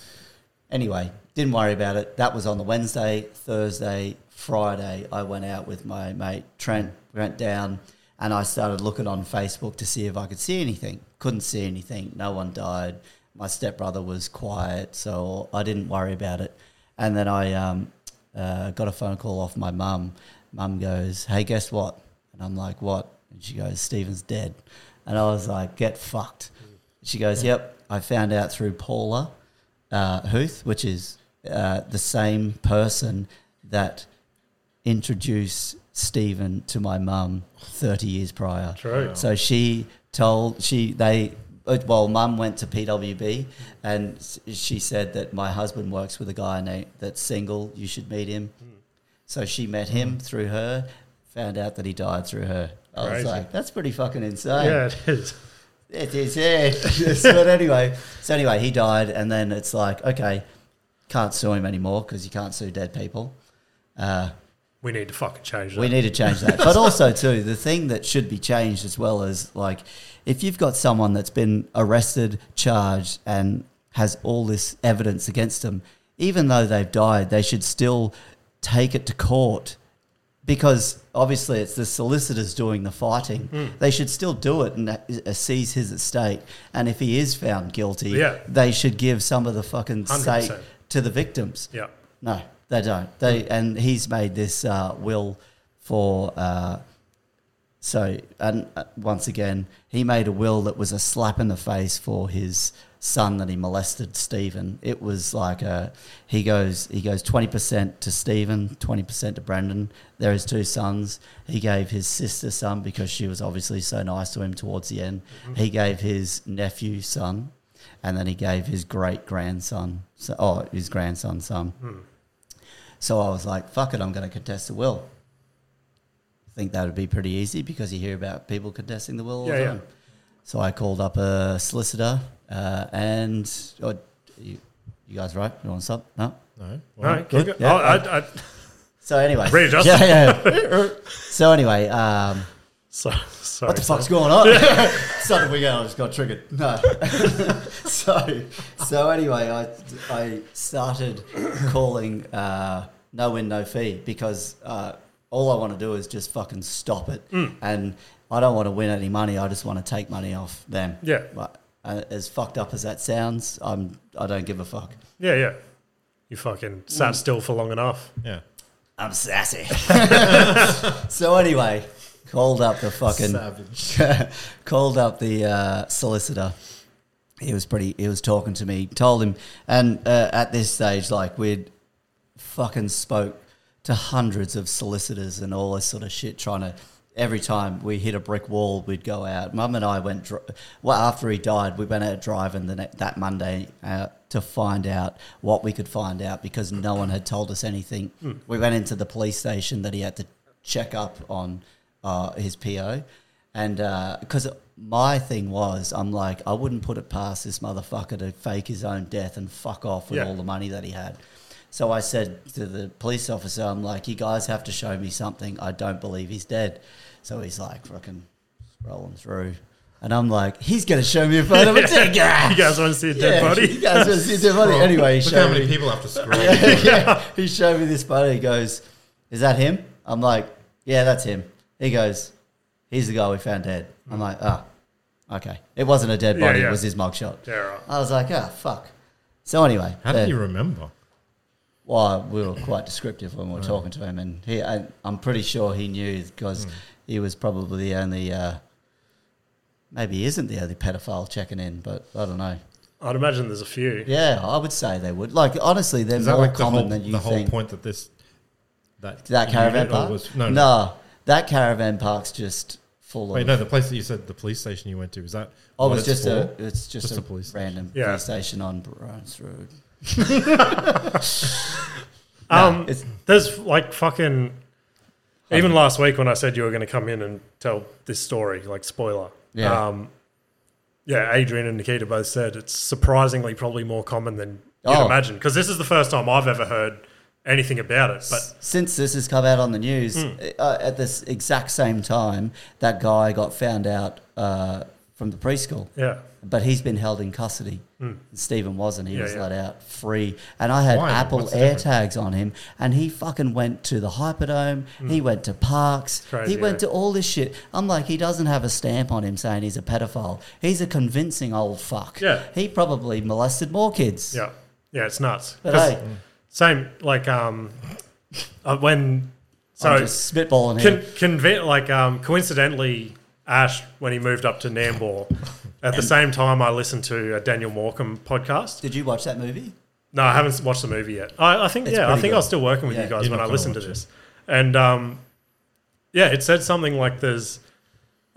Speaker 3: Anyway, didn't worry about it. That was on the Wednesday, Thursday, Friday. I went out with my mate Trent, went down, and I started looking on Facebook to see if I could see anything. Couldn't see anything. No one died. My stepbrother was quiet, so I didn't worry about it. And then I um, uh, got a phone call off my mum. Mum goes, Hey, guess what? And I'm like, What? And she goes, Stephen's dead. And I was like, Get fucked. She goes, Yep, I found out through Paula uh, Huth, which is uh, the same person that introduced Stephen to my mum 30 years prior.
Speaker 1: True.
Speaker 3: So she told, she, they, uh, well, mum went to PWB and s- she said that my husband works with a guy named, that's single, you should meet him.
Speaker 1: Hmm.
Speaker 3: So she met him through her, found out that he died through her. I
Speaker 1: Crazy.
Speaker 3: was like, that's pretty fucking insane.
Speaker 1: yeah, it is.
Speaker 3: It is, yeah. Yes, but anyway, so anyway, he died, and then it's like, okay, can't sue him anymore because you can't sue dead people. Uh,
Speaker 1: We need to fucking change that.
Speaker 3: we need to change that. But also, too, the thing that should be changed as well is like, if you've got someone that's been arrested, charged, and has all this evidence against them, even though they've died, they should still take it to court because obviously it's the solicitors doing the fighting.
Speaker 1: Hmm.
Speaker 3: They should still do it and uh, seize his estate. And if he is found guilty,
Speaker 1: Yeah.
Speaker 3: they should give some of the fucking state
Speaker 1: 100%.
Speaker 3: to the victims.
Speaker 1: yeah.
Speaker 3: No, they don't. They and he's made this uh, will for uh, so and uh, once again he made a will that was a slap in the face for his son that he molested Stephen. It was like a he goes he goes twenty percent to Stephen, twenty percent to Brandon. They're his two sons. He gave his sister some because she was obviously so nice to him towards the end. He gave his nephew son. And then he gave his great grandson, so, oh, his grandson some. So I was like, fuck it, I'm going to contest the will. I think that would be pretty easy because you hear about people contesting the will all
Speaker 1: Yeah,
Speaker 3: the
Speaker 1: yeah.
Speaker 3: time. So I called up a solicitor uh, and. Oh, you, you guys right? You want to stop? No?
Speaker 2: No.
Speaker 1: No,
Speaker 2: Well,
Speaker 1: keep
Speaker 3: Good.
Speaker 1: go-
Speaker 3: Yeah.
Speaker 1: oh, I, I,
Speaker 3: So anyway.
Speaker 1: Readjust.
Speaker 3: Yeah, yeah. so anyway, um,
Speaker 1: so, sorry.
Speaker 3: what the fuck's going on? Suddenly we go, I just got triggered. No. so, so anyway, I, I started calling uh, no win, no fee because uh, all I want to do is just fucking stop it.
Speaker 1: Mm.
Speaker 3: And I don't want to win any money. I just want to take money off them.
Speaker 1: Yeah.
Speaker 3: But, uh, as fucked up as that sounds, I'm, I don't give a fuck.
Speaker 1: Yeah, yeah. You fucking sat still for long enough.
Speaker 2: Yeah.
Speaker 3: I'm sassy. so anyway, called up the fucking called up the uh, solicitor. He was pretty. He was talking to me. Told him, and uh, at this stage, like we'd fucking spoke to hundreds of solicitors and all this sort of shit, trying to. Every time we hit a brick wall, we'd go out. Mum and I went. Dr- well, after he died, we went out driving the ne- that Monday uh, to find out what we could find out because no one had told us anything. We went into the police station that he had to check up on uh, his PO, and because my thing was, I'm like, I wouldn't put it past this motherfucker to fake his own death and fuck off with
Speaker 1: Yeah.
Speaker 3: all the money that he had. So I said to the police officer, I'm like, you guys have to show me something. I don't believe he's dead. So he's like, fucking scrolling through. And I'm like, he's going to show me a photo of a dead guy.
Speaker 1: You guys want to see a dead
Speaker 3: "Ah!" Yeah,
Speaker 1: body?
Speaker 3: You guys want to see a dead body? Anyway, he
Speaker 2: Look how
Speaker 3: showed
Speaker 2: many
Speaker 3: me.
Speaker 2: people have to scroll.
Speaker 3: yeah, he showed me this photo. He goes, "Is that him?" I'm like, "Yeah, that's him." He goes, "He's the guy we found dead." I'm like, "Ah, okay." It wasn't a dead
Speaker 1: Yeah,
Speaker 3: body.
Speaker 1: yeah.
Speaker 3: It was his mugshot.
Speaker 1: Yeah, right.
Speaker 3: I was like, "Ah, fuck." So anyway,
Speaker 2: How did
Speaker 3: uh,
Speaker 2: you remember?
Speaker 3: well, we were quite descriptive when we were talking to him, and he, I, I'm pretty sure he knew because
Speaker 2: Hmm.
Speaker 3: he was probably the only. Uh, Maybe he isn't the only pedophile checking in, but I don't know.
Speaker 1: I'd imagine there's a few.
Speaker 3: Yeah, I would say they would. Like honestly, they're
Speaker 2: Is
Speaker 3: more
Speaker 2: that like the
Speaker 3: common
Speaker 2: whole,
Speaker 3: than you
Speaker 2: the whole
Speaker 3: think.
Speaker 2: point that this that
Speaker 3: that
Speaker 2: unit
Speaker 3: caravan
Speaker 2: or
Speaker 3: park?
Speaker 2: was-
Speaker 3: no,
Speaker 2: no, no,
Speaker 3: that caravan park's just full
Speaker 2: Wait,
Speaker 3: of.
Speaker 2: no, the place that you said the police station you went to was that?
Speaker 3: oh,
Speaker 2: what
Speaker 3: it's
Speaker 2: it's
Speaker 3: just a
Speaker 2: for?
Speaker 3: it's just,
Speaker 2: Just
Speaker 3: a,
Speaker 2: a police station.
Speaker 3: random
Speaker 1: Yeah.
Speaker 3: police station on Browns Road.
Speaker 1: Um,
Speaker 2: Um,
Speaker 3: Nah, it's-
Speaker 1: there's like fucking. Even last week when I said you were going to come in and tell this story, like spoiler.
Speaker 3: Yeah.
Speaker 1: Um, yeah, Adrian and Nikita both said it's surprisingly probably more common than you'd
Speaker 3: Oh.
Speaker 1: imagine because this is the first time I've ever heard anything about it. But Hmm.
Speaker 3: Since this has come out on the news, uh, at this exact same time, that guy got found out uh, from the preschool.
Speaker 1: yeah, Hmm.
Speaker 3: But he's been held in custody. Stephen wasn't. He
Speaker 1: Yeah,
Speaker 3: was
Speaker 1: yeah.
Speaker 3: let out free. And I had
Speaker 2: Why?
Speaker 3: Apple
Speaker 2: What's the
Speaker 3: AirTags
Speaker 2: difference?
Speaker 3: on him. And he fucking went to the Hyperdome. He went to parks.
Speaker 1: Hmm. crazy,
Speaker 3: he went
Speaker 1: eh?
Speaker 3: to all this shit. I'm like, he doesn't have a stamp on him saying he's a pedophile. He's a convincing old fuck.
Speaker 1: Yeah.
Speaker 3: He probably molested more kids.
Speaker 1: yeah, yeah, it's nuts.
Speaker 3: But
Speaker 1: 'Cause
Speaker 3: hey,
Speaker 1: Same like um, uh, when so
Speaker 3: I'm just spitballing here.
Speaker 1: Con, conve- like um, coincidentally, Ash when he moved up to Nambour, at the same time I listened to a Daniel Morecambe podcast.
Speaker 3: Did you watch that movie?
Speaker 1: No, I haven't s- watched the movie yet. I, I think
Speaker 3: It's
Speaker 1: yeah, I
Speaker 3: pretty
Speaker 1: think I
Speaker 3: good.
Speaker 1: was still working with
Speaker 3: Yeah.
Speaker 1: you guys
Speaker 2: You're
Speaker 1: when
Speaker 2: not
Speaker 1: I
Speaker 2: gonna
Speaker 1: listened to
Speaker 2: watch it.
Speaker 1: this, and um, yeah, it said something like there's.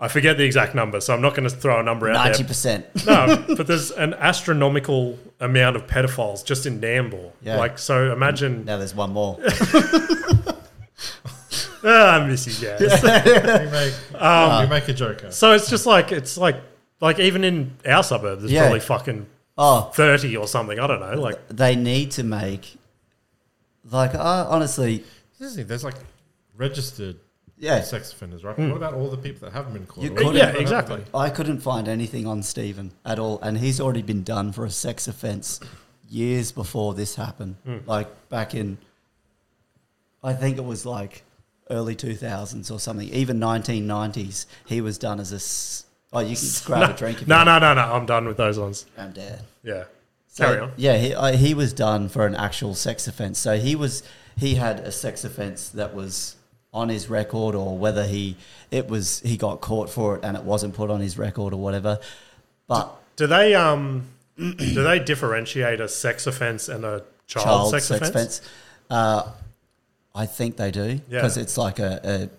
Speaker 1: I forget the exact number, so I'm not going to throw a number out
Speaker 3: Ninety
Speaker 1: there.
Speaker 3: percent.
Speaker 1: No, but there's an astronomical amount of pedophiles just in Nambour.
Speaker 3: Yeah.
Speaker 1: Like, so imagine.
Speaker 3: Now there's one more.
Speaker 1: Ah, I miss you guys.
Speaker 2: You make,
Speaker 1: Um,
Speaker 2: you make a joker.
Speaker 1: So it's just like it's like like even in our suburb, there's
Speaker 3: Yeah.
Speaker 1: probably fucking
Speaker 3: Oh,
Speaker 1: thirty or something. I don't know. Like
Speaker 3: they need to make. Like, I honestly,
Speaker 2: This is it, There's like registered
Speaker 3: yeah.
Speaker 2: sex offenders, right? What about all the people that haven't been caught?
Speaker 3: Hmm. You
Speaker 2: What about
Speaker 3: couldn't-
Speaker 2: the
Speaker 1: Yeah, exactly.
Speaker 2: people
Speaker 3: I couldn't find anything on Stephen at all, and he's already been done for a sex offence years before this happened.
Speaker 1: Hmm.
Speaker 3: Like back in, I think it was like early two thousands or something, even nineteen nineties. He was done as a. s- Oh, you can grab a drink. if
Speaker 1: no,
Speaker 3: you
Speaker 1: no, no, no. I'm done with those ones.
Speaker 3: I'm dead.
Speaker 1: Yeah,
Speaker 3: So,
Speaker 1: carry on.
Speaker 3: Yeah, he, uh, he was done for an actual sex offence. So he was he had a sex offence that was on his record, or whether he it was he got caught for it and it wasn't put on his record or whatever. But
Speaker 1: Do they um do they differentiate a sex offence and a child,
Speaker 3: child
Speaker 1: Oh, sex, offence?
Speaker 3: Uh, I think they do
Speaker 1: Yeah.
Speaker 3: because it's like a a,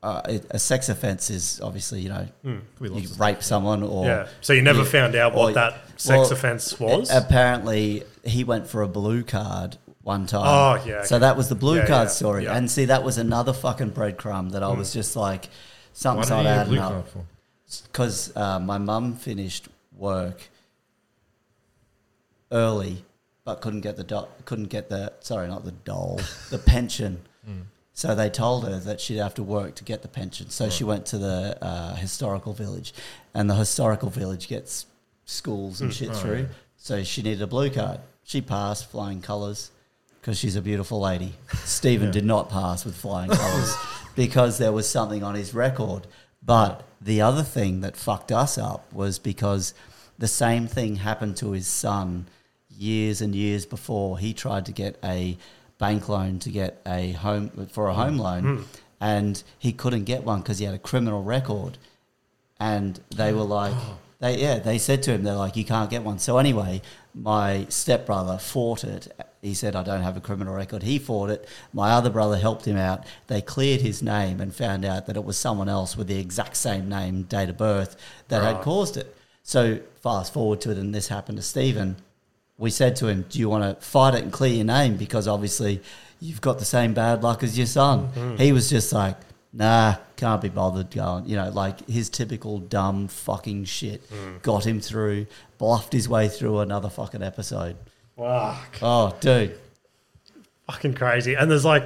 Speaker 3: uh, it- a sex offence is obviously you know
Speaker 1: Hmm,
Speaker 2: Could be
Speaker 3: you
Speaker 2: lots of-
Speaker 3: rape someone or
Speaker 1: Yeah. So you never
Speaker 3: Yeah.
Speaker 1: found out what
Speaker 3: Or-
Speaker 1: that sex
Speaker 3: well,
Speaker 1: offence was.
Speaker 3: Apparently, he went for a blue card one time.
Speaker 1: Oh, yeah,
Speaker 3: So
Speaker 1: okay.
Speaker 3: that was the blue
Speaker 1: Yeah,
Speaker 3: card
Speaker 1: yeah,
Speaker 3: story,
Speaker 1: yeah. Hmm.
Speaker 3: and see, that was another fucking breadcrumb that I was just like,
Speaker 2: Why
Speaker 3: something's
Speaker 2: don't you
Speaker 3: not
Speaker 2: get a blue
Speaker 3: adding
Speaker 2: card
Speaker 3: up.
Speaker 2: for?
Speaker 3: Because uh, my mum finished work early, but couldn't get the do- couldn't get the sorry, not the dole, the pension. So they told her that she'd have to work to get the pension. So she went to the uh, historical village, and the historical village gets schools and shit through. So she needed a blue card. She passed flying colours because she's a beautiful lady. Stephen did not pass with flying colours because there was something on his record. But the other thing that fucked us up was because the same thing happened to his son years and years before he tried to get a bank loan to get a home for a home loan and he couldn't get one because he had a criminal record and they were like they yeah they said to him they're like you can't get one so anyway my stepbrother fought it he said i don't have a criminal record he fought it my other brother helped him out they cleared his name and found out that it was someone else with the exact same name date of birth that had caused it so fast forward to it and this happened to stephen we said to him, "Do you want to fight it and clear your name? Because obviously, you've got the same bad luck as your son."
Speaker 1: Mm-hmm.
Speaker 3: He was just like, "Nah, can't be bothered going." You know, like his typical dumb fucking shit
Speaker 1: Mm.
Speaker 3: got him through, bluffed his way through another fucking episode.
Speaker 1: Fuck.
Speaker 3: Oh, dude,
Speaker 1: fucking crazy. And there's like,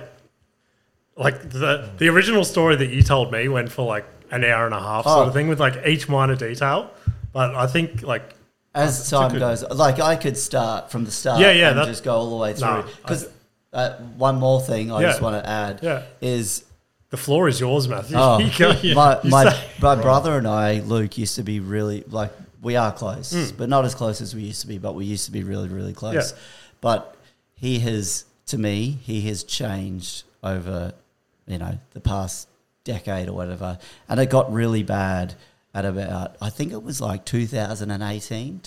Speaker 1: like the the original story that you told me went for like an hour and a half sort
Speaker 3: Oh.
Speaker 1: of thing with like each minor detail. But I think like
Speaker 3: As time goes, like I could start from the start
Speaker 1: Yeah, yeah,
Speaker 3: and
Speaker 1: that-
Speaker 3: just go all the way
Speaker 1: Nah,
Speaker 3: through. Because uh, one more thing I
Speaker 1: Yeah.
Speaker 3: just want to add
Speaker 1: Yeah.
Speaker 3: is
Speaker 1: the floor is yours, Matthew.
Speaker 3: oh,
Speaker 1: You go- you
Speaker 3: my, my,
Speaker 1: say-
Speaker 3: my brother and I, Luke, used to be really, like, we are close, but not as close as we used to be, but we used to be really, really close.
Speaker 1: Hmm. Yeah.
Speaker 3: But he has, to me, he has changed over, you know, the past decade or whatever. And it got really bad at about, I think it was like 2018,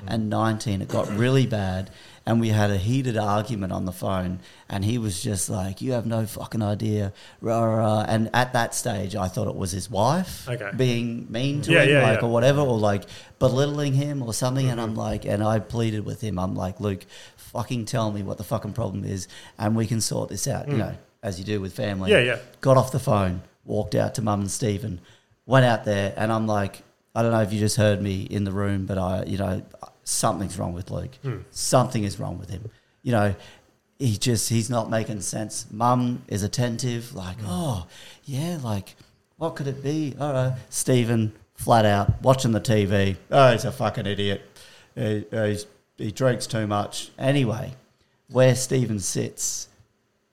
Speaker 3: 2019. It got really bad. And we had a heated argument on the phone. And he was just like, You have no fucking idea. Rah, rah, rah. And at that stage, I thought it was his wife
Speaker 1: Okay.
Speaker 3: being mean to
Speaker 1: Yeah,
Speaker 3: him,
Speaker 1: yeah,
Speaker 3: like,
Speaker 1: yeah.
Speaker 3: or whatever, or like belittling him or something. And
Speaker 1: Mm-hmm.
Speaker 3: I'm like, and I pleaded with him. I'm like, Luke, fucking tell me what the fucking problem is, and we can sort this out. You know, as you do with family.
Speaker 1: Mm. Yeah, yeah.
Speaker 3: Got off the phone, walked out to Mum and Stephen, went out there, and I'm like, I don't know if you just heard me in the room, but I, you know, something's wrong with Luke. Something is wrong with him. You know, he just he's not making sense. Mum is attentive, like, oh yeah, like what could it be? All right, Stephen flat out watching the TV. Oh, he's a fucking idiot. He, he's, he drinks too much. Anyway, where Stephen sits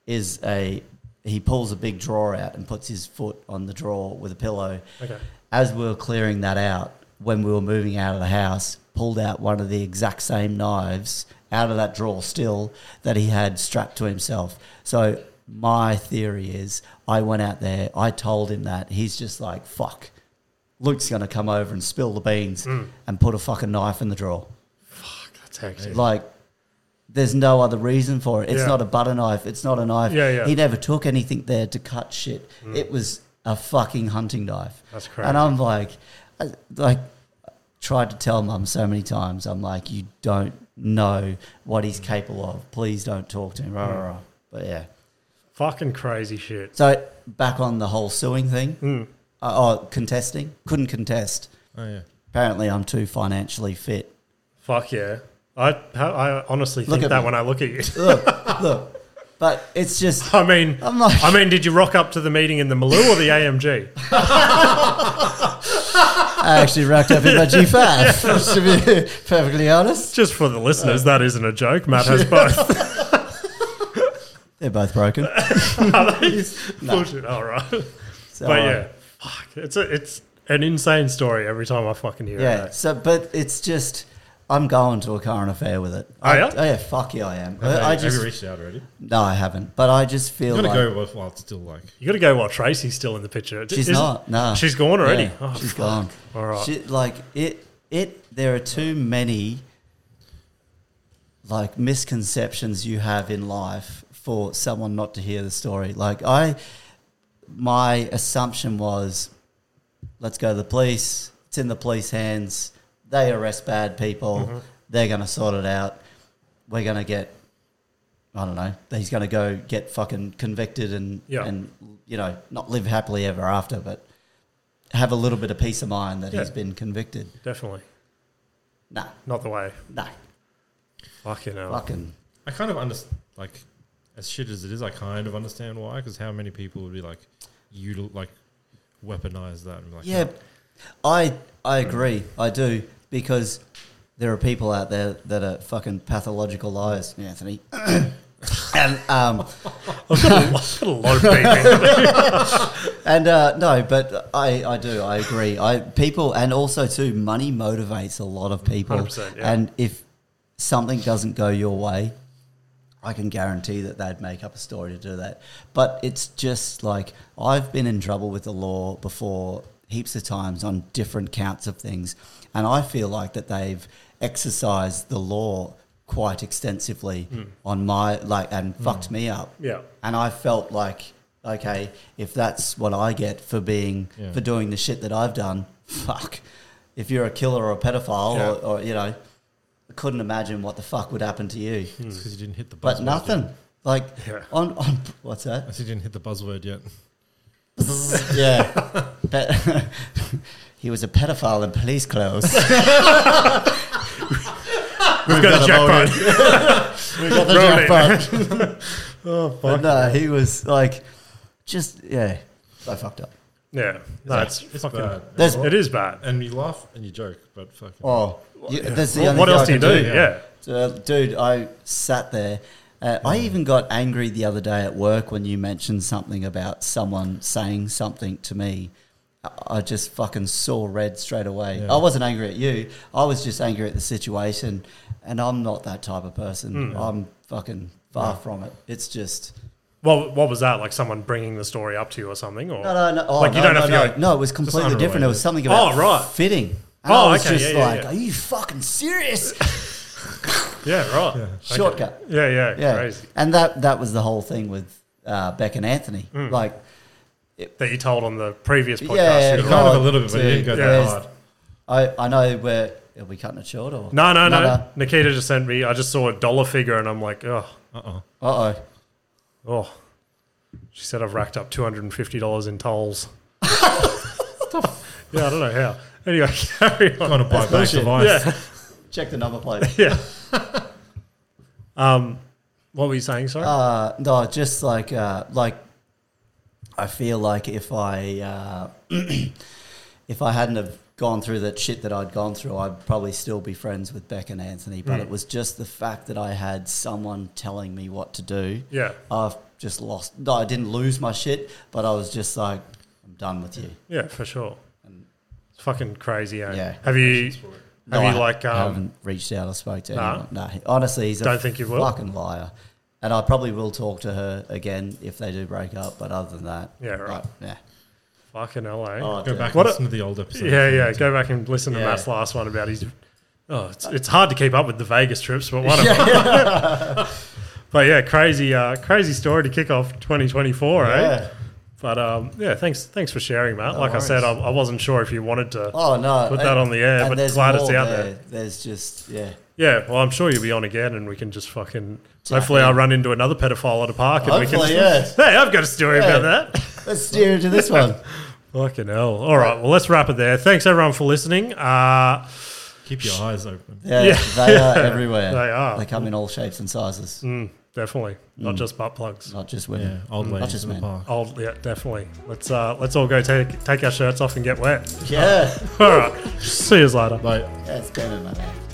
Speaker 3: is a he pulls a big drawer out and puts his foot on the drawer with a pillow.
Speaker 1: Okay.
Speaker 3: As we were clearing that out, when we were moving out of the house, pulled out one of the exact same knives out of that drawer still that he had strapped to himself. So my theory is I went out there, I told him that. He's just like, fuck. Luke's gonna come over and spill the beans and put a fucking knife in the drawer.
Speaker 1: That's hectic.
Speaker 3: Like, there's no other reason for it. It's
Speaker 1: Yeah.
Speaker 3: not a butter knife. It's not a knife.
Speaker 1: Yeah, yeah.
Speaker 3: He never took anything there to cut shit. It was a fucking hunting knife.
Speaker 1: That's
Speaker 3: And
Speaker 1: crazy.
Speaker 3: I'm like, I, like, tried to tell mum so many times. I'm like, you don't know what
Speaker 1: Mm.
Speaker 3: he's capable of. Please don't talk to him. Rah, rah, rah. But yeah.
Speaker 1: Fucking crazy shit.
Speaker 3: So back on the whole suing thing.
Speaker 1: Mm.
Speaker 3: Uh, oh, contesting. Couldn't contest.
Speaker 2: Oh yeah.
Speaker 3: Apparently, I'm too financially fit.
Speaker 1: Fuck yeah. I I honestly
Speaker 3: Look
Speaker 1: think
Speaker 3: at
Speaker 1: that
Speaker 3: me.
Speaker 1: when I look at you.
Speaker 3: Look, look. But it's just
Speaker 1: I mean,
Speaker 3: I'm like-
Speaker 1: I mean, did you rock up to the meeting in the Maloo or the AMG?
Speaker 3: I actually racked up in my G5, to be perfectly honest.
Speaker 1: Just for the listeners, that isn't a joke. Matt has both.
Speaker 3: They're both broken.
Speaker 1: Bullshit. All right.
Speaker 3: So,
Speaker 1: But
Speaker 3: uh,
Speaker 1: yeah, fuck. It's a, it's an insane story every time I fucking hear
Speaker 3: Yeah,
Speaker 1: it.
Speaker 3: so, but it's just, I'm going to a current affair with it.
Speaker 1: Are
Speaker 3: I-
Speaker 1: ya?
Speaker 3: Oh, yeah, fuck yeah, I am.
Speaker 2: Have,
Speaker 3: I, I
Speaker 2: you, have you
Speaker 3: just,
Speaker 2: reached out already?
Speaker 3: no, I haven't. But I just feel
Speaker 2: You gotta
Speaker 3: like
Speaker 2: go with while it's still like.
Speaker 1: You got to go while Tracy's still in the picture.
Speaker 3: she's
Speaker 1: Is-
Speaker 3: not. No.
Speaker 1: She's gone already.
Speaker 3: Yeah,
Speaker 1: Oh,
Speaker 3: she's
Speaker 1: fuck.
Speaker 3: gone.
Speaker 1: All right.
Speaker 3: She, like, it, it, there are too many, like, misconceptions you have in life for someone not to hear the story. Like, I, my assumption was let's go to the police. It's in the police hands. They arrest bad people.
Speaker 1: Mm-hmm.
Speaker 3: They're going to sort it out. We're going to get, I don't know, he's going to go get fucking convicted and,
Speaker 1: Yeah.
Speaker 3: and, you know, not live happily ever after, but have a little bit of peace of mind that
Speaker 1: Yeah.
Speaker 3: he's been convicted.
Speaker 1: Definitely
Speaker 3: Nah,
Speaker 1: not the way.
Speaker 3: nah,
Speaker 1: Fucking hell.
Speaker 3: fucking.
Speaker 2: I kind of understand, like, as shit as it is, I kind of understand why. Because how many people would be like, you l- like, weaponize that and be like,
Speaker 3: Yeah, I I agree. I do because there are people out there that are fucking pathological liars, Anthony. and um,
Speaker 1: I've got a, I've got a lot of beeping.
Speaker 3: and uh, no, but I, I do I agree. I people and also too money motivates a lot of people.
Speaker 1: 100%, yeah.
Speaker 3: And if something doesn't go your way, I can guarantee that they'd make up a story to do that. But it's just like I've been in trouble with the law before heaps of times on different counts of things, and I feel like that they've exercised the law quite extensively on my like and fucked me up.
Speaker 1: Yeah.
Speaker 3: And I felt like okay, if that's what I get for being
Speaker 2: Yeah.
Speaker 3: for doing the shit that I've done, fuck. If you're a killer or a pedophile
Speaker 1: Yeah.
Speaker 3: or, or you know, I couldn't imagine what the fuck would happen to you
Speaker 2: it's because you didn't hit the buzzword.
Speaker 3: but nothing.
Speaker 2: Yet.
Speaker 3: Like
Speaker 1: Yeah.
Speaker 3: on, on what's
Speaker 2: I
Speaker 3: that?
Speaker 2: said you didn't hit the buzzword yet.
Speaker 3: yeah, Pe- he was a pedophile in police clothes.
Speaker 1: We've got a jackpot.
Speaker 3: we got the
Speaker 1: Ruined it.
Speaker 3: jackpot.
Speaker 2: Oh,
Speaker 3: But
Speaker 2: fuck.
Speaker 3: no, he was like, just yeah, so fucked up.
Speaker 1: Yeah, no, it's,
Speaker 2: It's
Speaker 1: fucking.
Speaker 2: bad.
Speaker 3: There's-
Speaker 1: It is bad.
Speaker 2: And you laugh and you joke, but fucking.
Speaker 3: Oh, you, that's the
Speaker 1: What,
Speaker 3: only
Speaker 1: what
Speaker 3: thing
Speaker 1: else
Speaker 3: I
Speaker 1: do you
Speaker 3: can
Speaker 1: do?
Speaker 2: do,
Speaker 1: Yeah.
Speaker 2: yeah.
Speaker 3: Uh, dude, I sat there. Uh, I even got angry the other day at work when you mentioned something about someone saying something to me. I- I just fucking saw red straight away.
Speaker 2: Yeah.
Speaker 3: I wasn't angry at you. I was just angry at the situation. And I'm not that type of
Speaker 1: Hmm.
Speaker 3: person. I'm fucking far from it. It's just.
Speaker 1: Well, what was that? Like someone bringing the story up to you or something? Or
Speaker 3: No, no, no. Oh,
Speaker 1: like
Speaker 3: no,
Speaker 1: you don't
Speaker 3: no,
Speaker 1: have to
Speaker 3: no.
Speaker 1: go.
Speaker 3: No, it was completely different. It was
Speaker 2: unrelated.
Speaker 3: something about
Speaker 1: Oh, right.
Speaker 3: fitting.
Speaker 1: Oh,
Speaker 3: And I was
Speaker 1: okay.
Speaker 3: just
Speaker 1: Yeah, yeah,
Speaker 3: like,
Speaker 1: yeah.
Speaker 3: are you fucking serious?
Speaker 1: Yeah, right. Okay.
Speaker 3: Shortcut.
Speaker 1: Yeah, yeah,
Speaker 3: Yeah,
Speaker 1: Crazy.
Speaker 3: and that that was the whole thing with uh, Beck and Anthony.
Speaker 2: Hmm.
Speaker 3: Like,
Speaker 1: That you told on the previous podcast.
Speaker 3: yeah,
Speaker 1: you
Speaker 2: Kind
Speaker 1: got-
Speaker 2: of a
Speaker 3: God,
Speaker 2: little bit, but it didn't
Speaker 3: dude,
Speaker 2: go
Speaker 1: Yeah.
Speaker 2: that hard.
Speaker 3: I I know we're are we cutting it short or
Speaker 1: No, no, no, Nikita just sent me. I just saw a dollar figure and I'm like, oh,
Speaker 2: Uh
Speaker 3: Uh oh,
Speaker 1: oh. She said I've racked up two hundred and fifty dollars in tolls. yeah, I don't know how. Anyway, carry
Speaker 2: oh.
Speaker 1: on.
Speaker 2: Kind of buy bags
Speaker 3: bullshit.
Speaker 2: of ice.
Speaker 1: Yeah,
Speaker 3: check the number plate.
Speaker 1: yeah. um, what were you saying? Sorry.
Speaker 3: Uh, no, just like uh, like I feel like if I uh, if I hadn't have gone through that shit that I'd gone through, I'd probably still be friends with Beck and Anthony.
Speaker 2: Hmm.
Speaker 3: But it was just the fact that I had someone telling me what to do.
Speaker 1: yeah,
Speaker 3: I've just lost. No, I didn't lose my shit, but I was just like, I'm done with you.
Speaker 1: yeah, for sure. It's fucking crazy. Eh?
Speaker 3: Yeah.
Speaker 1: Have you?
Speaker 3: No,
Speaker 1: Have
Speaker 3: I
Speaker 1: you like?
Speaker 3: I
Speaker 1: Um,
Speaker 3: haven't reached out or spoke to
Speaker 1: Nah.
Speaker 3: anyone. No, he- honestly, he's a
Speaker 1: Don't think you will?
Speaker 3: fucking liar. And I probably will talk to her again if they do break up. But other than that,
Speaker 1: Yeah, right.
Speaker 3: like, yeah.
Speaker 1: Fucking LA.
Speaker 3: Oh,
Speaker 2: Go
Speaker 3: dude.
Speaker 2: back
Speaker 1: What
Speaker 2: and
Speaker 1: a-
Speaker 2: listen to the old episode.
Speaker 1: yeah, yeah. Go back and listen to
Speaker 3: Yeah.
Speaker 1: Matt's last one about his. Oh, it's, it's hard to keep up with the Vegas trips, but one of them.
Speaker 3: Yeah,
Speaker 1: But yeah, crazy, uh, crazy story to kick off 2024, eh?
Speaker 3: yeah.
Speaker 1: But um, yeah, thanks, thanks for sharing, Matt.
Speaker 3: No
Speaker 1: like
Speaker 3: worries.
Speaker 1: I said, I, I wasn't sure if you wanted to.
Speaker 3: Oh no!
Speaker 1: Put that on the air,
Speaker 3: and
Speaker 1: but
Speaker 3: there's
Speaker 1: glad it's
Speaker 3: more
Speaker 1: out there.
Speaker 3: There's just yeah.
Speaker 1: Yeah, well, I'm sure you'll be on again, and we can just fucking.
Speaker 3: Tap
Speaker 1: hopefully,
Speaker 3: in.
Speaker 1: I'll run into another pedophile at a park, and we
Speaker 3: Hopefully,
Speaker 1: can.
Speaker 3: yeah.
Speaker 1: Hey, I've got a story
Speaker 3: Yeah.
Speaker 1: about that.
Speaker 3: Let's steer into this one.
Speaker 1: Fucking hell! All right, well, let's wrap it there. Thanks everyone for listening. Uh,
Speaker 2: Keep your eyes open.
Speaker 3: Yeah,
Speaker 1: Yeah.
Speaker 3: they are everywhere.
Speaker 1: They are.
Speaker 3: They come in all shapes and sizes,
Speaker 1: mm, definitely not just butt plugs.
Speaker 3: not just
Speaker 2: Yeah,
Speaker 3: women.
Speaker 2: old
Speaker 3: Not
Speaker 2: ladies
Speaker 3: just
Speaker 2: in the
Speaker 3: men.
Speaker 2: park.
Speaker 1: Oh yeah, definitely. Let's uh, let's all go take take our shirts off and get wet.
Speaker 3: Yeah,
Speaker 1: All right, see you later.
Speaker 2: Like,
Speaker 3: yeah it's better, man.